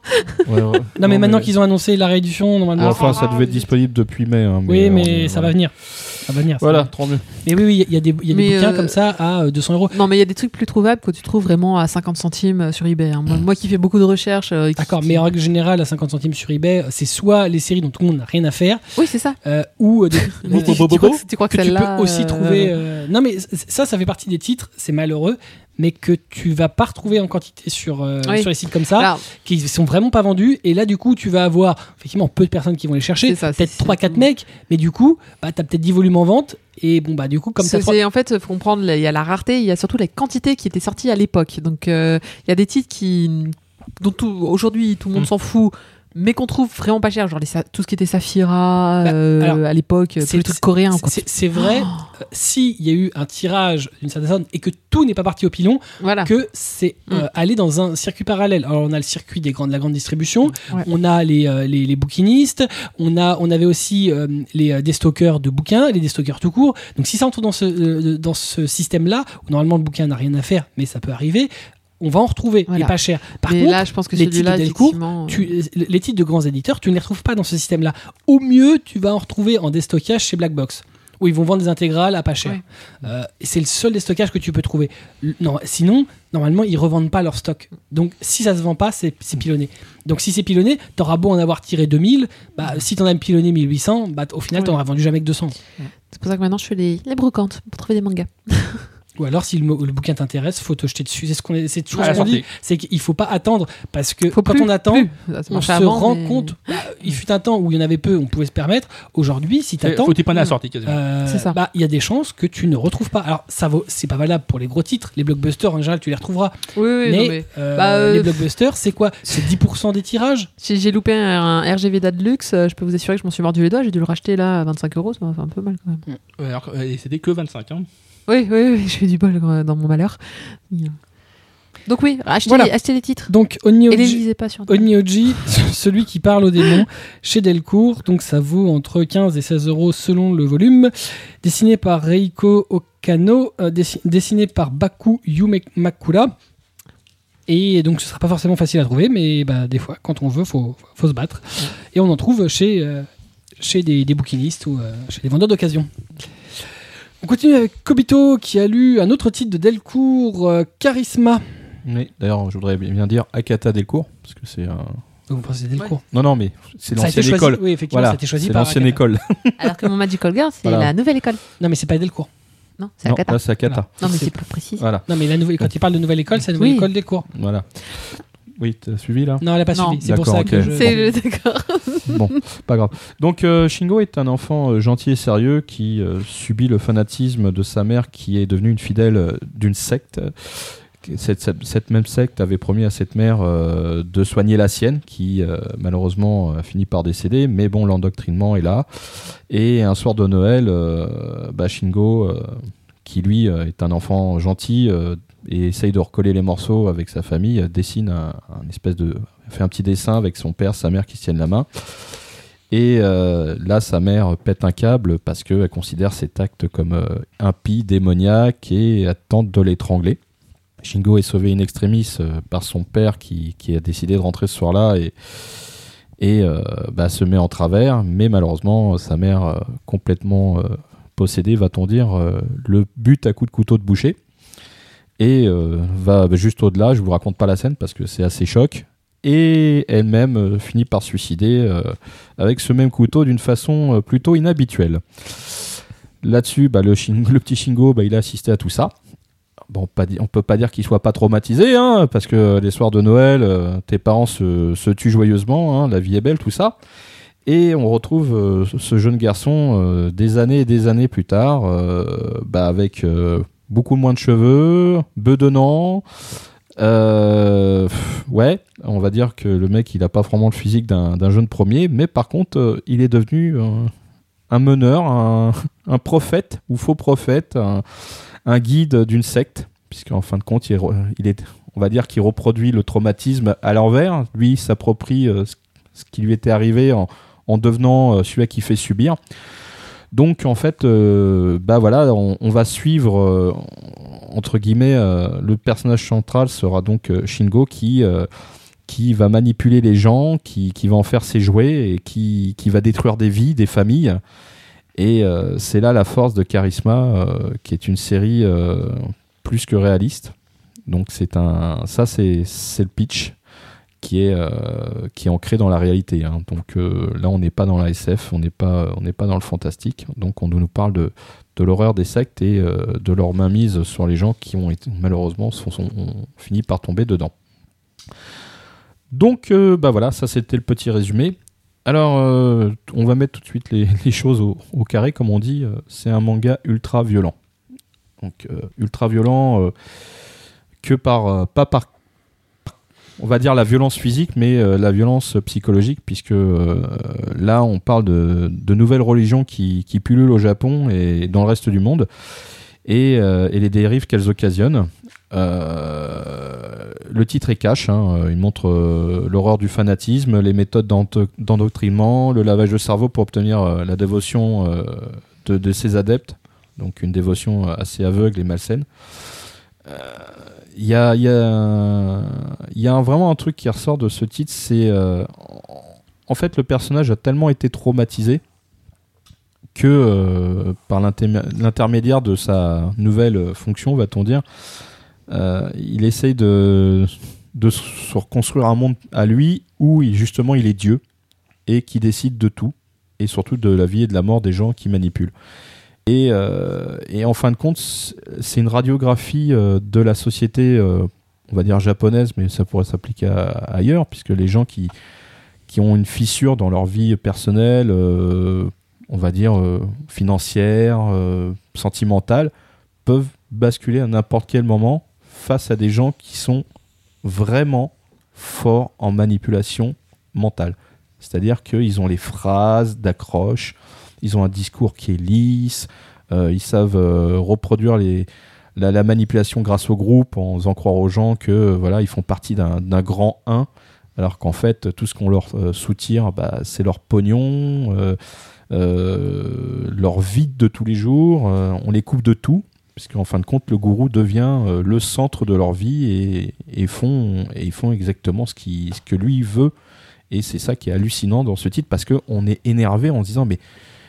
Speaker 1: Non, mais maintenant qu'ils ont annoncé la réduction, normalement.
Speaker 2: Enfin, ça devait être disponible depuis mai. hein,
Speaker 1: oui,
Speaker 2: Ah, on
Speaker 1: mais
Speaker 2: est-
Speaker 1: ça va
Speaker 2: voilà.
Speaker 1: venir. Ça va venir. ça va
Speaker 2: Voilà,
Speaker 1: venir.
Speaker 2: tant mieux.
Speaker 1: Mais oui, oui, il y a des, il y a des
Speaker 4: Mais,
Speaker 1: bouquins
Speaker 4: euh,
Speaker 1: comme ça à euh, 200 euros.
Speaker 4: Non, mais il y a des trucs plus trouvables que tu trouves vraiment à 50 centimes euh, sur eBay. hein. Moi, moi qui fais beaucoup de recherches. euh, et qui-
Speaker 1: D'accord, mais en règle générale, à 50 centimes sur eBay, euh, c'est soit les séries dont tout le monde n'a rien à faire,
Speaker 4: Oui, c'est ça.
Speaker 1: euh, ou euh, des
Speaker 4: Mais tu,
Speaker 1: Bobo,
Speaker 4: tu
Speaker 1: Bobo,
Speaker 4: crois que, tu crois que
Speaker 1: que tu
Speaker 4: celle-là,
Speaker 1: peux aussi
Speaker 4: euh,
Speaker 1: trouver. euh, Non, mais c- ça, ça fait partie des titres, c'est malheureux, mais que tu vas pas retrouver en quantité sur, euh,
Speaker 4: Oui.
Speaker 1: sur les sites comme ça,
Speaker 4: alors,
Speaker 1: qui sont vraiment pas vendus. Et là, du coup, tu vas avoir effectivement peu de personnes qui vont les chercher,
Speaker 4: C'est ça,
Speaker 1: peut-être
Speaker 4: c'est-
Speaker 1: 3-4 mecs, mais du coup, bah, t'as peut-être 10 volumes en vente. Et bon, bah, du coup, comme
Speaker 4: c'est-
Speaker 1: ça.
Speaker 4: c'est- en fait, faut comprendre, il y a la rareté, il y a surtout la quantité qui était sortie à l'époque. Donc, euh, il y a des titres qui, dont tout- aujourd'hui tout le monde
Speaker 5: Mm.
Speaker 4: s'en fout, mais qu'on trouve vraiment pas cher, genre les sa- tout ce qui était Saphira
Speaker 1: Bah,
Speaker 4: euh,
Speaker 1: alors,
Speaker 4: à l'époque,
Speaker 1: c'est-
Speaker 4: tous les trucs coréens. quoi. Oh.
Speaker 1: C'est c'est vrai, euh, s'il y a eu un tirage d'une certaine sorte et que tout n'est pas parti au pilon,
Speaker 4: Voilà. Mm.
Speaker 1: que c'est euh, aller dans un circuit parallèle. Alors on a le circuit des grandes, la grande distribution,
Speaker 4: Ouais.
Speaker 1: on a les, euh, les, les bouquinistes, on, a, on avait aussi euh, les euh, déstockeurs de bouquins, les déstockeurs tout court. Donc si ça entre dans ce, euh, dans ce système-là, où normalement le bouquin n'a rien à faire, mais ça peut arriver, on va en retrouver,
Speaker 4: Voilà.
Speaker 1: et pas cher. Par
Speaker 4: mais
Speaker 1: contre,
Speaker 4: là, je pense que
Speaker 1: les titres
Speaker 4: celui-là,
Speaker 1: de Delcourt,
Speaker 4: effectivement. euh,
Speaker 1: tu- les titres de grands éditeurs, tu ne les retrouves pas dans ce système-là. Au mieux, tu vas en retrouver en déstockage chez Black Box, où ils vont vendre des intégrales à pas cher.
Speaker 4: Ouais.
Speaker 1: Euh, et c'est le seul déstockage que tu peux trouver. L- non, sinon, normalement, ils revendent pas leur stock. Donc, si ça se vend pas, c'est c'est pilonné. Donc, si c'est pilonné, t'auras beau en avoir tiré 2000, bah, si t'en as pilonné 1800, bah, t- au final,
Speaker 4: Ouais.
Speaker 1: t'en auras vendu jamais que 200.
Speaker 4: C'est pour ça que maintenant, je fais les, les brocantes pour trouver des mangas.
Speaker 1: Ou alors, si le, mo- le bouquin t'intéresse, faut te jeter dessus. C'est ce qu'on est- c'est toujours
Speaker 5: À
Speaker 1: ce
Speaker 5: la
Speaker 1: qu'on dit.
Speaker 5: sortie.
Speaker 1: C'est qu'il faut pas attendre parce que
Speaker 4: Ah, Faut
Speaker 1: quand
Speaker 4: plus,
Speaker 1: on attend,
Speaker 4: plus. Ça
Speaker 1: on se
Speaker 4: marchait avant,
Speaker 1: rend
Speaker 4: mais-
Speaker 1: compte. bah, il fut un temps où il y en avait peu, on pouvait se permettre. Aujourd'hui, si
Speaker 5: Faut
Speaker 1: t'attends,
Speaker 5: faut t'y prendre à la sortie quasiment.
Speaker 1: euh,
Speaker 4: C'est ça.
Speaker 1: bah, il y a des chances que tu ne retrouves pas. Alors, ça vaut, c'est pas valable pour les gros titres. Les blockbusters, en général, tu les retrouveras.
Speaker 4: Oui, oui,
Speaker 1: mais,
Speaker 4: non, mais
Speaker 1: euh,
Speaker 4: bah, euh,
Speaker 1: les blockbusters, c'est quoi C'est 10% des tirages
Speaker 4: j'ai j'ai loupé un, un RGV d'Adelux, euh, je peux vous assurer que je m'en suis mordu les doigts, j'ai dû le racheter là à 25 euros, ça m'a fait un peu mal quand même.
Speaker 5: Euh, Ouais, alors que- et c'était que 25. Hein.
Speaker 4: Oui, oui, oui, j'ai eu du bol euh, dans mon malheur. Donc oui, achetez,
Speaker 1: Voilà.
Speaker 4: les, achetez les titres.
Speaker 1: Donc,
Speaker 4: Et les
Speaker 1: Onioji,
Speaker 4: lisez pas sur Internet.
Speaker 1: Onioji celui qui parle aux démons, chez Delcourt. Donc, ça vaut entre 15 et 16 euros selon le volume. Dessiné par Reiko Okano, euh, dessi- dessiné par Baku Yumakura. Et donc, ce sera pas forcément facile à trouver, mais bah, des fois, quand on veut, faut, faut se battre. Et on en trouve chez, euh, chez des, des bouquinistes ou euh, chez des vendeurs d'occasion. On continue avec Kobito qui a lu un autre titre de Delcourt, euh, Charisma.
Speaker 2: Oui, D'ailleurs, je voudrais bien dire Akata Delcourt, parce que c'est un.
Speaker 1: Donc, vous pensez Delcourt
Speaker 2: Non, non, mais c'est
Speaker 1: Ça a été choisi-
Speaker 2: l'ancienne école.
Speaker 1: Oui, effectivement, ça
Speaker 2: Voilà,
Speaker 1: a été choisi
Speaker 2: c'est
Speaker 1: par
Speaker 2: l'ancienne
Speaker 1: Akata.
Speaker 2: école.
Speaker 4: Alors que mon Magical Girl, c'est
Speaker 2: Voilà. la
Speaker 4: nouvelle école.
Speaker 1: Non, mais c'est pas Delcourt.
Speaker 4: Non, c'est
Speaker 2: Non,
Speaker 4: la cata.
Speaker 2: là, c'est Akata.
Speaker 4: Non, mais c'est plus précis.
Speaker 2: Voilà,
Speaker 1: Non, mais la nouvelle, quand il parle de nouvelle école, c'est la nouvelle
Speaker 4: Oui.
Speaker 1: école Delcourt.
Speaker 2: voilà. Oui, t'as suivi là
Speaker 1: Non, elle a pas
Speaker 4: Non.
Speaker 1: suivi. C'est pour ça
Speaker 2: D'accord,
Speaker 1: que
Speaker 2: ok.
Speaker 1: je.
Speaker 4: C'est d'accord.
Speaker 2: Bon, pas grave. Donc euh, Shingo est un enfant euh, gentil et sérieux qui euh, subit le fanatisme de sa mère qui est devenue une fidèle euh, d'une secte. Cette, cette- cette même secte avait promis à cette mère euh, de soigner la sienne, qui euh, malheureusement a fini par décéder, mais bon, l'endoctrinement est là. Et un soir de Noël, euh, bah, Shingo, euh, qui lui euh, est un enfant gentil euh, et essaye de recoller les morceaux avec sa famille, euh, dessine un, un espèce de. fait un petit dessin avec son père, sa mère qui se tiennent la main. Et euh, là, sa mère pète un câble parce qu'elle considère cet acte comme euh, impie, démoniaque et elle tente de l'étrangler. Shingo est sauvé in extremis euh, par son père qui, qui a décidé de rentrer ce soir-là et, et euh, bah, se met en travers. Mais malheureusement, sa mère, euh, complètement euh, possédée, va-t-on dire, euh, le but à coups de couteau de boucher. Et euh, va bah, juste au-delà. Je vous raconte pas la scène parce que c'est assez choc. Et elle-même euh, finit par se suicider. euh, avec ce même couteau d'une façon euh, plutôt inhabituelle. Là-dessus, bah, le, Shin- le petit Shingo, bah, il a assisté à tout ça. Bon, pas di- on peut pas dire qu'il soit pas traumatisé, hein, parce que les soirs de Noël, euh, tes parents se, se tuent joyeusement, hein, la vie est belle, tout ça. Et on retrouve euh, ce- ce jeune garçon euh, des années et des années plus tard, euh, bah, avec euh, beaucoup moins de cheveux, bedonnant. Euh, pff, ouais, on va dire que le mec, il a pas vraiment le physique d'un d'un jeune premier, mais par contre, euh, il est devenu euh, un meneur, un, un prophète ou faux prophète, un, un guide d'une secte, puisqu'en fin de compte, il, re- il est, on va dire qu'il reproduit le traumatisme à l'envers. Lui, il s'approprie euh, ce, ce qui lui était arrivé en, en devenant euh, celui à qui fait subir. Donc en fait, euh, bah voilà, on, on va suivre euh, entre guillemets euh, le personnage central sera donc euh, Shingo qui euh, qui va manipuler les gens, qui, qui va en faire ses jouets et qui, qui va détruire des vies, des familles. Et euh, c'est là la force de Charisma, euh, qui est une série euh, plus que réaliste. Donc c'est un, ça c'est c'est le pitch qui est euh, qui est ancré dans la réalité. hein. Donc euh, là on n'est pas dans la SF, on n'est pas on n'est pas dans le fantastique. Donc on nous parle de de l'horreur des sectes et euh, de leur mainmise sur les gens qui ont été, malheureusement sont, sont- ont fini par tomber dedans. Donc euh, bah voilà, ça c'était le petit résumé. Alors, euh, on va mettre tout de suite les, les choses au, au carré, comme on dit. euh, C'est un manga ultra violent. Donc, euh, ultra violent euh, que par. euh, pas par. On va dire la violence physique, mais euh, la violence psychologique, puisque euh, là, on parle de, de nouvelles religions qui, qui pullulent au Japon et dans le reste du monde, et, euh, et les dérives qu'elles occasionnent. Euh, le titre est cash, hein, euh, il montre euh, l'horreur du fanatisme, les méthodes d'ento- d'endoctrinement, le lavage de cerveau pour obtenir euh, la dévotion euh, de, de ses adeptes, donc une dévotion euh, assez aveugle et malsaine. Euh, Il y a, il y a- il y a un- vraiment un truc qui ressort de ce titre, c'est euh, en fait le personnage a tellement été traumatisé que euh, par l'intermé- l'intermédiaire de sa nouvelle euh, fonction, va-t-on dire, euh, il essaye de, de se reconstruire un monde à lui où il- justement il est Dieu et qui décide de tout et surtout de la vie et de la mort des gens qui manipulent. Et, euh, et en fin de compte, c- c'est une radiographie euh, de la société, euh, on va dire japonaise, mais ça pourrait s'appliquer à- ailleurs, puisque les gens qui, qui ont une fissure dans leur vie personnelle, euh, on va dire euh, financière, euh, sentimentale, peuvent basculer à n'importe quel moment face à des gens qui sont vraiment forts en manipulation mentale. C'est-à-dire qu'ils ont les phrases d'accroche, ils ont un discours qui est lisse, euh, ils savent euh, reproduire les, la, la manipulation grâce au groupe en faisant croire aux gens que euh, voilà ils font partie d'un d'un grand 1, alors qu'en fait tout ce qu'on leur euh, soutire, bah, c'est leur pognon, euh, euh, leur vide de tous les jours, euh, on les coupe de tout puisqu'en fin de compte, le gourou devient euh, le centre de leur vie et, et font, et ils font exactement ce, qui, ce que lui veut. Et c'est ça qui est hallucinant dans ce titre, parce qu'on est énervé en se disant, mais,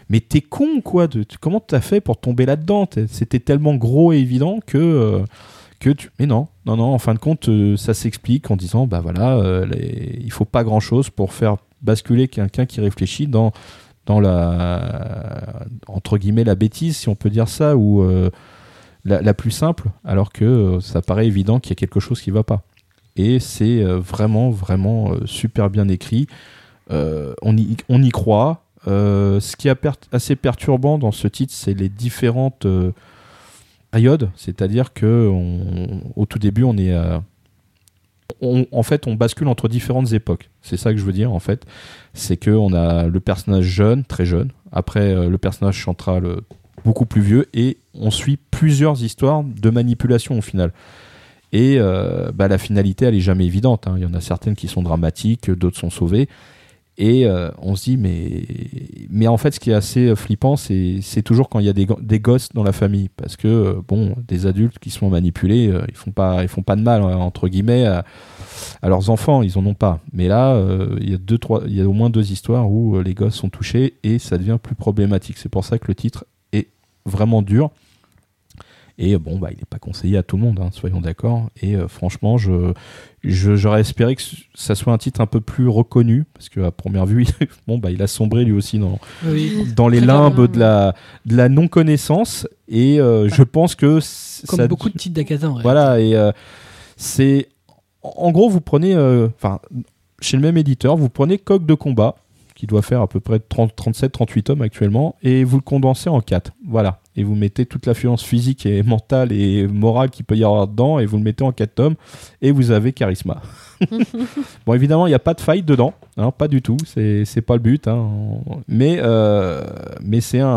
Speaker 2: mais t'es con, quoi, de, tu- comment t'as fait pour tomber là-dedans T'es- C'était tellement gros et évident que... euh, que tu... Mais non, non, non, en fin de compte, euh, ça s'explique en disant, bah voilà, euh, les- il faut pas grand-chose pour faire basculer quelqu'un qui réfléchit dans dans la entre guillemets la bêtise si on peut dire ça ou euh, la, la plus simple, alors que euh, ça paraît évident qu'il y a quelque chose qui va pas. Et c'est euh, vraiment, vraiment euh, super bien écrit. Euh, on, y, on y croit. Euh, ce qui est aper- assez perturbant dans ce titre, c'est les différentes euh, périodes. C'est-à-dire que on- au tout début, on est à- on- en fait, on bascule entre différentes époques. C'est ça que je veux dire, en fait. C'est que on a le personnage jeune, très jeune. Après, euh, le personnage central euh, beaucoup plus vieux et on suit plusieurs histoires de manipulation au final. Et euh, bah, la finalité, elle est jamais évidente. hein. Il y en a certaines qui sont dramatiques, d'autres sont sauvées. Et euh, on se dit, mais, mais en fait, ce qui est assez euh, flippant, c'est c'est toujours quand il y a des, go- des gosses dans la famille. Parce que, euh, bon, des adultes qui sont manipulés, euh, ils font pas ils font pas de mal, hein, entre guillemets, à, à leurs enfants. Ils en ont pas. Mais là, euh, il y, a deux, trois, il y a au moins deux histoires où euh, les gosses sont touchés et ça devient plus problématique. C'est pour ça que le titre vraiment dur. Et euh, bon, bah, il n'est pas conseillé à tout le monde, hein, soyons d'accord. Et euh, franchement, je, je- j'aurais espéré que ça soit un titre un peu plus reconnu, parce que à première vue, il- bon, bah, il a sombré lui aussi dans,
Speaker 1: Oui.
Speaker 2: dans les
Speaker 4: Très clairement.
Speaker 2: limbes
Speaker 1: hein.
Speaker 2: de la, de la non-connaissance. Et euh, je pense que c-
Speaker 1: Comme
Speaker 2: ça-
Speaker 1: beaucoup de titres d'Akata, en vrai.
Speaker 2: voilà, et euh, c'est. En gros, vous prenez. euh, Enfin, chez le même éditeur, vous prenez Coq de combat, qui doit faire à peu près 37-38 tomes actuellement, et vous le condensez en 4. Voilà. Et vous mettez toute l'affluence physique et mentale et morale qu'il peut y avoir dedans, et vous le mettez en 4 tomes, et vous avez Charisma. bon, évidemment, il n'y a pas de faille dedans, hein, pas du tout, c'est c'est pas le but. hein. Mais, euh, mais c'est un,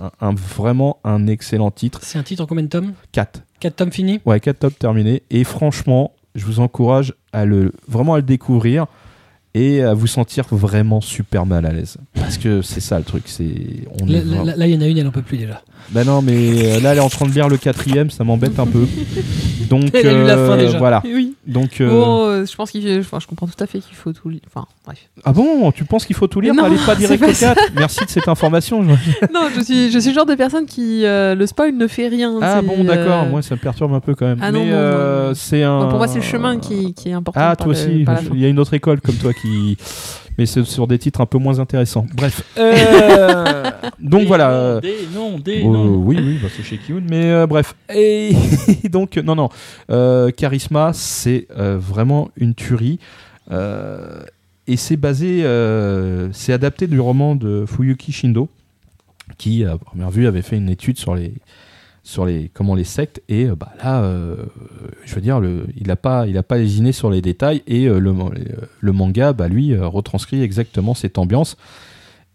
Speaker 2: un- un- vraiment un excellent titre.
Speaker 1: C'est un titre en combien de tomes
Speaker 2: 4.
Speaker 1: 4 tomes finis
Speaker 2: Ouais, 4 tops terminés. Et franchement, je vous encourage à le, vraiment à le découvrir et à vous sentir vraiment super mal à l'aise. Parce que c'est ça le truc. C'est, on est
Speaker 1: Là,
Speaker 2: vraiment-
Speaker 1: là- là, il y en a une, elle en peut plus déjà.
Speaker 2: Bah non, mais euh, là, elle est en train de lire le quatrième, ça m'embête un peu. Donc,
Speaker 1: Elle a lu la fin
Speaker 2: euh,
Speaker 1: déjà.
Speaker 2: voilà.
Speaker 4: Oui.
Speaker 2: Donc, euh,
Speaker 4: Bon, euh, je pense qu'il je, enfin, je comprends tout à fait qu'il faut tout lire. Enfin, bref.
Speaker 2: ah bon, tu penses qu'il faut tout lire
Speaker 4: Non,
Speaker 2: Allez pas direct
Speaker 4: c'est
Speaker 2: au
Speaker 4: pas ça.
Speaker 2: 4. Merci de cette information.
Speaker 4: non, je suis, je suis le genre de personne qui euh, le spoil ne fait rien.
Speaker 2: Ah
Speaker 4: c'est,
Speaker 2: bon, d'accord.
Speaker 4: euh,
Speaker 2: Moi, ça me perturbe un peu quand même.
Speaker 4: Ah non,
Speaker 2: mais
Speaker 4: non,
Speaker 2: euh,
Speaker 4: non.
Speaker 2: c'est un.
Speaker 4: moi, pour moi, c'est le chemin qui, qui est important.
Speaker 2: Ah,
Speaker 4: par
Speaker 2: toi
Speaker 4: le-
Speaker 2: aussi,
Speaker 4: par la
Speaker 2: je-
Speaker 4: fin.
Speaker 2: il y a une autre école comme toi qui. Mais c'est sur des titres un peu moins intéressants. Bref. donc
Speaker 5: Des
Speaker 2: voilà.
Speaker 5: noms,
Speaker 2: euh,
Speaker 5: Des noms, des
Speaker 4: Oh.
Speaker 2: euh,
Speaker 5: noms.
Speaker 2: oui, oui, bah, c'est chez Kiun, mais euh, bref. Et donc, non, non. Euh, Charisma, c'est euh, vraiment une tuerie. Euh, et c'est basé, euh, c'est adapté du roman de Fuyuki Shindo, qui, à première vue, avait fait une étude sur les, sur les, comment les sectes. Et euh, bah, là, euh, je veux dire, le, il n'a pas, il a pas lésiné sur les détails. Et euh, le, man- euh, le manga, bah, lui, euh, retranscrit exactement cette ambiance.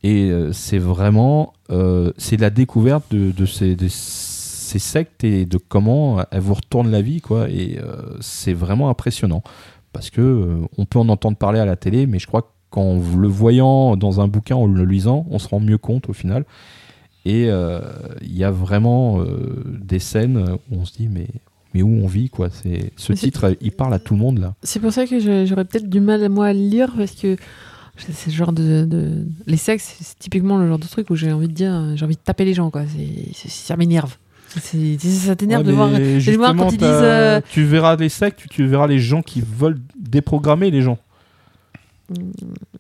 Speaker 2: Et euh, c'est vraiment, euh, c'est la découverte de, de ces, de ces sectes et de comment elles vous retournent la vie, quoi. Et euh, c'est vraiment impressionnant parce que euh, on peut en entendre parler à la télé, mais je crois qu'en le voyant dans un bouquin, en le lisant, on se rend mieux compte au final. Et euh, il y a vraiment euh, des scènes où on se dit mais mais où on vit quoi. C'est ce
Speaker 4: Mais c'est-
Speaker 2: titre, il parle à tout le monde là.
Speaker 4: C'est pour ça que je- j'aurais peut-être du mal moi à le lire parce que c'est c'est le genre de, de- les sexes, c'est typiquement le genre de truc où j'ai envie de dire, euh, j'ai envie de taper les gens quoi. C'est- c'est- ça m'énerve. C'est- c'est- Ça t'énerve de voir. justement, quand ils disent, euh,
Speaker 2: Tu verras les sectes, tu, tu verras les gens qui veulent déprogrammer les gens.
Speaker 4: Mm.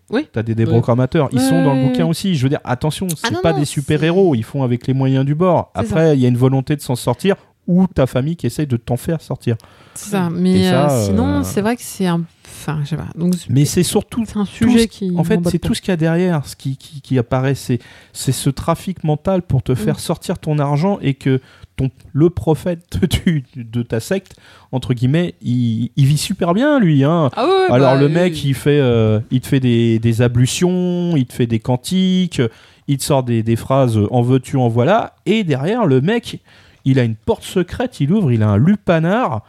Speaker 4: oui.
Speaker 2: T'as des déprogrammateurs, ils
Speaker 4: Ouais,
Speaker 2: sont dans le
Speaker 4: ouais, Ah
Speaker 2: bouquin
Speaker 4: ouais.
Speaker 2: aussi. Je veux dire, attention, c'est
Speaker 6: non,
Speaker 2: pas
Speaker 6: non,
Speaker 2: des
Speaker 6: c'est-
Speaker 2: super héros, ils font avec les moyens du bord.
Speaker 4: C'est
Speaker 2: Après, il y a une volonté de s'en sortir ou ta famille qui essaye de t'en faire sortir.
Speaker 4: C'est ça. Mais
Speaker 2: Et ça,
Speaker 4: euh, sinon,
Speaker 2: euh,
Speaker 4: c'est vrai que c'est un, enfin, je sais pas. Donc
Speaker 2: Mais c'est surtout
Speaker 4: c'est un sujet
Speaker 2: ce-
Speaker 4: qui.
Speaker 2: En fait,
Speaker 4: m'emballe
Speaker 2: c'est
Speaker 4: pas.
Speaker 2: tout ce qu'il y a derrière, ce qui, qui, qui apparaît. C'est, c'est ce trafic mental pour
Speaker 4: Mm.
Speaker 2: te faire sortir ton argent et que ton, le prophète du- de ta secte, entre guillemets, il, il vit super bien, lui. Hein.
Speaker 4: Ah ouais, ouais,
Speaker 2: Alors,
Speaker 4: bah,
Speaker 2: le
Speaker 4: oui,
Speaker 2: mec,
Speaker 4: oui.
Speaker 2: il, fait, euh, il te fait des, des ablutions, il te fait des cantiques, il te sort des, des phrases euh, en veux-tu, en voilà. Et derrière, le mec, il a une porte secrète, il ouvre, il a un lupanar.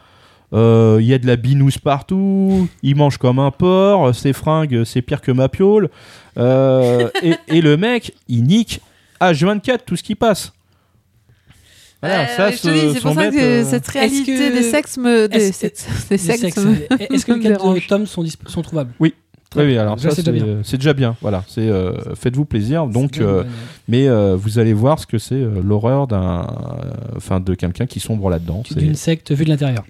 Speaker 2: Euh, Il y a de la binouse partout, il mange comme un porc, ses fringues, c'est pire que ma piole. Euh, et, et le mec, il nique H24 tout ce qui passe. Voilà,
Speaker 4: Euh,
Speaker 2: ça,
Speaker 4: je te dis,
Speaker 2: ce-
Speaker 4: c'est
Speaker 2: son
Speaker 4: pour ça
Speaker 2: bête,
Speaker 4: que
Speaker 2: euh,
Speaker 4: cette réalité
Speaker 1: Est-ce que-
Speaker 4: des sexes me, des,
Speaker 1: Est-ce-
Speaker 4: sexes- des
Speaker 1: Les
Speaker 4: sexes,
Speaker 1: sexes,
Speaker 4: me-
Speaker 1: euh, Est-ce que
Speaker 4: me
Speaker 1: les 4
Speaker 4: dérange.
Speaker 1: tomes sont, disp- sont trouvables
Speaker 2: Oui, oui, alors
Speaker 1: Ça,
Speaker 2: ça,
Speaker 1: c'est
Speaker 2: c'est
Speaker 1: déjà bien.
Speaker 2: euh, c'est déjà bien. Voilà, c'est euh, faites-vous plaisir. Donc,
Speaker 1: C'est bien,
Speaker 2: euh,
Speaker 1: ouais.
Speaker 2: mais euh, vous allez voir ce que c'est euh, l'horreur d'un, euh, enfin, de quelqu'un qui sombre là-dedans.
Speaker 1: d'une
Speaker 2: C'est
Speaker 1: secte vue de l'intérieur.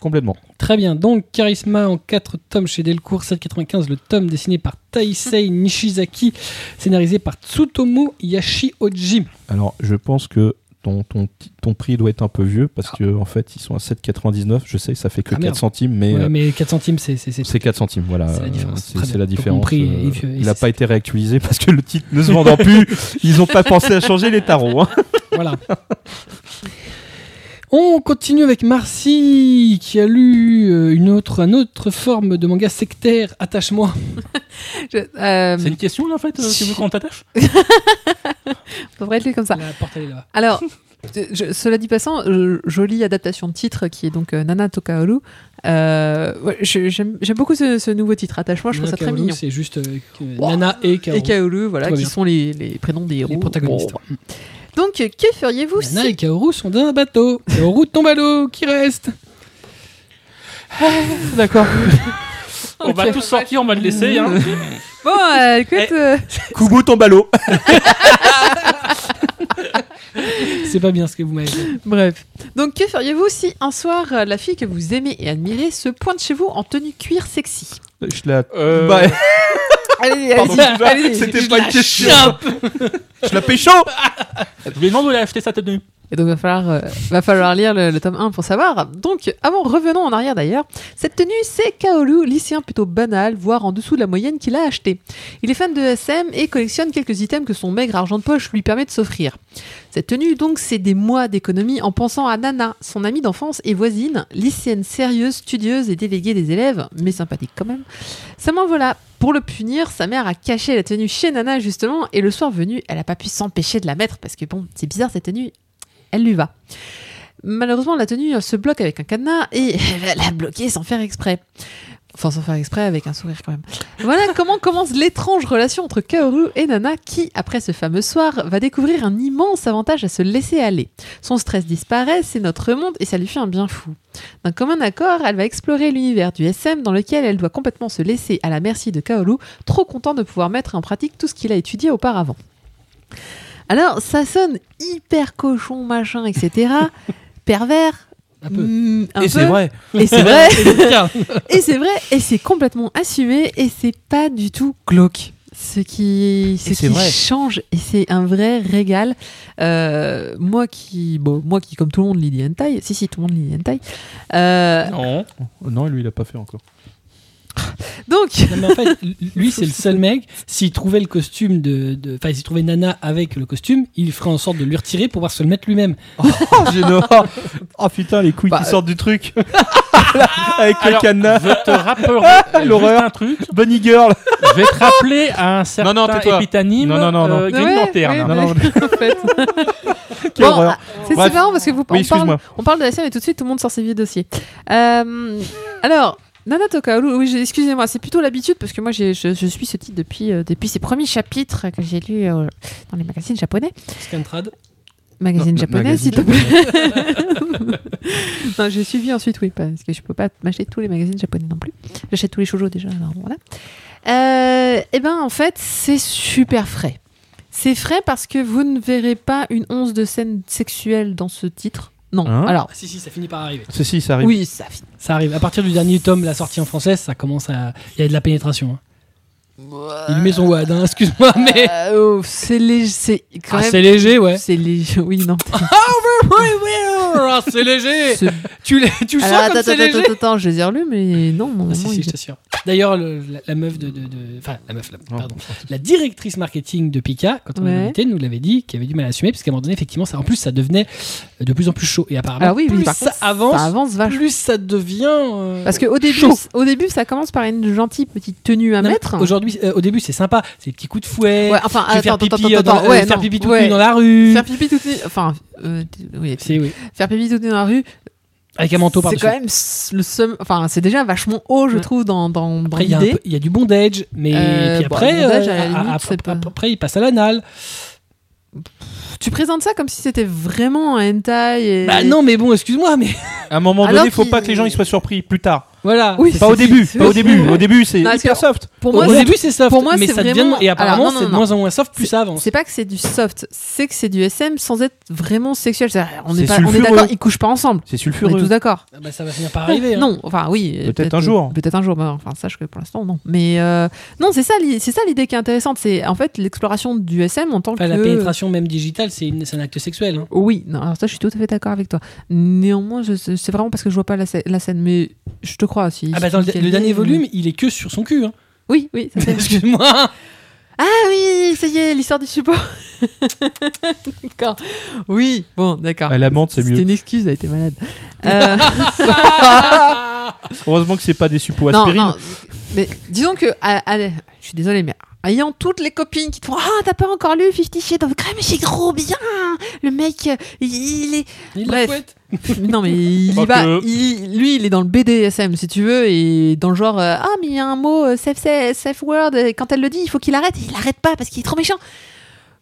Speaker 2: complètement.
Speaker 1: Très bien, donc Charisma en 4 tomes chez Delcourt, 7,95 le tome dessiné par Taisei Nishizaki, scénarisé par Tsutomu Yashioji.
Speaker 2: Alors, je pense que ton, ton, ti- ton prix doit être un peu vieux parce que en fait, ils sont à 7,99. Je sais, ça fait que
Speaker 1: Ah,
Speaker 2: 4
Speaker 1: merde.
Speaker 2: centimes, mais
Speaker 1: Ouais,
Speaker 2: euh,
Speaker 1: mais 4 centimes, c'est c'est- c'est-
Speaker 2: c'est 4 centimes. Voilà,
Speaker 1: C'est la
Speaker 2: Euh,
Speaker 1: différence.
Speaker 2: c'est-
Speaker 1: Très bien.
Speaker 2: C'est la
Speaker 1: Donc, mon
Speaker 2: différence.
Speaker 1: prix est
Speaker 2: euh,
Speaker 1: vieux. Et
Speaker 2: il n'a
Speaker 1: c'est-
Speaker 2: pas été réactualisé parce que le titre ne se vendant plus. ils n'ont pas pensé à changer les tarots. hein.
Speaker 1: Voilà. On continue avec Marcy qui a lu euh, une autre, un autre forme de manga sectaire, Attache-moi.
Speaker 4: Je- euh,
Speaker 5: C'est une question là en fait, euh, tu veux qu'on t'attache
Speaker 4: ça devrait être comme ça.
Speaker 1: La porte elle est là-bas.
Speaker 4: Alors, je- je- cela dit passant, euh, jolie adaptation de titre qui est donc euh, Nana Tokaoru. Euh, ouais, je- J'aime j'aime beaucoup ce, ce nouveau titre. Attache-moi, je trouve ça très
Speaker 1: Kaoru,
Speaker 4: mignon.
Speaker 1: C'est juste euh, que-
Speaker 4: Wow.
Speaker 1: Nana et Kaoru.
Speaker 4: Et Kaoru, voilà,
Speaker 1: Tout va
Speaker 4: qui
Speaker 1: bien.
Speaker 4: sont les, les prénoms des héros.
Speaker 1: les protagonistes.
Speaker 4: Bon, Donc, euh, que feriez-vous si...
Speaker 1: Nana et Kaoru sont d'un bateau. Kaoru tombe à l'eau, qui reste
Speaker 4: D'accord.
Speaker 5: On va tous sortir, on va le laisser. Hein.
Speaker 4: Bon, euh, écoute, euh,
Speaker 2: Kubo tombe à l'eau.
Speaker 1: c'est pas bien ce que vous m'avez fait.
Speaker 4: Bref. Donc, que feriez-vous si un soir, euh, la fille que vous aimez et admirez se pointe chez vous en tenue cuir sexy
Speaker 2: Je la...
Speaker 5: Euh,
Speaker 2: Bah,
Speaker 4: Allez,
Speaker 2: Pardon,
Speaker 4: allez, allez.
Speaker 2: c'était pas une question. Je la pécho
Speaker 5: Je lui demande où elle a acheté sa tenue.
Speaker 4: Et donc, va falloir, euh, va falloir lire le, le tome 1 pour savoir. Donc, avant, revenons en arrière d'ailleurs. Cette tenue, c'est Kaolu, lycéen plutôt banal, voire en dessous de la moyenne qu'il a acheté. Il est fan de SM et collectionne quelques items que son maigre argent de poche lui permet de s'offrir. Cette tenue, donc, c'est des mois d'économie en pensant à Nana, son amie d'enfance et voisine, lycéenne sérieuse, studieuse et déléguée des élèves, mais sympathique quand même. Seulement voilà, pour le punir, sa mère a caché la tenue chez Nana justement, et le soir venu, elle n'a pas pu s'empêcher de la mettre parce que bon, c'est bizarre cette tenue, elle lui va. Malheureusement, la tenue elle se bloque avec un cadenas et elle va la bloquer sans faire exprès. Enfin, sans faire exprès, avec un sourire quand même. Voilà comment commence l'étrange relation entre Kaoru et Nana, qui, après ce fameux soir, va découvrir un immense avantage à se laisser aller. Son stress disparaît, ses notes remontent et ça lui fait un bien fou. D'un commun accord, elle va explorer l'univers du SM dans lequel elle doit complètement se laisser à la merci de Kaoru, trop content de pouvoir mettre en pratique tout ce qu'il a étudié auparavant. Alors, ça sonne hyper cochon, machin, etc. pervers.
Speaker 1: Un peu.
Speaker 4: mm, un
Speaker 3: Et c'est
Speaker 4: peu.
Speaker 3: vrai.
Speaker 4: Et c'est vrai.
Speaker 1: Tiens.
Speaker 4: Et c'est vrai, et c'est complètement assumé, et c'est pas du tout glauque. Ce qui, ce
Speaker 3: Et c'est
Speaker 4: qui
Speaker 3: vrai.
Speaker 4: change, et c'est un vrai régal. Euh, moi qui, bon, moi qui, comme tout le monde, lit des hentai, si, si, tout le monde lit des hentai. Euh,
Speaker 2: Non. Oh, Non, lui, il a pas fait encore.
Speaker 4: donc,
Speaker 1: Non, mais en fait, lui, c'est le seul mec. S'il trouvait le costume de. de- Enfin, s'il trouvait Nana avec le costume, il ferait en sorte de lui retirer pour pouvoir se le mettre lui-même.
Speaker 2: Oh, oh putain, les couilles
Speaker 4: Bah,
Speaker 2: qui sortent du truc Avec le
Speaker 5: Alors,
Speaker 2: cadenas
Speaker 5: Je te rappellerai juste
Speaker 2: L'horreur.
Speaker 5: un truc.
Speaker 2: Bunny Girl
Speaker 5: Je vais te rappeler à un certain
Speaker 2: non, tais-toi.
Speaker 5: épitanime.
Speaker 2: Non, non, non, non.
Speaker 5: euh, Green
Speaker 4: Ouais,
Speaker 5: Lantern.
Speaker 4: ouais,
Speaker 2: Non, non,
Speaker 4: Ah, mais- en fait.
Speaker 2: Quelle
Speaker 4: Bon,
Speaker 2: horreur.
Speaker 4: ah, c'est
Speaker 2: Bref.
Speaker 4: c'est marrant parce que vous on,
Speaker 2: Oui,
Speaker 4: parle,
Speaker 2: excuse-moi.
Speaker 4: on parle de la scène et tout de suite tout le monde sort ses vieux dossiers. Euh, alors, Nana Tokaolu, oui, j'ai- excusez-moi, c'est plutôt l'habitude parce que moi j'ai- je, je suis ce titre depuis, euh, depuis ses premiers chapitres que j'ai lus euh, dans les magazines japonais.
Speaker 1: Scantrad.
Speaker 4: Magazine
Speaker 2: Non,
Speaker 4: japonais,
Speaker 2: magazine
Speaker 4: s'il te plaît. non, j'ai suivi ensuite, oui, parce que je peux pas m'acheter tous les magazines japonais non plus. J'achète tous les shoujo déjà, alors voilà. Euh, Eh ben, en fait, c'est super frais. C'est frais parce que vous ne verrez pas une once de scène sexuelle dans ce titre. Non,
Speaker 2: Hein
Speaker 4: alors,
Speaker 1: Ah, si, si, ça finit par arriver.
Speaker 2: Ceci, ça arrive.
Speaker 4: oui, ça finit.
Speaker 1: Ça arrive. À partir du dernier tome, la sortie en française, ça commence à. Il y a de la pénétration. hein. Il met son wad, hein, excuse-moi, mais.
Speaker 4: Euh, oh, c'est léger, c'est quand
Speaker 1: Ah,
Speaker 4: même.
Speaker 1: c'est léger, ouais.
Speaker 4: C'est léger, oui, non.
Speaker 1: Ah, c'est léger
Speaker 4: C'est-
Speaker 1: Tu, l'es- tu le
Speaker 4: Alors,
Speaker 1: sens
Speaker 4: attends,
Speaker 1: comme
Speaker 4: attends,
Speaker 1: c'est léger
Speaker 4: attends, attends, je les ai relus, mais non, mon
Speaker 1: Ah,
Speaker 4: maman,
Speaker 1: si, si,
Speaker 4: il-
Speaker 1: je t'assure. D'ailleurs, le- la, la meuf de. de- de- Enfin, la meuf, la,
Speaker 2: Oh.
Speaker 1: pardon. La directrice marketing de Pika, quand on l'a
Speaker 4: Ouais.
Speaker 1: invitée, nous l'avait dit, qui avait du mal à assumer, parce qu'à un moment donné, effectivement, ça, en plus, ça devenait de plus en plus chaud. Et apparemment,
Speaker 4: Ah oui, oui,
Speaker 1: plus
Speaker 4: par
Speaker 1: ça
Speaker 4: contre,
Speaker 1: avance,
Speaker 4: ça avance vachement.
Speaker 1: plus ça devient. euh,
Speaker 4: Parce qu'au début,
Speaker 1: Chaud.
Speaker 4: au début, ça commence par une gentille petite tenue à
Speaker 1: non, mais
Speaker 4: mettre.
Speaker 1: Aujourd'hui, euh, au début, c'est sympa. C'est les petits coups de fouet.
Speaker 4: Ouais, enfin,
Speaker 1: je vais
Speaker 4: attends,
Speaker 1: faire
Speaker 4: attends,
Speaker 1: pipi,
Speaker 4: attends,
Speaker 1: euh, dans-
Speaker 4: attends,
Speaker 1: euh,
Speaker 4: ouais,
Speaker 1: faire
Speaker 4: non,
Speaker 1: pipi tout
Speaker 4: ouais.
Speaker 1: nu dans la rue.
Speaker 4: Faire pipi toute nue, enfin, euh, t- oui,
Speaker 1: C'est oui.
Speaker 4: faire pipi toute nue dans la rue,
Speaker 1: Avec un manteau
Speaker 4: c'est
Speaker 1: par-dessus.
Speaker 4: quand même s- le seum- enfin, c'est déjà vachement haut, je
Speaker 1: Ouais.
Speaker 4: trouve, dans, dans, dans
Speaker 1: Après, il y, a un
Speaker 4: l'idée.
Speaker 1: peu- il y a du bondage, mais
Speaker 4: Euh,
Speaker 1: puis
Speaker 4: bon,
Speaker 1: après,
Speaker 4: le bondage,
Speaker 1: euh,
Speaker 4: à la
Speaker 1: a-
Speaker 4: limite,
Speaker 1: a-
Speaker 4: c'est pas-
Speaker 1: après, il passe à l'anal.
Speaker 4: Tu présentes ça comme si c'était vraiment un hentai. Et...
Speaker 1: Bah non, mais bon, excuse-moi, mais
Speaker 2: À un moment
Speaker 4: Alors
Speaker 2: donné, faut
Speaker 4: qu'il-
Speaker 2: pas que les gens ils soient surpris plus tard.
Speaker 1: voilà.
Speaker 4: Oui,
Speaker 2: Pas au début,
Speaker 4: c'est-
Speaker 2: pas au début. Au début, c'est
Speaker 4: Non, parce
Speaker 2: hyper
Speaker 4: que-
Speaker 2: soft.
Speaker 4: Pour
Speaker 1: Au
Speaker 4: moi, c'est-
Speaker 1: début, c'est soft,
Speaker 4: pour moi,
Speaker 1: mais
Speaker 4: c'est
Speaker 1: ça
Speaker 4: vraiment-
Speaker 1: devient et apparemment,
Speaker 4: Alors, non, non,
Speaker 1: c'est de
Speaker 4: non.
Speaker 1: moins en moins soft plus ça avance.
Speaker 4: c'est pas que c'est du soft, c'est que c'est du SM sans être vraiment sexuel. C'est-à-dire, On est,
Speaker 2: C'est
Speaker 4: pas- on est
Speaker 2: sulfureux.
Speaker 4: d'accord, ils couchent pas ensemble.
Speaker 2: C'est
Speaker 4: On est
Speaker 2: sulfureux.
Speaker 4: tous d'accord.
Speaker 1: Ah bah, ça va finir par arriver. hein.
Speaker 4: Non, enfin oui. euh,
Speaker 2: Peut-être un jour.
Speaker 4: Peut-être un jour. bah, enfin, sache que pour l'instant, non. Mais euh, non, c'est ça, l'i- c'est ça l'idée qui est intéressante. C'est en fait l'exploration du SM en tant
Speaker 1: Enfin,
Speaker 4: que.
Speaker 1: la pénétration même digitale, c'est une- c'est un acte sexuel. hein.
Speaker 4: Oui, non, alors ça, je suis tout à fait d'accord avec toi. Néanmoins, je- c'est vraiment parce que je vois pas la, scè- la scène, mais je te crois aussi.
Speaker 1: Ah bah, dans le, le dernier volume, il est que sur son cul. hein.
Speaker 4: Oui, oui. ça fait-
Speaker 1: Excuse-moi.
Speaker 4: ah oui, ça y est, l'histoire du support. d'accord. Oui, bon, d'accord.
Speaker 2: À la menthe, c'est
Speaker 4: C'était
Speaker 2: mieux.
Speaker 4: une excuse, elle était malade. Euh,
Speaker 2: Heureusement que c'est pas des suppos
Speaker 4: Non,
Speaker 2: aspirine.
Speaker 4: non, Mais disons que, ah, allez, je suis désolée, mais ayant toutes les copines qui te font Ah, t'as pas encore lu Fifty Shades of Grey, mais c'est trop bien Le mec, euh, il, il est.
Speaker 1: Il la
Speaker 4: Bref.
Speaker 1: fouette.
Speaker 4: Non, mais il y
Speaker 5: Pas
Speaker 4: va.
Speaker 5: que.
Speaker 4: Il- lui, il est dans le BDSM, si tu veux, et dans le genre euh, Ah, mais il y a un mot, euh, safe, safe, safe word, et quand elle le dit, il faut qu'il arrête, et il arrête pas parce qu'il est trop méchant.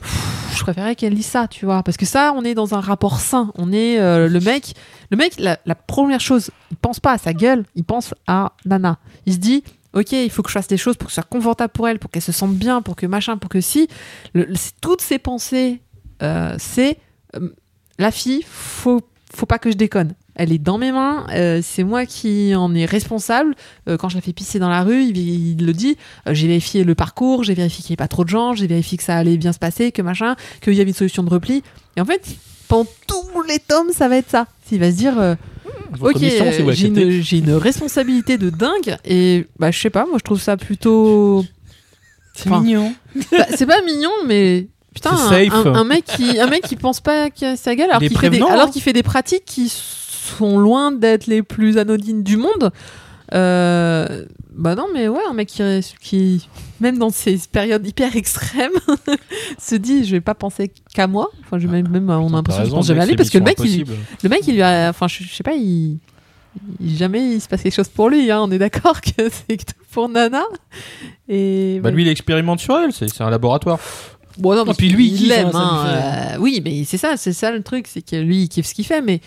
Speaker 4: Pff, Je préférais qu'elle lise ça, tu vois, parce que ça, on est dans un rapport sain. On est euh, le mec, le mec, la, la première chose, il pense pas à sa gueule, il pense à Nana. Il se dit, ok, il faut que je fasse des choses pour que ce soit confortable pour elle, pour qu'elle se sente bien, pour que machin, pour que si. Le- le- c'est- toutes ses pensées, euh, c'est euh, la fille, faut, faut pas que je déconne. Elle est dans mes mains, euh, c'est moi qui en est responsable. Euh, quand je la fais pisser dans la rue, il, il le dit. Euh, j'ai vérifié le parcours, j'ai vérifié qu'il n'y ait pas trop de gens, j'ai vérifié que ça allait bien se passer, que machin, qu'il y avait une solution de repli. Et en fait, pendant tous les tomes, ça va être ça. Il va se dire, euh,
Speaker 5: Votre
Speaker 4: ok,
Speaker 5: mission, si vous
Speaker 4: euh, j'ai
Speaker 5: l'acceptez.
Speaker 4: une, j'ai une responsabilité de dingue. Et bah, je sais pas, moi je trouve ça plutôt
Speaker 1: C'est
Speaker 4: Enfin,
Speaker 1: mignon.
Speaker 4: bah, c'est pas mignon, mais putain,
Speaker 2: C'est
Speaker 4: un,
Speaker 2: safe.
Speaker 4: un- un mec qui, un mec qui pense pas à sa gueule, alors
Speaker 2: Il est
Speaker 4: qu'il fait, des-
Speaker 2: prévenant,
Speaker 4: alors
Speaker 2: hein.
Speaker 4: qu'il fait des pratiques qui sont loin d'être les plus anodines du monde. Euh, bah non, mais ouais, un mec qui, qui même dans ces périodes hyper extrêmes, se dit je vais pas penser qu'à moi. Enfin,
Speaker 2: Ah,
Speaker 4: j'ai même, même on a l'impression qu'il pense jamais à lui parce que le mec, il, le mec, il lui a, enfin, je, je sais pas, il, il- jamais il se passe quelque chose pour lui. hein. on est d'accord que c'est que pour Nana. Et
Speaker 2: Bah
Speaker 4: ouais.
Speaker 2: lui, il expérimente sur elle, c'est c'est un laboratoire.
Speaker 4: Bon, non, mais
Speaker 1: puis lui, il kiffe,
Speaker 4: l'aime.
Speaker 1: hein, ça lui
Speaker 4: hein, euh, oui, mais c'est ça, c'est ça le truc, c'est que lui, il kiffe ce qu'il fait, mais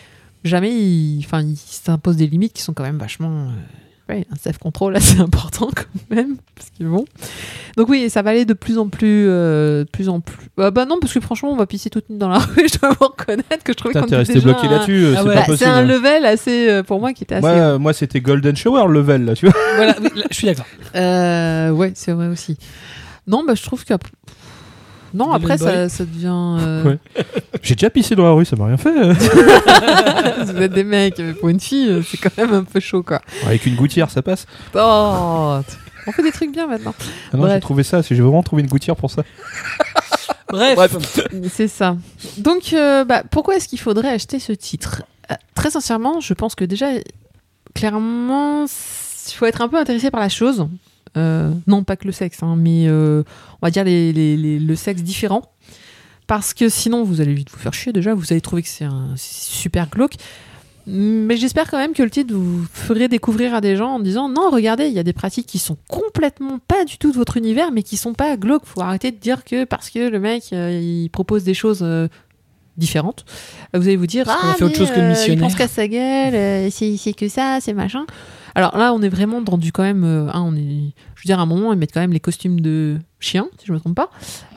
Speaker 4: jamais il, enfin, il s'impose des limites qui sont quand même vachement. euh, ouais, un self-control assez important quand même, parce que bon. Donc oui, et ça va aller de plus en plus, euh, de plus en plus. Bah, bah non, parce que franchement, on va pisser toute nuit dans la rue. Je dois vous reconnaître que je trouvais
Speaker 2: Putain,
Speaker 4: qu'on
Speaker 2: t'es
Speaker 4: était
Speaker 2: resté
Speaker 4: déjà
Speaker 2: bloqué
Speaker 4: à-
Speaker 2: là-dessus, euh,
Speaker 1: Ah
Speaker 2: c'est
Speaker 1: ouais.
Speaker 4: Bah,
Speaker 2: pas
Speaker 4: c'est
Speaker 2: possible.
Speaker 4: un level assez, euh, pour moi, qui était assez.
Speaker 2: Moi, euh, moi c'était Golden Shower level là, tu vois.
Speaker 1: voilà, oui, là, je suis d'accord.
Speaker 4: Euh, ouais, c'est vrai aussi. Non, bah je trouve que. Non,
Speaker 1: Golden
Speaker 4: après, ça,
Speaker 1: Boy.
Speaker 4: ça devient. euh,
Speaker 2: Ouais. J'ai déjà pissé dans la rue, ça m'a rien fait. euh.
Speaker 4: Vous êtes des mecs, mais pour une fille, euh, c'est quand même un peu chaud, quoi.
Speaker 2: Avec une gouttière, ça passe.
Speaker 4: Oh, on fait des trucs bien maintenant.
Speaker 2: Ah non,
Speaker 4: Bref.
Speaker 2: j'ai trouvé ça, c'est- j'ai vraiment trouvé une gouttière pour ça.
Speaker 1: Bref,
Speaker 4: C'est ça. Donc, euh, bah, pourquoi est-ce qu'il faudrait acheter ce titre Euh, Très sincèrement, je pense que déjà, clairement, il faut être un peu intéressé par la chose. Euh, non, pas que le sexe, hein, mais euh, on va dire les- les- les- le sexe différent. Parce que sinon, vous allez vite vous faire chier déjà, vous allez trouver que c'est un c'est super glauque. Mais j'espère quand même que le titre vous ferez découvrir à des gens en disant non, regardez, il y a des pratiques qui sont complètement pas du tout de votre univers, mais qui sont pas glauques. Faut arrêter de dire que parce que le mec euh, il propose des choses euh, différentes, vous allez vous dire
Speaker 1: Parce qu'on
Speaker 4: ah
Speaker 1: a fait autre
Speaker 4: mais,
Speaker 1: chose que le
Speaker 4: euh, il
Speaker 1: missionnaire.
Speaker 4: pense qu'à sa gueule, euh, c'est c'est que ça, c'est machin. Alors là, on est vraiment dans du quand même. euh, hein, on est, je veux dire, à un moment, ils mettent quand même les costumes de chiens, si je me trompe pas,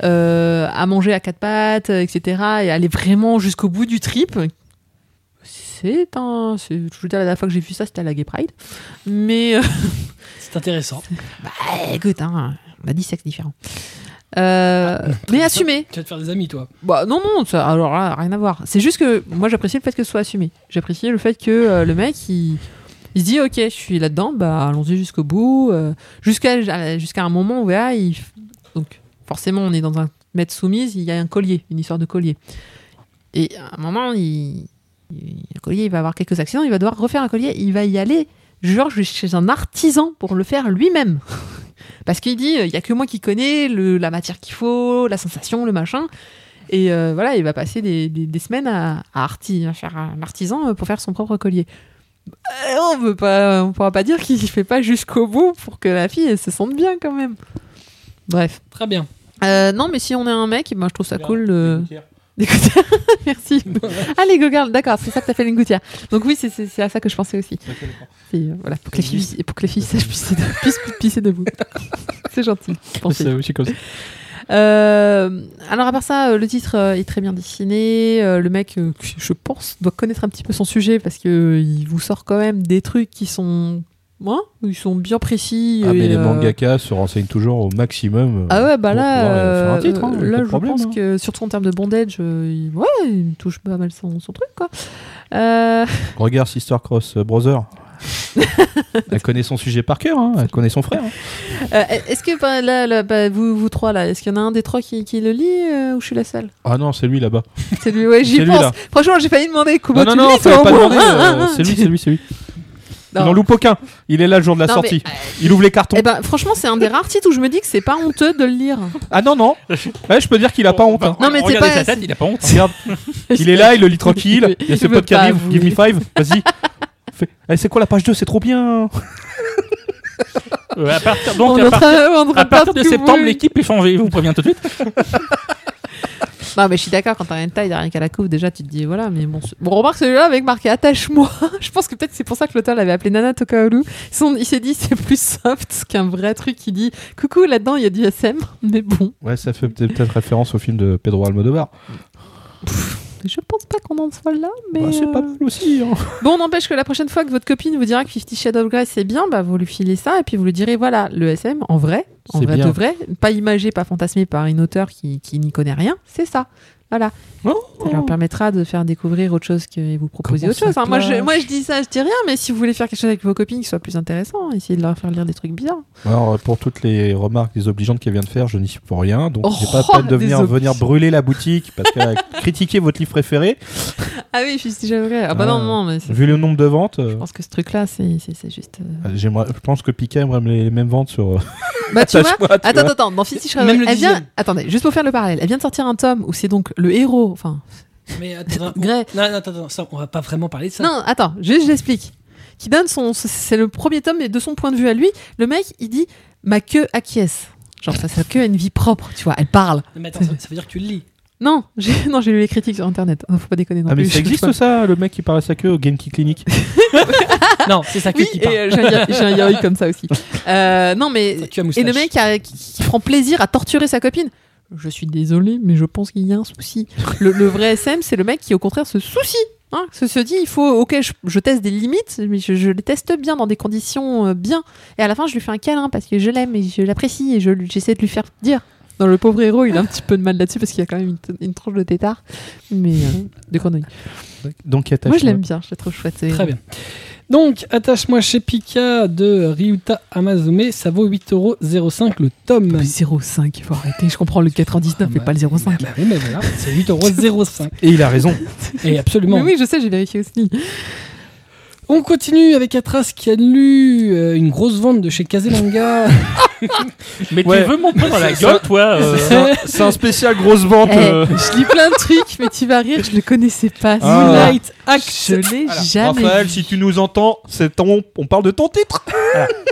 Speaker 4: euh, à manger à quatre pattes, euh, etc. Et aller vraiment jusqu'au bout du trip. C'est un. c'est- Je veux dire, la dernière fois que j'ai vu ça, c'était à la Gay Pride. Mais. euh,
Speaker 1: c'est intéressant.
Speaker 4: bah écoute, hein, on a 10 sexes différents. Euh, mais assumé,
Speaker 1: Tu vas te faire des amis, toi.
Speaker 4: bah non, non, ça, alors là, rien à voir. C'est juste que moi j'apprécie le fait que ce soit assumé. J'apprécie le fait que euh, le mec il, il se dit ok, je suis là-dedans, bah allons-y jusqu'au bout, euh, jusqu'à à- jusqu'à un moment où là, il, donc forcément on est dans un maître soumise, il y a un collier, une histoire de collier. Et à un moment, il, il- le collier il va avoir quelques accidents, il va devoir refaire un collier, il va y aller genre chez un artisan pour le faire lui-même. Parce qu'il dit, euh, il y a que moi qui connais le- la matière qu'il faut, la sensation, le machin. Et euh, voilà, il va passer des, des- des semaines à, à, arti- à faire un artisan euh, pour faire son propre collier. Euh, on veut pas, on pourra pas dire qu'il fait pas jusqu'au bout pour que la fille elle se sente bien quand même. Bref.
Speaker 1: Très bien.
Speaker 4: Euh, non, mais si on est un mec, ben, je trouve ça
Speaker 5: Bien,
Speaker 4: cool. euh, d'écouter. Merci. Ah, les gogards, d'accord, c'est ça que t'as fait les gouttières. Donc oui, c'est- c'est c'est à ça que je pensais aussi. C'est, euh, voilà, pour que les filles, et pour que les filles sachent pisser, de- puissent pisser debout. c'est gentil. pensez. Euh, alors à part ça, euh, le titre euh, est très bien dessiné. euh, le mec, euh, qui, je pense, doit connaître un petit peu son sujet parce que euh, il vous sort quand même des trucs qui sont, hein, ils sont bien précis.
Speaker 2: Ah,
Speaker 4: et,
Speaker 2: mais les
Speaker 4: euh,
Speaker 2: mangaka se renseignent toujours au maximum. euh,
Speaker 4: Ah ouais, bah
Speaker 2: pour
Speaker 4: là,
Speaker 2: pouvoir, euh, faire un
Speaker 4: euh,
Speaker 2: titre, hein, y a
Speaker 4: là,
Speaker 2: pas de
Speaker 4: je
Speaker 2: problème,
Speaker 4: pense
Speaker 2: hein.
Speaker 4: que surtout en termes de bondage, euh, il, ouais, il touche pas mal son, son truc quoi. Euh,
Speaker 2: Regarde Sister Cross euh, Brother. elle connaît son sujet par cœur, hein, elle connaît son frère. hein.
Speaker 4: euh, est-ce que bah, là, là, bah, vous, vous trois là, est-ce qu'il y en a un des trois qui, qui le lit euh, ou je suis la seule
Speaker 2: Ah non, c'est lui là-bas.
Speaker 4: C'est lui, ouais, j'y
Speaker 2: C'est lui,
Speaker 4: pense.
Speaker 2: là.
Speaker 4: Franchement, j'ai failli demander comment
Speaker 2: Non, Bah, non,
Speaker 4: Bah, tu
Speaker 2: non,
Speaker 4: lis,
Speaker 2: fallait
Speaker 4: toi,
Speaker 2: pas
Speaker 4: au moins.
Speaker 2: demander.
Speaker 4: Ah,
Speaker 2: euh,
Speaker 4: ah,
Speaker 2: c'est lui,
Speaker 4: tu-
Speaker 2: c'est lui, c'est lui. Il
Speaker 4: Non.
Speaker 2: en loupe aucun. Il est là le jour de la
Speaker 4: Non, mais,
Speaker 2: sortie. Il ouvre les cartons.
Speaker 4: Eh ben, franchement, c'est un des rares titres où je me dis que c'est pas honteux de le lire.
Speaker 2: Ah non, non. Ouais, je peux dire qu'il a pas honte. hein.
Speaker 4: Non, mais c'est
Speaker 5: Regardez
Speaker 4: pas-
Speaker 5: Bah, sa tête, il a pas honte.
Speaker 2: Regarde, il est là, il le lit tranquille. Il y a
Speaker 4: Je
Speaker 2: ses
Speaker 4: veux
Speaker 2: potes qui
Speaker 4: pas
Speaker 2: arrivent.
Speaker 4: vous-
Speaker 2: Give me five, vas-y. Fait, Allez, c'est quoi la page 2 C'est trop bien.
Speaker 5: Euh, à partir, donc,
Speaker 4: On est
Speaker 5: à,
Speaker 4: en
Speaker 5: par-
Speaker 4: train- on est en train
Speaker 5: à partir de
Speaker 4: partir
Speaker 5: septembre,
Speaker 4: vous-
Speaker 5: l'équipe est changée, je vous préviens tout de suite.
Speaker 4: Non, mais je suis d'accord, quand t'as rien de taille, t'as rien qu'à la coupe, déjà, tu te dis, voilà, mais bon. ce- Bon, remarque celui-là avec marqué attache-moi. Je pense que peut-être c'est pour ça que l'auteur l'avait appelé Nana Tokaoru. Son- Il s'est dit, c'est plus soft qu'un vrai truc qui dit, coucou, là-dedans, il y a du SM. Mais bon.
Speaker 2: Ouais, ça fait peut-être référence au film de Pedro Almodovar.
Speaker 4: Je pense pas qu'on en soit là, mais.
Speaker 2: Bah, c'est
Speaker 4: euh,
Speaker 2: pas mal aussi. hein.
Speaker 4: Bon, n'empêche que la prochaine fois que votre copine vous dira que Fifty Shadow of Grey c'est bien, bah vous lui filez ça et puis vous lui direz voilà, le SM en vrai, en
Speaker 2: C'est
Speaker 4: vrai
Speaker 2: bien.
Speaker 4: de vrai, pas imagé, pas fantasmé par une auteure qui, qui n'y connaît rien, c'est ça. Voilà.
Speaker 2: Oh.
Speaker 4: Ça leur permettra de faire découvrir autre chose que et vous proposer
Speaker 2: Comment
Speaker 4: autre chose.
Speaker 2: ça
Speaker 4: hein. Moi, je,
Speaker 2: clash
Speaker 4: moi je dis ça, je dis rien, mais si vous voulez faire quelque chose avec vos copines qui soit plus intéressant, essayez de leur faire lire des trucs bizarres.
Speaker 2: Alors, euh, pour toutes les remarques désobligeantes qu'elle vient de faire, je n'y suis pour rien. Donc,
Speaker 4: Oh,
Speaker 2: j'ai pas peur de venir,
Speaker 4: désobligeant.
Speaker 2: venir brûler la boutique parce qu'elle a critiqué votre livre préféré.
Speaker 4: Ah oui, Fifty Shadow of Grey. Ah bah
Speaker 2: Ah.
Speaker 4: non, non, mais c'est-
Speaker 2: Vu le nombre de ventes, euh,
Speaker 4: je pense que ce truc là, c'est c'est- c'est juste. euh,
Speaker 2: j'aimerais- je pense que Pika aimerait les les mêmes ventes sur. euh,
Speaker 4: Bah tu vois,
Speaker 2: Attache-moi, tu
Speaker 4: attends,
Speaker 2: vois.
Speaker 4: attends, dans Fifty Shadow
Speaker 1: Même
Speaker 4: of Grey,
Speaker 1: le
Speaker 4: elle vient,
Speaker 1: dixième.
Speaker 4: attendez, juste pour faire le parallèle, elle vient de sortir un tome où c'est donc le héros, enfin
Speaker 1: Mais attends, on-
Speaker 4: Grey,
Speaker 1: non, non, attends, attends, ça, on va pas vraiment parler de ça.
Speaker 4: Non, attends, juste j'explique. Qui donne son. C'est le premier tome, mais de son point de vue à lui, le mec, il dit Ma queue acquiesce. Genre, ça, sa queue a une vie propre, tu vois, elle parle.
Speaker 1: Mais attends, ça, ça veut dire que tu le lis.
Speaker 4: Non, j'ai non, j'ai lu les critiques sur internet. Non, faut pas déconner non
Speaker 2: Ah, mais
Speaker 4: plus.
Speaker 2: ça existe ça, le mec qui parle à sa queue au Genki Clinic
Speaker 1: Non, c'est ça que
Speaker 4: Ah. Oui,
Speaker 1: qui
Speaker 4: et
Speaker 1: parle.
Speaker 4: euh, j'ai un ya- j'ai un yaoi comme ça aussi. Euh, non, mais.
Speaker 1: Ça tue à moustache.
Speaker 4: Et le mec a- qui, qui prend plaisir à torturer sa copine. Je suis désolé, mais je pense qu'il y a un souci. Le, le vrai SM, c'est le mec qui, au contraire, se soucie. Hein, se, se dit, il faut, ok, je, je teste des limites, mais je, je les teste bien, dans des conditions euh, bien. Et à la fin, je lui fais un câlin parce que je l'aime et je l'apprécie et je lui- j'essaie de lui faire dire. Dans le pauvre héros, il a un petit peu de mal là-dessus parce qu'il y a quand même une, t- une tranche de tétard. Mais euh, de grenouille.
Speaker 2: Donc, attache.
Speaker 4: Moi, je l'aime bien, je le trouve chouette. ce héros.
Speaker 1: Très bien. Donc, Attache-moi chez Pika de Ryuta Amazume, ça vaut 8,05€ le
Speaker 4: Ah, euh,
Speaker 1: tome.
Speaker 4: 0,5, faut arrêter. Je comprends le 99, mais
Speaker 1: bah,
Speaker 4: pas le 0,5.
Speaker 1: Bah oui, mais voilà, c'est 8,05€.
Speaker 2: Et il a raison.
Speaker 1: Et absolument.
Speaker 4: Mais oui, je sais, j'ai vérifié aussi.
Speaker 1: On continue avec Atras qui a lu euh, une grosse vente de chez Kazelanga.
Speaker 5: Mais
Speaker 2: Ouais.
Speaker 5: tu veux mon poing dans la gueule, toi euh,
Speaker 2: C'est un spécial grosse vente. euh.
Speaker 4: Eh, je lis plein de trucs, mais tu vas rire, je le connaissais pas.
Speaker 2: Ah.
Speaker 4: celui-là.
Speaker 1: Moonlight
Speaker 4: Je
Speaker 1: Axe.
Speaker 4: l'ai jamais
Speaker 2: Raphaël,
Speaker 4: vu.
Speaker 2: si tu nous entends, c'est ton... on parle de ton titre.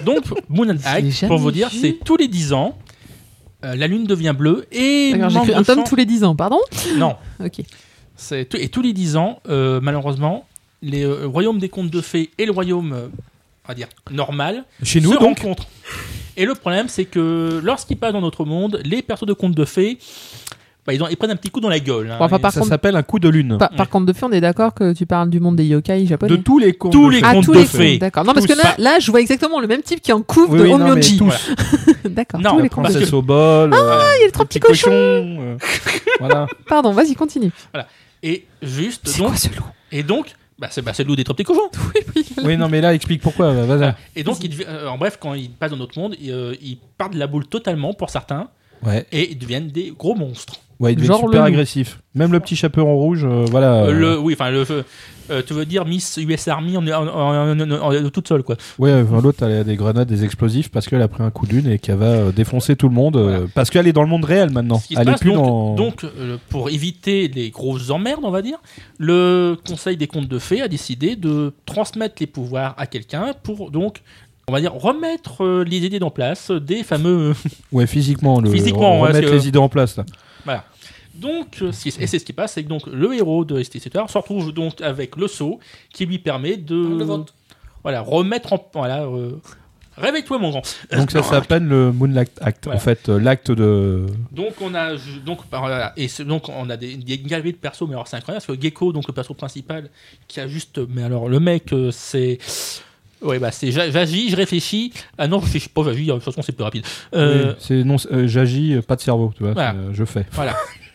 Speaker 5: Donc, Moon and
Speaker 4: l'ai
Speaker 5: Hike,
Speaker 4: jamais
Speaker 5: pour vous dire,
Speaker 4: vu.
Speaker 5: c'est tous les 10 ans, euh, la lune devient bleue et
Speaker 4: D'accord, j'ai cru un
Speaker 5: Mango
Speaker 4: tome
Speaker 5: Sang-
Speaker 4: tous les 10 ans, pardon
Speaker 5: Non,
Speaker 4: Ok.
Speaker 5: c'est tout- et tous les 10 ans, euh, malheureusement, les euh, le royaume des contes de fées et le royaume, euh, on va dire, normal
Speaker 2: Chez
Speaker 5: se
Speaker 2: nous, donc.
Speaker 5: rencontrent. Et le problème, c'est que lorsqu'ils passent dans notre monde, les persos de contes de fées, bah, ils, ont- ils prennent un petit coup dans la gueule. hein.
Speaker 4: Bon, enfin, par,
Speaker 2: ça
Speaker 4: contre,
Speaker 2: s'appelle un coup de lune.
Speaker 4: par, par contre, de fait, on est d'accord que tu parles du monde des yokai
Speaker 2: De
Speaker 4: japonais
Speaker 2: tous les contes.
Speaker 5: Tous
Speaker 2: de
Speaker 5: les
Speaker 2: fées.
Speaker 4: Ah,
Speaker 5: contes
Speaker 4: tous
Speaker 5: de
Speaker 4: les
Speaker 5: fées.
Speaker 4: D'accord. Non, parce
Speaker 5: Tous,
Speaker 4: que là,
Speaker 5: pas-
Speaker 4: là, je vois exactement le même type qui est en couvre
Speaker 2: Oui,
Speaker 4: de
Speaker 2: oui, non, mais
Speaker 4: Onmyoji.
Speaker 2: tous.
Speaker 4: D'accord. Ah,
Speaker 5: Non,
Speaker 4: tous les
Speaker 5: mais
Speaker 4: cons.
Speaker 5: parce
Speaker 2: Princesse
Speaker 5: que-
Speaker 2: au bol. euh,
Speaker 4: Ah, il y a les trois petits
Speaker 2: petit
Speaker 4: cochons.
Speaker 2: cochon, euh, voilà.
Speaker 4: Pardon, vas-y, continue.
Speaker 5: Et juste,
Speaker 4: C'est
Speaker 5: donc,
Speaker 4: quoi ce loup
Speaker 5: et donc, bah, c'est bah, c'est le loup des trois petits cochons.
Speaker 4: Oui, oui, là.
Speaker 2: Oui, non, mais là, explique pourquoi. bah, Vas-y.
Speaker 4: Ah.
Speaker 5: Et donc, ils devi- euh, en bref, quand ils passent dans notre monde, ils, euh, ils partent de la boule totalement pour certains
Speaker 2: Ouais,
Speaker 5: et ils deviennent des gros monstres.
Speaker 2: ouais, il devient
Speaker 4: Genre le
Speaker 2: super
Speaker 4: loup.
Speaker 2: agressif. Même le petit chaperon rouge, euh, voilà.
Speaker 5: Euh,
Speaker 2: euh,
Speaker 5: le, oui, enfin, le, euh, tu veux dire Miss US Army en, en- en- en- en- toute seule, quoi.
Speaker 2: Ouais, enfin, l'autre, elle a des grenades, des explosifs parce qu'elle a pris un coup de lune et qu'elle va euh, défoncer tout le monde. euh,
Speaker 5: Voilà.
Speaker 2: Parce qu'elle est dans le monde réel maintenant.
Speaker 5: Ce qui se
Speaker 2: Elle est
Speaker 5: passe,
Speaker 2: plus
Speaker 5: donc,
Speaker 2: dans.
Speaker 5: donc, euh, pour éviter les grosses emmerdes, on va dire, le Conseil des contes de fées a décidé de transmettre les pouvoirs à quelqu'un pour donc. On va dire remettre euh, les idées en place des fameux.
Speaker 2: Ouais, physiquement. Le...
Speaker 5: Physiquement, ouais,
Speaker 2: Remettre
Speaker 5: parce que-
Speaker 2: les idées en place, là.
Speaker 5: Donc, euh, ce qui- et c'est ce qui passe, c'est que donc le héros de STC Tutor se retrouve donc avec le seau qui lui permet de.
Speaker 1: Le ventre.
Speaker 5: Voilà, remettre en. Voilà, euh, réveille-toi, mon grand.
Speaker 2: Donc ça
Speaker 5: Non,
Speaker 2: s'appelle le Moonlight Act,
Speaker 5: Voilà.
Speaker 2: en fait, euh, l'acte de...
Speaker 5: Donc on a je- donc par- voilà, et c'est- donc on a des, des galeries de persos mais alors c'est incroyable parce que Gecko donc le perso principal qui a juste mais alors le mec euh, c'est ouais bah c'est j'a- j'agis je réfléchis ah non je réfléchis pas j'agis de toute façon c'est plus rapide Euh,
Speaker 2: Oui, c'est non, c'est- euh, j'agis, euh, pas de cerveau, tu vois,
Speaker 5: Voilà.
Speaker 2: c'est, euh, je fais.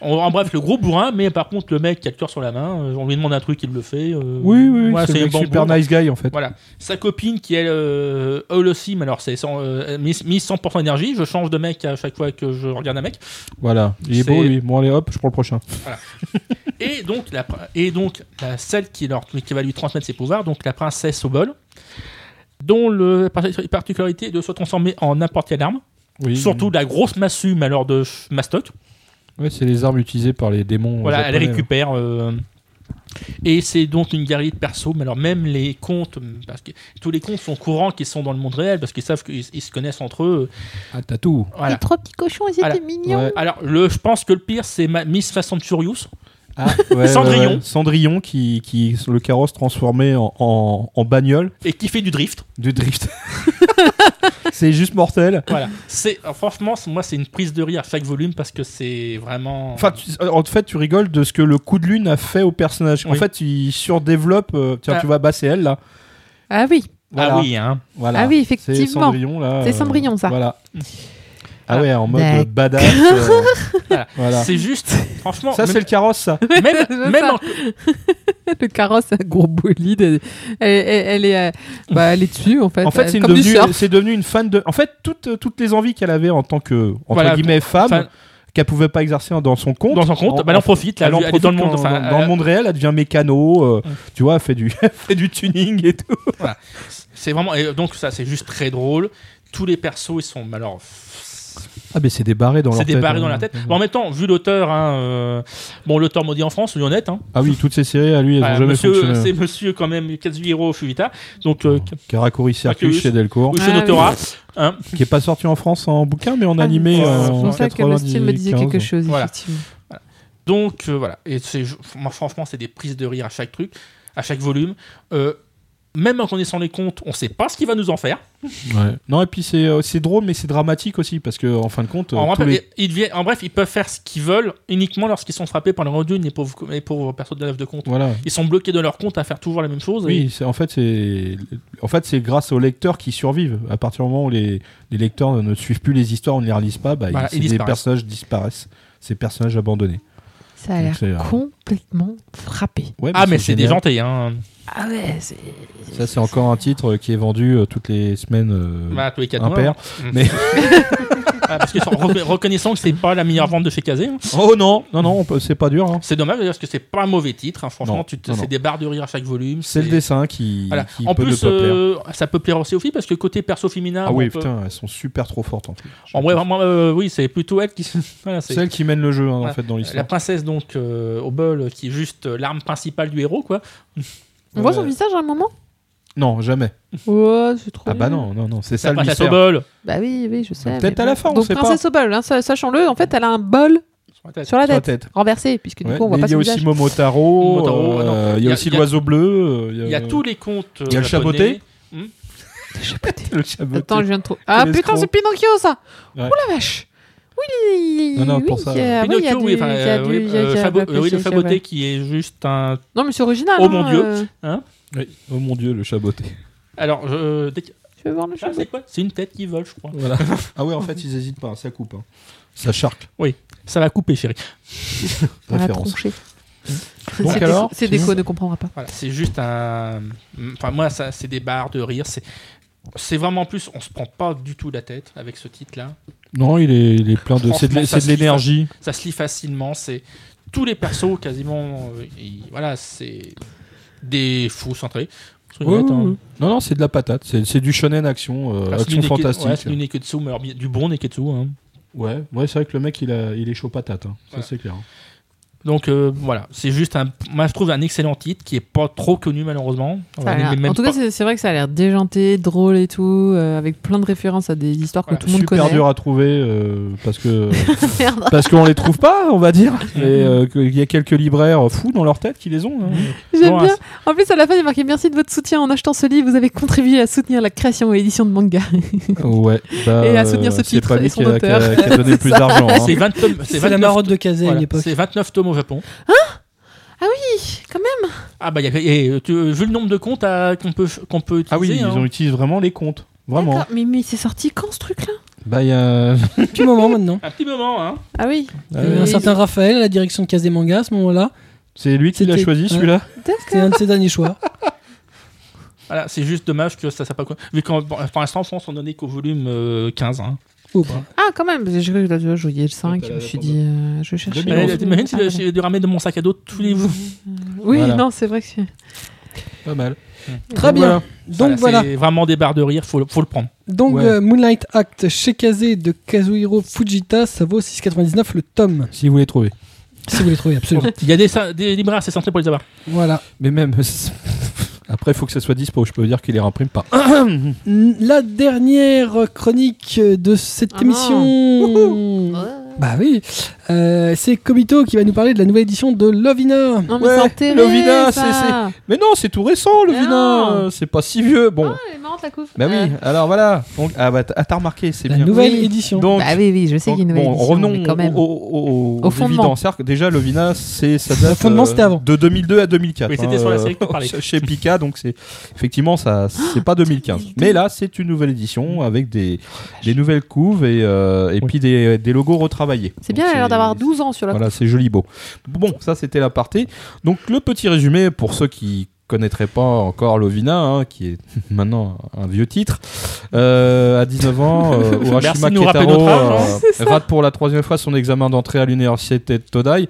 Speaker 5: on- en bref le gros bourrin mais par contre le mec qui a le cœur sur la main euh, on lui demande un truc il le fait euh,
Speaker 2: Oui, oui,
Speaker 5: voilà,
Speaker 2: c'est
Speaker 5: c'est
Speaker 2: le mec
Speaker 5: bon
Speaker 2: super
Speaker 5: bon.
Speaker 2: nice guy, en fait.
Speaker 5: voilà sa copine qui est euh, elle aussi mais alors c'est cent- euh, mise mise 100% énergie je change de mec à chaque fois que je regarde un mec
Speaker 2: Voilà, il est
Speaker 5: C'est-
Speaker 2: beau, lui. Bon, allez, hop, je prends le prochain.
Speaker 5: Et donc, la, et donc la, celle qui, leur, qui va lui transmettre ses pouvoirs, donc la princesse au bol, dont la particularité est de se transformer en n'importe quelle arme,
Speaker 2: Oui,
Speaker 5: surtout la grosse massue, mais alors de ch- mastoc.
Speaker 2: Ouais, c'est les armes utilisées par les démons
Speaker 5: Voilà, elle
Speaker 2: japonais, hein. là.
Speaker 5: récupère. euh, et c'est donc une galerie de perso, mais alors même les comptes, parce que tous les comptes sont courants qui sont dans le monde réel, parce qu'ils savent qu'ils ils se connaissent entre eux. euh,
Speaker 2: Un tatou.
Speaker 5: Voilà.
Speaker 6: Les trois petits cochons, ils étaient
Speaker 5: Voilà.
Speaker 6: mignons.
Speaker 2: Ah, Ouais.
Speaker 5: Alors, le, je pense que le pire, c'est ma- Miss Fast and Furious.
Speaker 2: Ah, ouais, ouais,
Speaker 5: Cendrillon.
Speaker 2: ouais. Cendrillon qui, qui le carrosse transformé en, en, en bagnole,
Speaker 5: et qui fait du drift.
Speaker 2: du drift. c'est juste mortel.
Speaker 5: Voilà. C'est alors, franchement, c'est- moi, c'est une prise de rire à chaque volume parce que c'est vraiment.
Speaker 2: Enfin, tu- euh, en fait, tu rigoles de ce que le coup de lune a fait au personnage. En
Speaker 5: Oui.
Speaker 2: fait, il surdéveloppe. euh, tiens,
Speaker 5: Ah.
Speaker 2: tu vois, bah, c'est elle là.
Speaker 4: Ah oui,
Speaker 2: Voilà.
Speaker 5: Ah oui, hein.
Speaker 2: Voilà.
Speaker 4: ah oui,
Speaker 2: C'est
Speaker 4: effectivement.
Speaker 2: Cendrillon là.
Speaker 4: C'est
Speaker 2: euh,
Speaker 4: Cendrillon, ça.
Speaker 2: Voilà.
Speaker 5: Mmh.
Speaker 2: Ah
Speaker 5: Ah.
Speaker 2: ouais, en mode
Speaker 4: D'accord.
Speaker 2: badass. euh,
Speaker 5: Voilà.
Speaker 2: voilà.
Speaker 5: C'est juste, franchement.
Speaker 2: Ça, c'est le carrosse, ça.
Speaker 4: Euh,
Speaker 5: même, même,
Speaker 4: ça.
Speaker 5: en-
Speaker 4: Le carrosse, un gros bolide. Elle, elle- elle est, euh, bah, elle est dessus en fait.
Speaker 2: En fait,
Speaker 4: Euh,
Speaker 2: c'est une
Speaker 4: comme du
Speaker 2: devenue,
Speaker 4: surf.
Speaker 2: c'est devenu une fan de. En fait, toutes, euh, toutes les envies qu'elle avait en tant que entre
Speaker 5: Voilà.
Speaker 2: guillemets femme,
Speaker 5: Enfin-
Speaker 2: qu'elle pouvait pas exercer dans son compte.
Speaker 5: dans son compte, bah, elle en profite. Là,
Speaker 2: elle en
Speaker 5: elle est dans le
Speaker 2: profite
Speaker 5: monde.
Speaker 2: quand-
Speaker 5: enfin,
Speaker 2: dans, dans le
Speaker 5: euh,
Speaker 2: monde réel, elle devient mécano. euh,
Speaker 5: Ouais.
Speaker 2: Tu vois, elle fait du, elle fait du tuning et tout.
Speaker 5: euh, C'est vraiment. Et donc, ça, c'est juste très drôle. Tous les persos, ils sont. mais Alors,
Speaker 2: Ah, mais c'est débarré dans hein.
Speaker 5: c'est
Speaker 2: la
Speaker 5: des barrés dans la tête. Bon, en même temps, vu l'auteur, hein, euh, bon, l'auteur maudit en France, soyons honnêtes. Hein,
Speaker 2: Ah oui, toutes ces séries, à lui, elles
Speaker 5: Euh,
Speaker 2: ont jamais
Speaker 5: monsieur,
Speaker 2: fonctionné.
Speaker 5: c'est monsieur, quand même, Kazuhiro Fujita. Donc, euh,
Speaker 2: Karakuri Circus
Speaker 5: Circus.
Speaker 2: chez Delcourt,
Speaker 5: Ushio
Speaker 4: Ah,
Speaker 5: no Tora, hein.
Speaker 2: qui est pas sorti en France en bouquin, mais en
Speaker 4: Ah,
Speaker 2: animé.
Speaker 4: c'est
Speaker 2: euh,
Speaker 5: c'est
Speaker 2: en hein.
Speaker 4: pour ça que le style me disait
Speaker 2: 95.
Speaker 4: quelque chose,
Speaker 5: Voilà.
Speaker 4: effectivement.
Speaker 5: Donc euh, voilà, et c'est moi franchement c'est des prises de rire à chaque truc, à chaque volume. Euh, même en connaissant les comptes, on sait pas ce qu'il va nous en faire.
Speaker 2: Ouais. Non, et puis c'est euh, c'est drôle, mais c'est dramatique aussi, parce que en fin de compte,
Speaker 5: En,
Speaker 2: euh, tous
Speaker 5: bref,
Speaker 2: les-
Speaker 5: ils deviennent- en bref, ils peuvent faire ce qu'ils veulent uniquement lorsqu'ils sont frappés par leur rendu les pauvres, co- les pauvres personnes de la de compte.
Speaker 2: voilà.
Speaker 5: Ils sont bloqués dans leur compte à faire toujours la même chose. et-
Speaker 2: Oui, c'est- en fait, c'est en fait, c'est grâce aux lecteurs qui survivent. À partir du moment où les, les lecteurs ne suivent plus les histoires, ne les relise pas, bah,
Speaker 5: Voilà,
Speaker 2: ils-
Speaker 5: ils
Speaker 2: ces
Speaker 5: disparaissent.
Speaker 2: personnages disparaissent. Ces personnages abandonnés.
Speaker 4: Ça a
Speaker 2: Donc
Speaker 4: l'air
Speaker 2: c'est, euh,
Speaker 4: complètement frappé.
Speaker 2: Ouais,
Speaker 5: ah mais c'est des
Speaker 2: génial.
Speaker 5: gentils. Hein.
Speaker 7: Ah ouais, c'est.
Speaker 2: Ça, c'est encore un titre euh, qui est vendu euh, toutes les semaines. euh,
Speaker 5: Bah, tous les quatre mois.
Speaker 2: impair.
Speaker 5: hein.
Speaker 2: mais-
Speaker 5: Ah, parce que sans- re- reconnaissant que c'est pas la meilleure vente de chez Kazé, hein.
Speaker 2: Oh non, non, non, on peut- c'est pas dur. hein.
Speaker 5: c'est dommage d'ailleurs parce que c'est pas un mauvais titre. hein. Franchement,
Speaker 2: Non,
Speaker 5: tu te-
Speaker 2: non, non.
Speaker 5: c'est des barres de rire à chaque volume.
Speaker 2: C'est le dessin qui,
Speaker 5: Voilà.
Speaker 2: qui
Speaker 5: en
Speaker 2: peut
Speaker 5: plus,
Speaker 2: ne pas plaire.
Speaker 5: euh, ça peut plaire aussi aux filles parce que côté perso féminin.
Speaker 2: Ah,
Speaker 5: on
Speaker 2: oui,
Speaker 5: peut-
Speaker 2: putain, elles sont super trop fortes en plus.
Speaker 5: En vrai, vraiment, euh, oui, c'est plutôt elle qui. se- voilà, c'est
Speaker 2: C'est elles qui mènent le jeu hein, en
Speaker 5: Voilà.
Speaker 2: fait dans
Speaker 5: la
Speaker 2: l'histoire.
Speaker 5: princesse donc euh, au bol qui est juste euh, l'arme principale du héros quoi.
Speaker 4: On voit
Speaker 2: Ouais.
Speaker 4: son visage à un moment
Speaker 2: Non, jamais.
Speaker 4: Ouais, c'est trop.
Speaker 2: Ah bah
Speaker 4: nul.
Speaker 2: non, non, non, c'est ça
Speaker 5: La
Speaker 2: le
Speaker 5: princesse au
Speaker 2: mystère.
Speaker 5: bol.
Speaker 4: Bah oui, oui, je sais.
Speaker 2: Peut-être
Speaker 4: mais
Speaker 2: à la
Speaker 4: bon.
Speaker 2: fin, on
Speaker 4: Donc,
Speaker 2: sait pas.
Speaker 4: Princesse au bol, hein, sa- sachons-le, en fait, elle a un bol sur la
Speaker 2: Sur la
Speaker 4: tête,
Speaker 2: tête.
Speaker 4: renversé, puisque du
Speaker 2: Ouais,
Speaker 4: coup, on voit
Speaker 2: mais
Speaker 4: pas
Speaker 2: il y a
Speaker 4: son
Speaker 2: aussi
Speaker 4: visage.
Speaker 2: Momotaro,
Speaker 5: Momotaro,
Speaker 2: euh,
Speaker 5: ah non.
Speaker 2: il y a aussi
Speaker 5: il y a-
Speaker 2: l'oiseau bleu, euh,
Speaker 5: Il y a tous les contes. euh,
Speaker 2: il y a le
Speaker 5: japonais.
Speaker 2: chaboté. le
Speaker 4: Attends, je viens de trop.
Speaker 2: Et
Speaker 4: Ah
Speaker 2: l'escroc.
Speaker 4: putain, c'est Pinocchio ça
Speaker 2: Ouais.
Speaker 4: Ouh la vache Oui,
Speaker 2: Non, non,
Speaker 4: oui,
Speaker 2: pour ça,
Speaker 4: il y a- Ah oui, il y a
Speaker 5: Pinocchio,
Speaker 4: du-
Speaker 5: oui,
Speaker 4: il y
Speaker 5: enfin,
Speaker 4: a
Speaker 5: euh,
Speaker 4: du-
Speaker 5: oui,
Speaker 4: il y a-
Speaker 5: euh,
Speaker 4: il y a-
Speaker 5: Fabo-
Speaker 4: ouais,
Speaker 5: euh, oui, le
Speaker 4: c'est-
Speaker 5: faboté
Speaker 4: ouais.
Speaker 5: qui est juste un.
Speaker 4: Non, mais c'est original.
Speaker 5: Oh, mon
Speaker 4: hein,
Speaker 5: Dieu.
Speaker 4: euh,
Speaker 2: Oh mon dieu, le chaboté.
Speaker 5: Alors, euh, dès que-
Speaker 4: Tu veux voir le
Speaker 5: Ah,
Speaker 4: chapeau
Speaker 5: c'est quoi C'est une tête qui vole, je crois.
Speaker 2: Ah ouais, en fait, ils hésitent pas, hein, ça coupe. hein. Ça charque,
Speaker 5: Ça va couper, chérie.
Speaker 4: On l'a
Speaker 2: référence.
Speaker 4: tronché.
Speaker 2: Donc
Speaker 4: Ah, C'est
Speaker 2: alors,
Speaker 4: déco- C'est
Speaker 2: sinon-
Speaker 4: déco, ne comprendra pas.
Speaker 5: Voilà, c'est juste un. Enfin, moi, ça, c'est des barres de rire. C'est, c'est vraiment plus. On se prend pas du tout la tête avec ce titre-là.
Speaker 2: Non, il est, il est plein de. C'est de, l'é-
Speaker 5: Franchement, ça
Speaker 2: c'est de
Speaker 5: se lit
Speaker 2: l'énergie.
Speaker 5: Ça se lit facilement. C'est tous les persos quasiment. euh, ils- voilà, c'est des fous centrés.
Speaker 2: Ouais, ouais, ouais. Non, non, c'est de la patate. C'est c'est du shonen action, euh, action fantastique.
Speaker 5: Ouais, Ah, c'est du Neketsu, mais alors, bien- du bon Neketsu. hein.
Speaker 2: Ouais, ouais, c'est vrai que le mec, il, a, il est chaud patate. hein.
Speaker 5: Voilà.
Speaker 2: Ça, c'est clair. hein.
Speaker 5: Donc euh, voilà, c'est juste un. Moi, je trouve un excellent titre qui est pas trop connu malheureusement.
Speaker 4: Ça a
Speaker 5: On est
Speaker 4: l'air-
Speaker 5: même
Speaker 4: En tout
Speaker 5: pas-
Speaker 4: cas, c'est c'est vrai que ça a l'air déjanté, drôle et tout, euh, avec plein de références à des histoires que
Speaker 5: Voilà,
Speaker 4: tout le monde
Speaker 2: Super
Speaker 4: connaît.
Speaker 2: dur à trouver euh, parce que
Speaker 7: Merde.
Speaker 2: parce qu'on les trouve pas, on va dire. Et euh, qu'il y a quelques libraires fous dans leur tête qui les ont. hein.
Speaker 4: J'aime
Speaker 5: Bon,
Speaker 4: bien.
Speaker 5: hein,
Speaker 4: En plus, à la fin, il est marqué merci de votre soutien en achetant ce livre. Vous avez contribué à soutenir la création et édition de manga.
Speaker 2: Ouais. bah,
Speaker 4: Et à soutenir
Speaker 2: euh,
Speaker 4: ce titre
Speaker 2: C'est pas
Speaker 4: et
Speaker 2: lui
Speaker 4: son
Speaker 2: qui a, qui a-
Speaker 4: auteur.
Speaker 2: qui a donné le plus d'argent. hein.
Speaker 5: c'est 20 tomes.
Speaker 1: C'est la
Speaker 5: 29
Speaker 1: marotte de Kazé à
Speaker 5: voilà,
Speaker 1: l'époque.
Speaker 5: c'est 29 tomes au Japon.
Speaker 4: Oui, quand même.
Speaker 5: Ah bah, y a- et, tu- vu le nombre de comptes à- qu'on peut, qu'on peut utiliser.
Speaker 2: Ah oui, ils
Speaker 5: hein.
Speaker 2: ont utilisé vraiment les comptes. Vraiment.
Speaker 4: D'accord. Mais, mais c'est sorti quand ce truc-là
Speaker 2: Bah, il y a.
Speaker 1: Depuis un moment maintenant.
Speaker 5: Un petit moment, hein.
Speaker 4: Ah oui,
Speaker 1: Il y avait
Speaker 4: oui,
Speaker 1: un
Speaker 4: ils
Speaker 1: certain Raphaël à la direction de Case des Mangas à ce moment-là.
Speaker 2: C'est lui qui l'a
Speaker 1: C'était-
Speaker 2: choisi,
Speaker 1: ouais.
Speaker 2: celui-là
Speaker 1: C'était un de ses derniers choix.
Speaker 5: Voilà, c'est juste dommage que ça ça pas. Vu qu'en pour pour l'instant, en France, on n'en est qu'au volume euh, 15. Hein.
Speaker 1: Oh, bah.
Speaker 4: Ah, quand même, parce que j'ai cru que je voyais le 5,
Speaker 2: t'as
Speaker 4: je
Speaker 2: la
Speaker 4: me suis
Speaker 2: bande.
Speaker 4: dit, euh, je vais chercher.
Speaker 2: Mais
Speaker 5: Euh,
Speaker 2: non,
Speaker 5: T'imagines si
Speaker 4: Ah,
Speaker 5: j'ai-
Speaker 4: pardon.
Speaker 5: j'ai dû ramener de mon sac à dos tous les jours.
Speaker 4: Oui,
Speaker 2: Voilà.
Speaker 4: non, c'est vrai que c'est.
Speaker 2: Pas mal.
Speaker 1: Très bien. Donc voilà.
Speaker 5: C'est vraiment des barres de rire, faut, le- faut le prendre.
Speaker 1: Donc
Speaker 2: Ouais.
Speaker 1: euh, Moonlight Act chez Kazé de Kazuhiro Fujita, ça vaut 6,99 le tome.
Speaker 2: Si vous les trouvez.
Speaker 1: Si vous les trouvez, absolument.
Speaker 5: Il y a des, sa- des libraires assez centrés pour les avoir.
Speaker 1: voilà.
Speaker 2: Mais même. Après, il faut que ça soit dispo. Je peux vous dire qu'il les imprime pas.
Speaker 1: N- La dernière chronique de cette
Speaker 4: Ah non.
Speaker 1: émission. Bah oui, Euh, c'est Kobito qui va nous parler de la nouvelle édition de Lovina.
Speaker 4: Non, mais
Speaker 2: Ouais,
Speaker 4: c'est enterré,
Speaker 2: Lovina,
Speaker 4: ça. Ah,
Speaker 2: c'est- c'est- Mais non, c'est tout récent, le
Speaker 4: Mais
Speaker 2: vina.
Speaker 4: non.
Speaker 2: euh, C'est pas si vieux. Bon.
Speaker 4: Ah, elle est marrante, la couve.
Speaker 2: bah oui,
Speaker 4: Euh,
Speaker 2: alors voilà. Donc, ah bah, t- ah, t'as remarqué, c'est
Speaker 1: La
Speaker 2: bien.
Speaker 1: nouvelle
Speaker 4: Oui.
Speaker 1: édition.
Speaker 2: Donc,
Speaker 4: Bah oui, oui, je sais
Speaker 2: donc,
Speaker 4: qu'il y a une nouvelle
Speaker 2: bon,
Speaker 4: édition, mais
Speaker 2: revenons
Speaker 4: quand même.
Speaker 2: au, au, au,
Speaker 4: Au
Speaker 2: aux
Speaker 4: fondement.
Speaker 2: évidences. C'est-à-dire que Déjà, le vina, c'est ça date euh,
Speaker 1: fondement, c'était avant.
Speaker 2: de 2002 à 2004.
Speaker 5: Oui, c'était sur la série que tu parlais.
Speaker 2: Chez Pika, donc c'est effectivement ça, c'est pas 2015.
Speaker 4: Ah,
Speaker 2: Mais là, c'est une nouvelle édition avec des, des nouvelles couves et, euh, et puis des, des logos retravaillés.
Speaker 4: C'est
Speaker 2: Donc,
Speaker 4: bien, elle a l'air d'avoir 12 ans sur la
Speaker 2: voilà, c'est joli beau. Bon, ça c'était la partie. Donc le petit résumé pour ceux qui connaîtraient pas encore Lovina, hein, qui est maintenant un vieux titre. Euh, à 19 ans, euh,
Speaker 5: Merci
Speaker 2: Urashima
Speaker 5: de nous rappeler
Speaker 2: Ketaro
Speaker 5: notre âge, hein.
Speaker 2: euh, rate pour la troisième fois son examen d'entrée à l'université de Todai.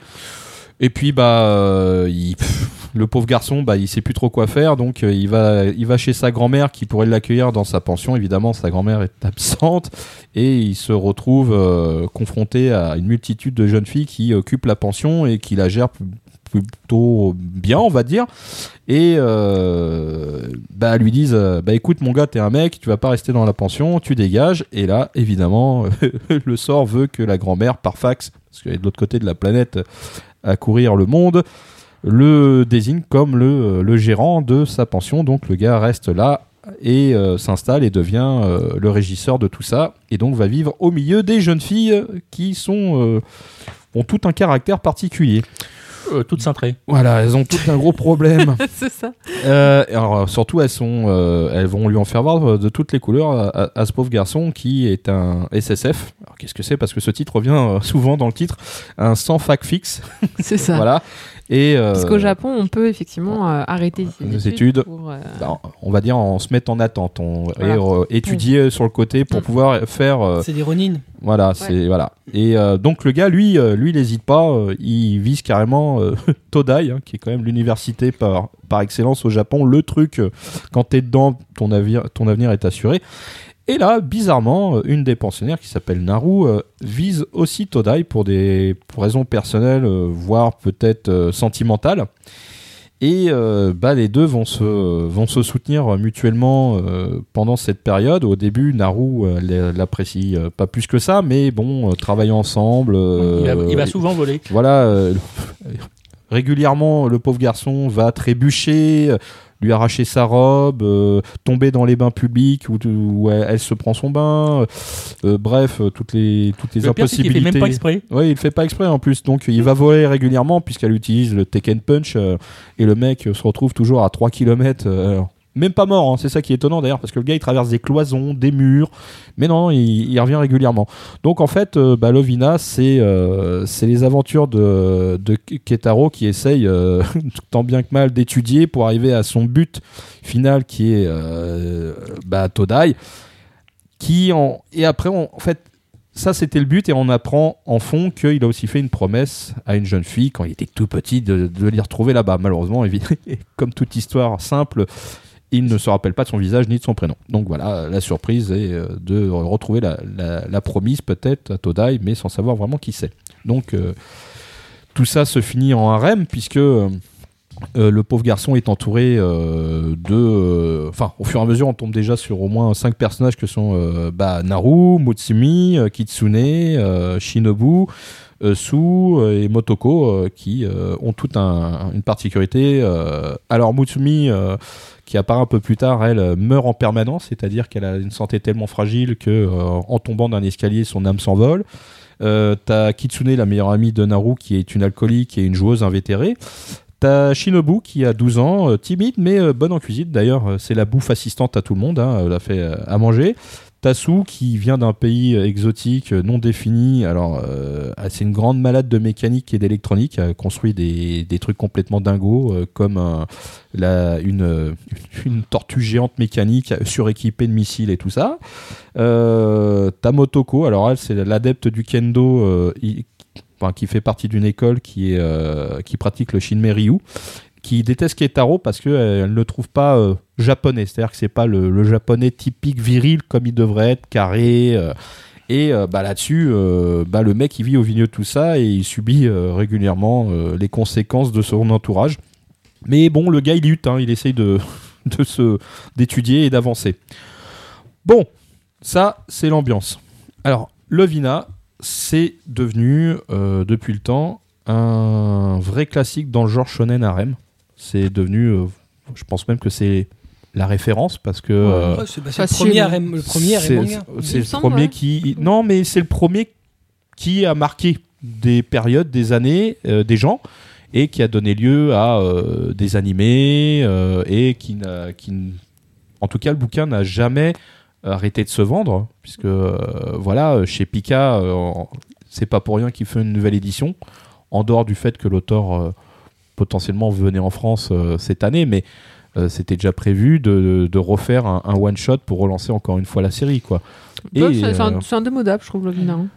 Speaker 2: Et puis bah euh, il- pff, le pauvre garçon, bah il sait plus trop quoi faire, donc euh, il va il va chez sa grand-mère qui pourrait l'accueillir dans sa pension. Évidemment, sa grand-mère est absente et il se retrouve euh, confronté à une multitude de jeunes filles qui occupent la pension et qui la gèrent pl- plutôt bien, on va dire. Et euh, bah lui disent euh, bah écoute mon gars t'es un mec, tu vas pas rester dans la pension, tu dégages. Et là évidemment le sort veut que la grand-mère par fax, parce qu'elle est de l'autre côté de la planète à courir le monde, le désigne comme le, le gérant de sa pension. Donc le gars reste là et euh, s'installe et devient euh, le régisseur de tout ça. Et donc va vivre au milieu des jeunes filles qui sont euh, ont tout un caractère particulier.
Speaker 5: Euh, toute cintrée.
Speaker 2: Voilà, elles ont tout un gros problème.
Speaker 4: c'est ça.
Speaker 2: Euh, alors, surtout, elles, sont, euh, elles vont lui en faire voir de toutes les couleurs à, à- à ce pauvre garçon qui est un SSF. Alors, qu'est-ce que c'est Parce que ce titre revient euh, souvent dans le titre. Un sans fac fixe.
Speaker 4: C'est ça.
Speaker 2: Voilà. Et, euh,
Speaker 4: Parce qu'au Ah. Japon, on peut effectivement euh, arrêter ses
Speaker 2: Nos
Speaker 4: études.
Speaker 2: études.
Speaker 4: pour, euh,
Speaker 2: bah, on va dire, on se met en attente. On,
Speaker 4: Voilà.
Speaker 2: Et euh, étudier sur le côté pour
Speaker 4: Mm.
Speaker 2: pouvoir faire. euh,
Speaker 1: C'est des Ronin.
Speaker 2: Voilà, c'est voilà. Et euh, donc le gars, lui, euh, lui, il n'hésite pas. euh, il vise carrément euh, Todai, hein, qui est quand même l'université par par excellence au Japon. Le truc, euh, quand t'es dedans, ton avenir, ton avenir est assuré. Et là, bizarrement, euh, une des pensionnaires qui s'appelle Naru euh, vise aussi Todai pour des pour raisons personnelles, euh, voire peut-être euh, sentimentales. Et euh, bah, les deux vont se, euh, vont se soutenir mutuellement euh, pendant cette période. Au début, Naru euh, l'a- l'apprécie euh, pas plus que ça, mais bon, euh, travailler ensemble. euh,
Speaker 5: il, va, il va souvent voler.
Speaker 2: Voilà. euh, régulièrement, le pauvre garçon va trébucher, euh, lui arracher sa robe, euh, tomber dans les bains publics où, où elle, elle se prend son bain. euh, bref, euh, toutes les, toutes les
Speaker 5: Le pire, c'est qu'il
Speaker 2: impossibilités.
Speaker 5: fait même pas exprès.
Speaker 2: Oui, il fait pas exprès en plus. Donc il va voler régulièrement puisqu'elle utilise le take and punch euh, et le mec euh, se retrouve toujours à 3 km. même pas mort, hein. c'est ça qui est étonnant d'ailleurs, parce que le gars il traverse des cloisons, des murs, mais non, il, il revient régulièrement. Donc en fait, euh, bah, Lovina, c'est euh, c'est les aventures de, de Ketaro qui essaye euh, tant bien que mal d'étudier pour arriver à son but final qui est euh, bah, Todai. Qui en... Et après, on- en fait, ça, c'était le but, et on apprend en fond qu'il a aussi fait une promesse à une jeune fille quand il était tout petit de, de l'y retrouver là-bas. Malheureusement, évi- comme toute histoire simple, il ne se rappelle pas de son visage ni de son prénom. Donc voilà, la surprise est euh, de retrouver la, la- la promise peut-être à Todai, mais sans savoir vraiment qui c'est. Donc euh, tout ça se finit en harem, puisque euh, euh, le pauvre garçon est entouré euh, de... euh, Enfin, au fur et à mesure, on tombe déjà sur au moins cinq personnages que sont euh, bah, Naru, Mutsumi, euh, Kitsune, euh, Shinobu, euh, Su euh, et Motoko, euh, qui euh, ont toute un- une particularité. euh. alors Mutsumi, euh, qui apparaît un peu plus tard, elle euh, meurt en permanence, c'est-à-dire qu'elle a une santé tellement fragile que euh, en tombant d'un escalier, son âme s'envole. Euh, T'as Kitsune, la meilleure amie de Naru, qui est une alcoolique et une joueuse invétérée. T'as Shinobu qui a 12 ans, euh, timide mais euh, bonne en cuisine. D'ailleurs, euh, c'est la bouffe assistante à tout le monde. hein, elle a fait euh, à manger. Tassou qui vient d'un pays euh, exotique euh, non défini. Alors, euh, ah, c'est une grande malade de mécanique et d'électronique. Elle construit des, des trucs complètement dingos euh, comme un- la- une, euh, une tortue géante mécanique euh, suréquipée de missiles et tout ça. Euh, T'as Motoko. Alors, elle, c'est l'adepte du kendo euh, i- enfin, qui fait partie d'une école qui, est, euh, qui pratique le Shinmei Ryu, qui déteste Ketaro parce qu'elle ne le trouve pas euh, japonais. C'est-à-dire que c'est pas le, le japonais typique viril comme il devrait être, carré. euh, et euh, bah, là-dessus, euh, bah, le mec, il vit au milieu de tout ça et il subit euh, régulièrement euh, les conséquences de son entourage. Mais bon, le gars, il lutte, hein, il essaye de, de se, d'étudier et d'avancer. Bon, ça, c'est l'ambiance. Alors, Lovina, c'est devenu, euh, depuis le temps, un vrai classique dans le genre shonen harem. C'est devenu, euh, je pense même que c'est la référence parce que euh,
Speaker 1: Ouais, c'est bah, c'est le
Speaker 4: facile.
Speaker 1: premier RM le premier
Speaker 2: c'est
Speaker 1: RM manga.
Speaker 2: c'est
Speaker 4: me
Speaker 2: le
Speaker 4: semble,
Speaker 2: premier
Speaker 4: ouais.
Speaker 2: qui, non mais c'est le premier qui a marqué des périodes, des années, euh, des gens et qui a donné lieu à euh, des animés euh, et qui, n'a- qui n- en tout cas le bouquin n'a jamais euh, arrêté de se vendre puisque euh, voilà euh, chez Pika euh, en- c'est pas pour rien qu'il fait une nouvelle édition en dehors du fait que l'auteur euh, potentiellement venait en France euh, cette année mais euh, c'était déjà prévu de, de refaire un, one shot pour relancer encore une fois la série quoi et
Speaker 4: Bah, c'est- c'est
Speaker 2: euh,
Speaker 4: un- C'est indémodable, je trouve, l'Ovina. hein.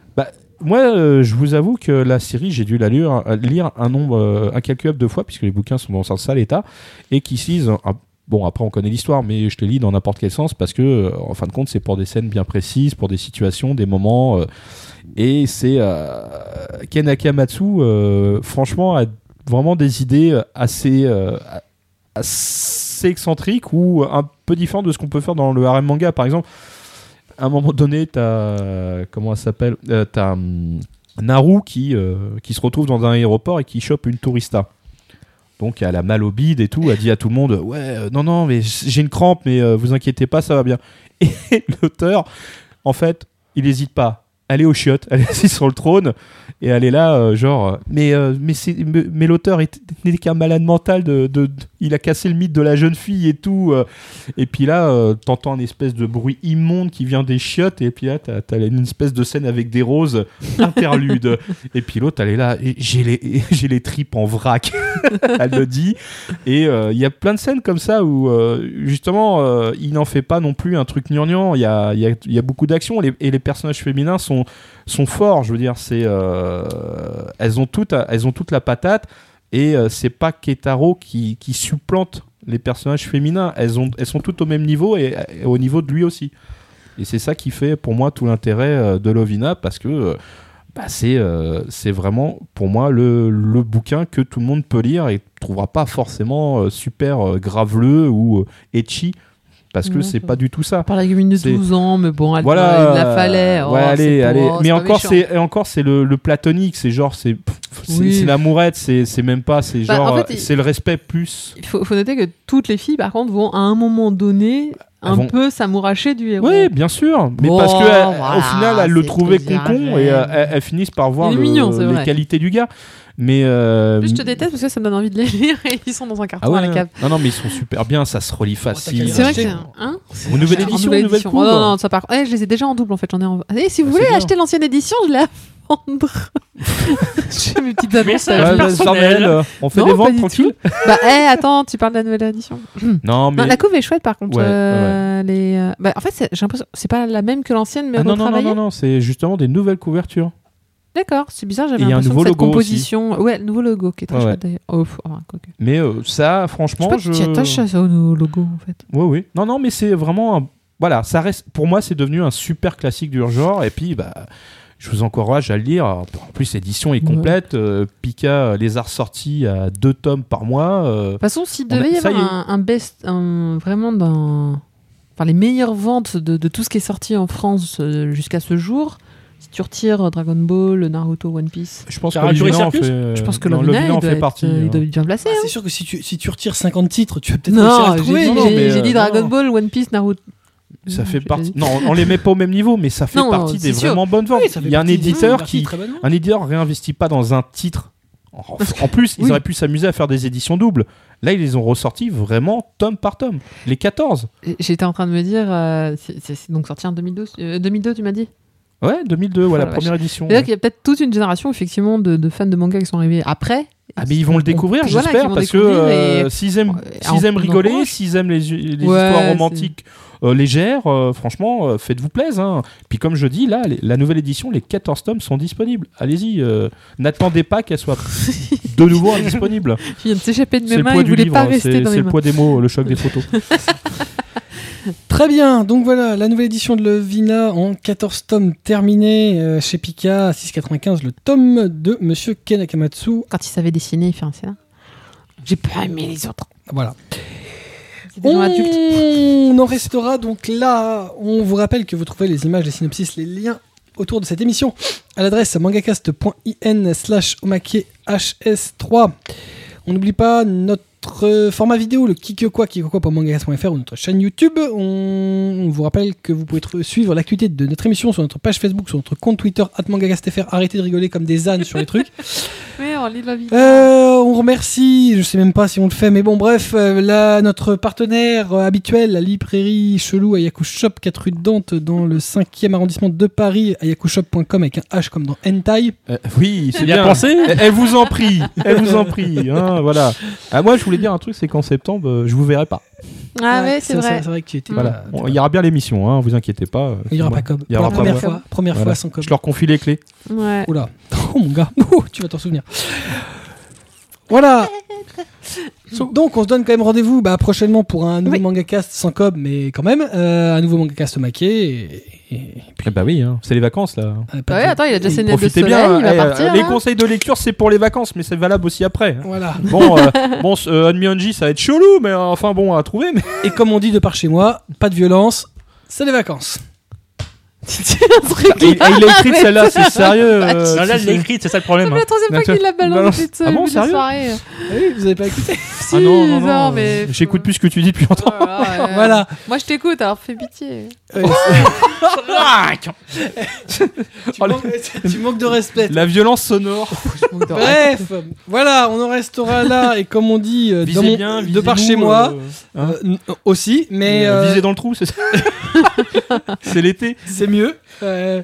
Speaker 2: moi, euh, je vous avoue que la série, j'ai dû la lire, euh, lire un nombre euh, incalculable de fois, puisque les bouquins sont dans un sale état, et qui disent. euh, ah, Bon, après, on connaît l'histoire, mais je te lis dans n'importe quel sens parce que, euh, en fin de compte, c'est pour des scènes bien précises, pour des situations, des moments. euh, et c'est. euh, Ken Akamatsu, euh, franchement, a vraiment des idées assez. euh, assez excentriques ou un peu différentes de ce qu'on peut faire dans le harem manga, par exemple à un moment donné, t'as. Comment elle s'appelle Euh, T'as hum, Naru qui, euh, qui se retrouve dans un aéroport et qui chope une tourista. Donc elle a mal au bide et tout, elle dit à tout le monde Ouais, euh, non, non, mais j'ai une crampe, mais euh, vous inquiétez pas, ça va bien. Et l'auteur, en fait, il n'hésite pas. Elle est aux chiottes, elle est assise sur le trône et elle est là, euh, genre, mais, euh, mais, c'est- mais, mais l'auteur est- n'est qu'un malade mental, de, de- de- il a cassé le mythe de la jeune fille et tout. euh, et puis là, euh, t'entends un espèce de bruit immonde qui vient des chiottes. Et puis là, t'as t'as une espèce de scène avec des roses interlude. et puis l'autre, elle est là. et J'ai les, j'ai les tripes en vrac. elle le dit. Et euh, il y a plein de scènes comme ça où, euh, justement, euh, il n'en fait pas non plus un truc gnangnan. Il y a, il y a- il y a beaucoup d'actions. les- Et les personnages féminins sont, sont forts. Je veux dire, c'est, euh, elles, ont toutes, elles ont toutes la patate. Et euh, c'est pas Ketaro qui, qui supplante les personnages féminins. Elles, ont, elles sont toutes au même niveau et, et au niveau de lui aussi. Et c'est ça qui fait pour moi tout l'intérêt euh, de Lovina parce que euh, bah, c'est euh, c'est vraiment pour moi le, le bouquin que tout le monde peut lire et trouvera pas forcément euh, super euh, graveleux ou euh, etchi parce que
Speaker 4: Ouais,
Speaker 2: c'est
Speaker 4: ça
Speaker 2: pas du tout ça.
Speaker 4: Par la gamine de
Speaker 2: C'est-
Speaker 4: 12 ans, mais bon, elle, Ah,
Speaker 2: Voilà.
Speaker 4: il la fallait. Oh,
Speaker 2: ouais, allez,
Speaker 4: c'est pas-
Speaker 2: allez.
Speaker 4: oh,
Speaker 2: Mais
Speaker 4: pas
Speaker 2: encore,
Speaker 4: méchant.
Speaker 2: c'est et encore c'est le, le platonique. C'est genre, c'est pff, c'est
Speaker 4: Oui.
Speaker 2: c'est l'amourette. C'est c'est même pas. C'est
Speaker 4: Bah,
Speaker 2: genre,
Speaker 4: en
Speaker 2: euh,
Speaker 4: fait, il-
Speaker 2: c'est le respect plus.
Speaker 4: Il faut, faut noter que toutes les filles, par contre, vont à un moment donné
Speaker 2: Elles
Speaker 4: un
Speaker 2: vont-
Speaker 4: peu s'amouracher du héros.
Speaker 2: Oui, bien sûr. Mais
Speaker 4: Bon,
Speaker 2: parce que elle-
Speaker 4: Oh, voilà,
Speaker 2: au final, elle le
Speaker 4: c'est
Speaker 2: trouvait
Speaker 4: plaisir à
Speaker 2: concon
Speaker 4: faire.
Speaker 2: et euh, elles, elles finissent par voir
Speaker 4: Il est
Speaker 2: le-
Speaker 4: mignon, c'est
Speaker 2: les
Speaker 4: vrai.
Speaker 2: qualités du gars. Mais euh,
Speaker 4: En plus, je te déteste parce que ça me donne envie de les lire et ils sont dans un carton
Speaker 2: ah ouais,
Speaker 4: à la cave.
Speaker 2: non, non, mais ils sont super bien. Ça se
Speaker 4: Oh,
Speaker 2: relie facile.
Speaker 4: C'est vrai que
Speaker 1: acheté.
Speaker 4: c'est un. Hein
Speaker 2: Une nouvelle
Speaker 4: En
Speaker 2: édition,
Speaker 4: nouvelle
Speaker 2: une nouvelle
Speaker 4: édition.
Speaker 2: couve.
Speaker 4: Oh, non, non, ça part. Eh, je les ai déjà en double en fait. J'en ai en. Allez, si vous
Speaker 2: Ah,
Speaker 4: voulez
Speaker 2: c'est bien.
Speaker 4: acheter l'ancienne édition, je la vendre. J'ai mes petites annonces.
Speaker 5: Message
Speaker 4: à la
Speaker 2: Ouais,
Speaker 4: fin.
Speaker 5: personnel.
Speaker 2: Sarmel, euh, on fait
Speaker 4: Non,
Speaker 2: des
Speaker 4: pas
Speaker 2: ventes
Speaker 4: du tout.
Speaker 2: tranquilles.
Speaker 4: bah, eh, attends, tu parles de la nouvelle édition.
Speaker 2: Non, mais
Speaker 4: Non, la couve est chouette par contre.
Speaker 2: Ouais,
Speaker 4: euh, les, euh, bah, en fait, c'est- j'ai l'impression c'est pas la même que l'ancienne, mais
Speaker 2: Ah, non, non, non,
Speaker 4: retravaillée.
Speaker 2: non, non, c'est justement des nouvelles couvertures.
Speaker 4: D'accord, c'est bizarre. J'avais
Speaker 2: Et il y a un
Speaker 4: l'impression que
Speaker 2: nouveau
Speaker 4: cette
Speaker 2: logo
Speaker 4: composition. Ouais, le nouveau logo qui est très
Speaker 2: Ouais,
Speaker 4: chouette d'ailleurs. Oh, pff, enfin, quoique.
Speaker 2: Mais euh, ça, franchement,
Speaker 4: je sais pas si tu attaches à ça au nouveau logo en fait.
Speaker 2: Oui, oui. Non, non, mais c'est vraiment. un- Voilà, ça reste. Pour moi, c'est devenu un super classique du genre. Et puis, bah, je vous encourage à le lire. En plus, l'édition est complète. Euh, Pika les a ressortis à deux tomes par mois. Euh,
Speaker 4: De toute façon, s'il
Speaker 2: On a-
Speaker 4: devait y
Speaker 2: ça
Speaker 4: avoir
Speaker 2: y est.
Speaker 4: un, un best, un- vraiment d'un. Enfin, les meilleures ventes de, de tout ce qui est sorti en France euh, jusqu'à ce jour, si tu retires Dragon Ball, Naruto, One Piece,
Speaker 2: je pense que
Speaker 5: Caricature et
Speaker 2: Lovina en
Speaker 5: Circus
Speaker 2: fait.
Speaker 4: je pense que
Speaker 2: Euh, non,
Speaker 4: l'Ovina,
Speaker 2: Lovina
Speaker 4: il,
Speaker 2: en
Speaker 4: doit
Speaker 2: fait
Speaker 4: être,
Speaker 2: partie.
Speaker 4: euh,
Speaker 2: euh.
Speaker 4: il doit être bien placé.
Speaker 1: Ah,
Speaker 4: hein.
Speaker 1: c'est sûr que si tu, si tu retires 50 titres, tu vas peut-être réussir à
Speaker 4: Non,
Speaker 1: le
Speaker 4: j'ai
Speaker 1: trouver.
Speaker 4: dit,
Speaker 1: mais-
Speaker 2: non, mais,
Speaker 4: j'ai- j'ai dit
Speaker 2: euh,
Speaker 4: Dragon
Speaker 2: non.
Speaker 4: Ball, One Piece, Naruto.
Speaker 2: Ça fait
Speaker 4: Je-
Speaker 2: partie. Non, on les met pas au même niveau, mais ça fait
Speaker 4: Non,
Speaker 2: partie
Speaker 4: c'est
Speaker 2: des
Speaker 4: sûr.
Speaker 2: vraiment bonnes ventes.
Speaker 1: Oui, ça fait
Speaker 2: Il y a un
Speaker 1: partie des-
Speaker 2: éditeur
Speaker 1: partie
Speaker 2: qui.
Speaker 1: des très bonnes ventes.
Speaker 2: Un éditeur réinvestit pas dans un titre. En, en plus, ils
Speaker 4: Oui.
Speaker 2: auraient pu s'amuser à faire des éditions doubles. Là, ils les ont ressortis vraiment tome par tome. Les 14.
Speaker 4: J'étais en train de me dire, euh, c'est- c'est c'est donc sorti en 2002, euh, 2002 tu m'as dit
Speaker 2: Ouais, 2002,
Speaker 4: Oh
Speaker 2: voilà,
Speaker 4: la
Speaker 2: première édition.
Speaker 4: C'est-à-dire qu'il y a peut-être toute une génération effectivement de, de fans de manga qui sont arrivés après.
Speaker 2: Ah, mais ils vont le découvrir,
Speaker 4: Voilà,
Speaker 2: j'espère,
Speaker 4: qu'ils vont
Speaker 2: parce que
Speaker 4: découvrir
Speaker 2: euh,
Speaker 4: et-
Speaker 2: s'ils aiment,
Speaker 4: Ouais,
Speaker 2: s'ils
Speaker 4: en-
Speaker 2: aiment
Speaker 4: en
Speaker 2: rigoler,
Speaker 4: revanche.
Speaker 2: s'ils aiment les, les
Speaker 4: Ouais,
Speaker 2: histoires
Speaker 4: c'est-
Speaker 2: romantiques euh, légères, euh, franchement, euh, faites-vous plaisir. hein. Puis comme je dis, là, les- la nouvelle édition, les 14 tomes sont disponibles. Allez-y, euh, n'attendez pas qu'elle soit de nouveau indisponible.
Speaker 4: Il vient de s'échapper de
Speaker 2: C'est
Speaker 4: mes
Speaker 2: le
Speaker 4: mains,
Speaker 2: poids
Speaker 4: il
Speaker 2: du
Speaker 4: voulait
Speaker 2: livre,
Speaker 4: pas
Speaker 2: hein,
Speaker 4: rester
Speaker 2: c'est
Speaker 4: dans
Speaker 2: c'est
Speaker 4: mes
Speaker 2: le
Speaker 4: mains.
Speaker 2: poids des mots, le choc des photos.
Speaker 1: Très bien, donc voilà, la nouvelle édition de Levina en 14 tomes terminés euh, chez Pika, 6,95 le tome de Monsieur Ken Akamatsu.
Speaker 4: Quand il savait dessiner, il fait un scénar. J'ai pas aimé les autres.
Speaker 1: Voilà.
Speaker 4: C'est des gens adultes.
Speaker 1: On en restera donc là. On vous rappelle que vous trouvez les images, les synopsis, les liens autour de cette émission à l'adresse mangacast.in slash hs3. On n'oublie pas notre format vidéo, le Kikyo quoi, Kikyo quoi pour mangacast.fr ou notre chaîne YouTube. On, on vous rappelle que vous pouvez tr- suivre l'actualité de notre émission sur notre page Facebook, sur notre compte Twitter, at mangacast.fr. Arrêtez de rigoler comme des ânes sur les trucs.
Speaker 4: Mais on lit la vie.
Speaker 1: Euh, on remercie, je sais même pas si on le fait, mais bon, bref, euh, là, notre partenaire euh, habituel, la librairie Chelou à Yaku Shop, 4 rue de Dante, dans le 5e arrondissement de Paris, ayakushop.com avec un H comme dans Hentai.
Speaker 2: Euh, oui, c'est
Speaker 5: Il a
Speaker 2: bien.
Speaker 5: pensé
Speaker 2: Elle elle vous en prie, elle vous en prie. hein, voilà. Ah, moi, je voulais dire un truc, c'est qu'en septembre, euh, je vous verrai pas.
Speaker 4: Ah ouais, c'est
Speaker 1: ça,
Speaker 4: vrai.
Speaker 1: ça, C'est vrai que tu étais.
Speaker 2: Voilà.
Speaker 1: pas-
Speaker 2: Bon, Il y aura bien l'émission, hein, vous inquiétez pas. euh,
Speaker 1: Mm. Ah, Il y aura
Speaker 2: moi.
Speaker 1: pas comme.
Speaker 2: Il y aura
Speaker 1: Pour
Speaker 2: pas
Speaker 1: la première
Speaker 4: moi.
Speaker 1: fois, première
Speaker 2: Voilà.
Speaker 1: fois sans com.
Speaker 2: Je leur confie les clés.
Speaker 4: Ouais.
Speaker 1: Oula. Oh mon gars, Ouh, tu vas t'en souvenir. Voilà. So- Donc on se donne quand même rendez-vous bah, prochainement pour un nouveau
Speaker 4: Oui.
Speaker 1: manga cast sans com, mais quand même euh, un nouveau manga cast maqué. Et, et-
Speaker 2: Eh bah oui, hein, c'est les vacances là.
Speaker 1: Ah, pas
Speaker 4: Ah ouais,
Speaker 1: de-
Speaker 4: attends, il a déjà
Speaker 1: Oui,
Speaker 4: ses lunettes de
Speaker 2: Profitez
Speaker 4: soleil,
Speaker 2: bien.
Speaker 4: il va
Speaker 2: eh, euh,
Speaker 4: partir.
Speaker 2: les
Speaker 4: hein.
Speaker 2: conseils de lecture, c'est pour les vacances, mais c'est valable aussi après. hein.
Speaker 1: Voilà.
Speaker 2: Bon, euh, bon, ce, euh, Unmi Onji, ça va être chelou, mais euh, enfin bon, à trouver. Mais
Speaker 1: Et comme on dit de par chez moi, pas de violence, c'est les vacances.
Speaker 4: Un truc
Speaker 2: Et- et
Speaker 4: là.
Speaker 2: il a écrit celle-là, c'est sérieux.
Speaker 1: Ah,
Speaker 2: euh,
Speaker 5: Non, là,
Speaker 2: c'est-
Speaker 5: je l'ai écrite, c'est ça le
Speaker 4: C'est
Speaker 5: problème. hein.
Speaker 4: la troisième fois qu'il la balance depuis
Speaker 2: Ah bon,
Speaker 4: cette
Speaker 2: sérieux
Speaker 4: soirée.
Speaker 1: Ah Oui, vous avez pas écouté.
Speaker 4: Si,
Speaker 2: Ah non, non, non, euh,
Speaker 4: mais.
Speaker 2: J'écoute plus ce que tu dis depuis longtemps.
Speaker 4: Oh là là, ouais.
Speaker 1: Voilà.
Speaker 4: Moi je t'écoute, alors fais pitié.
Speaker 1: Oh, Euh,
Speaker 2: Ah,
Speaker 1: Tu, manques, tu manques de respect.
Speaker 2: La violence sonore.
Speaker 1: Bref, voilà, on en restera là. Et comme on dit, euh, dans
Speaker 2: Visez
Speaker 1: mon-
Speaker 2: bien,
Speaker 1: de par
Speaker 2: visez-nous,
Speaker 1: chez moi,
Speaker 2: euh,
Speaker 1: euh, n- aussi, mais
Speaker 2: euh,
Speaker 1: euh,
Speaker 2: Visez dans le trou, c'est ça C'est l'été.
Speaker 1: c'est mieux. Euh,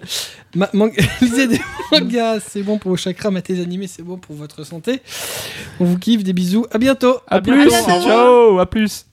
Speaker 1: ma- man- lisez des mangas, c'est bon pour vos chakras, matez des animés,
Speaker 5: Ah,
Speaker 1: c'est bon pour votre santé. On vous kiffe, des bisous, à bientôt.
Speaker 2: À plus.
Speaker 4: bientôt.
Speaker 2: Ciao, à plus.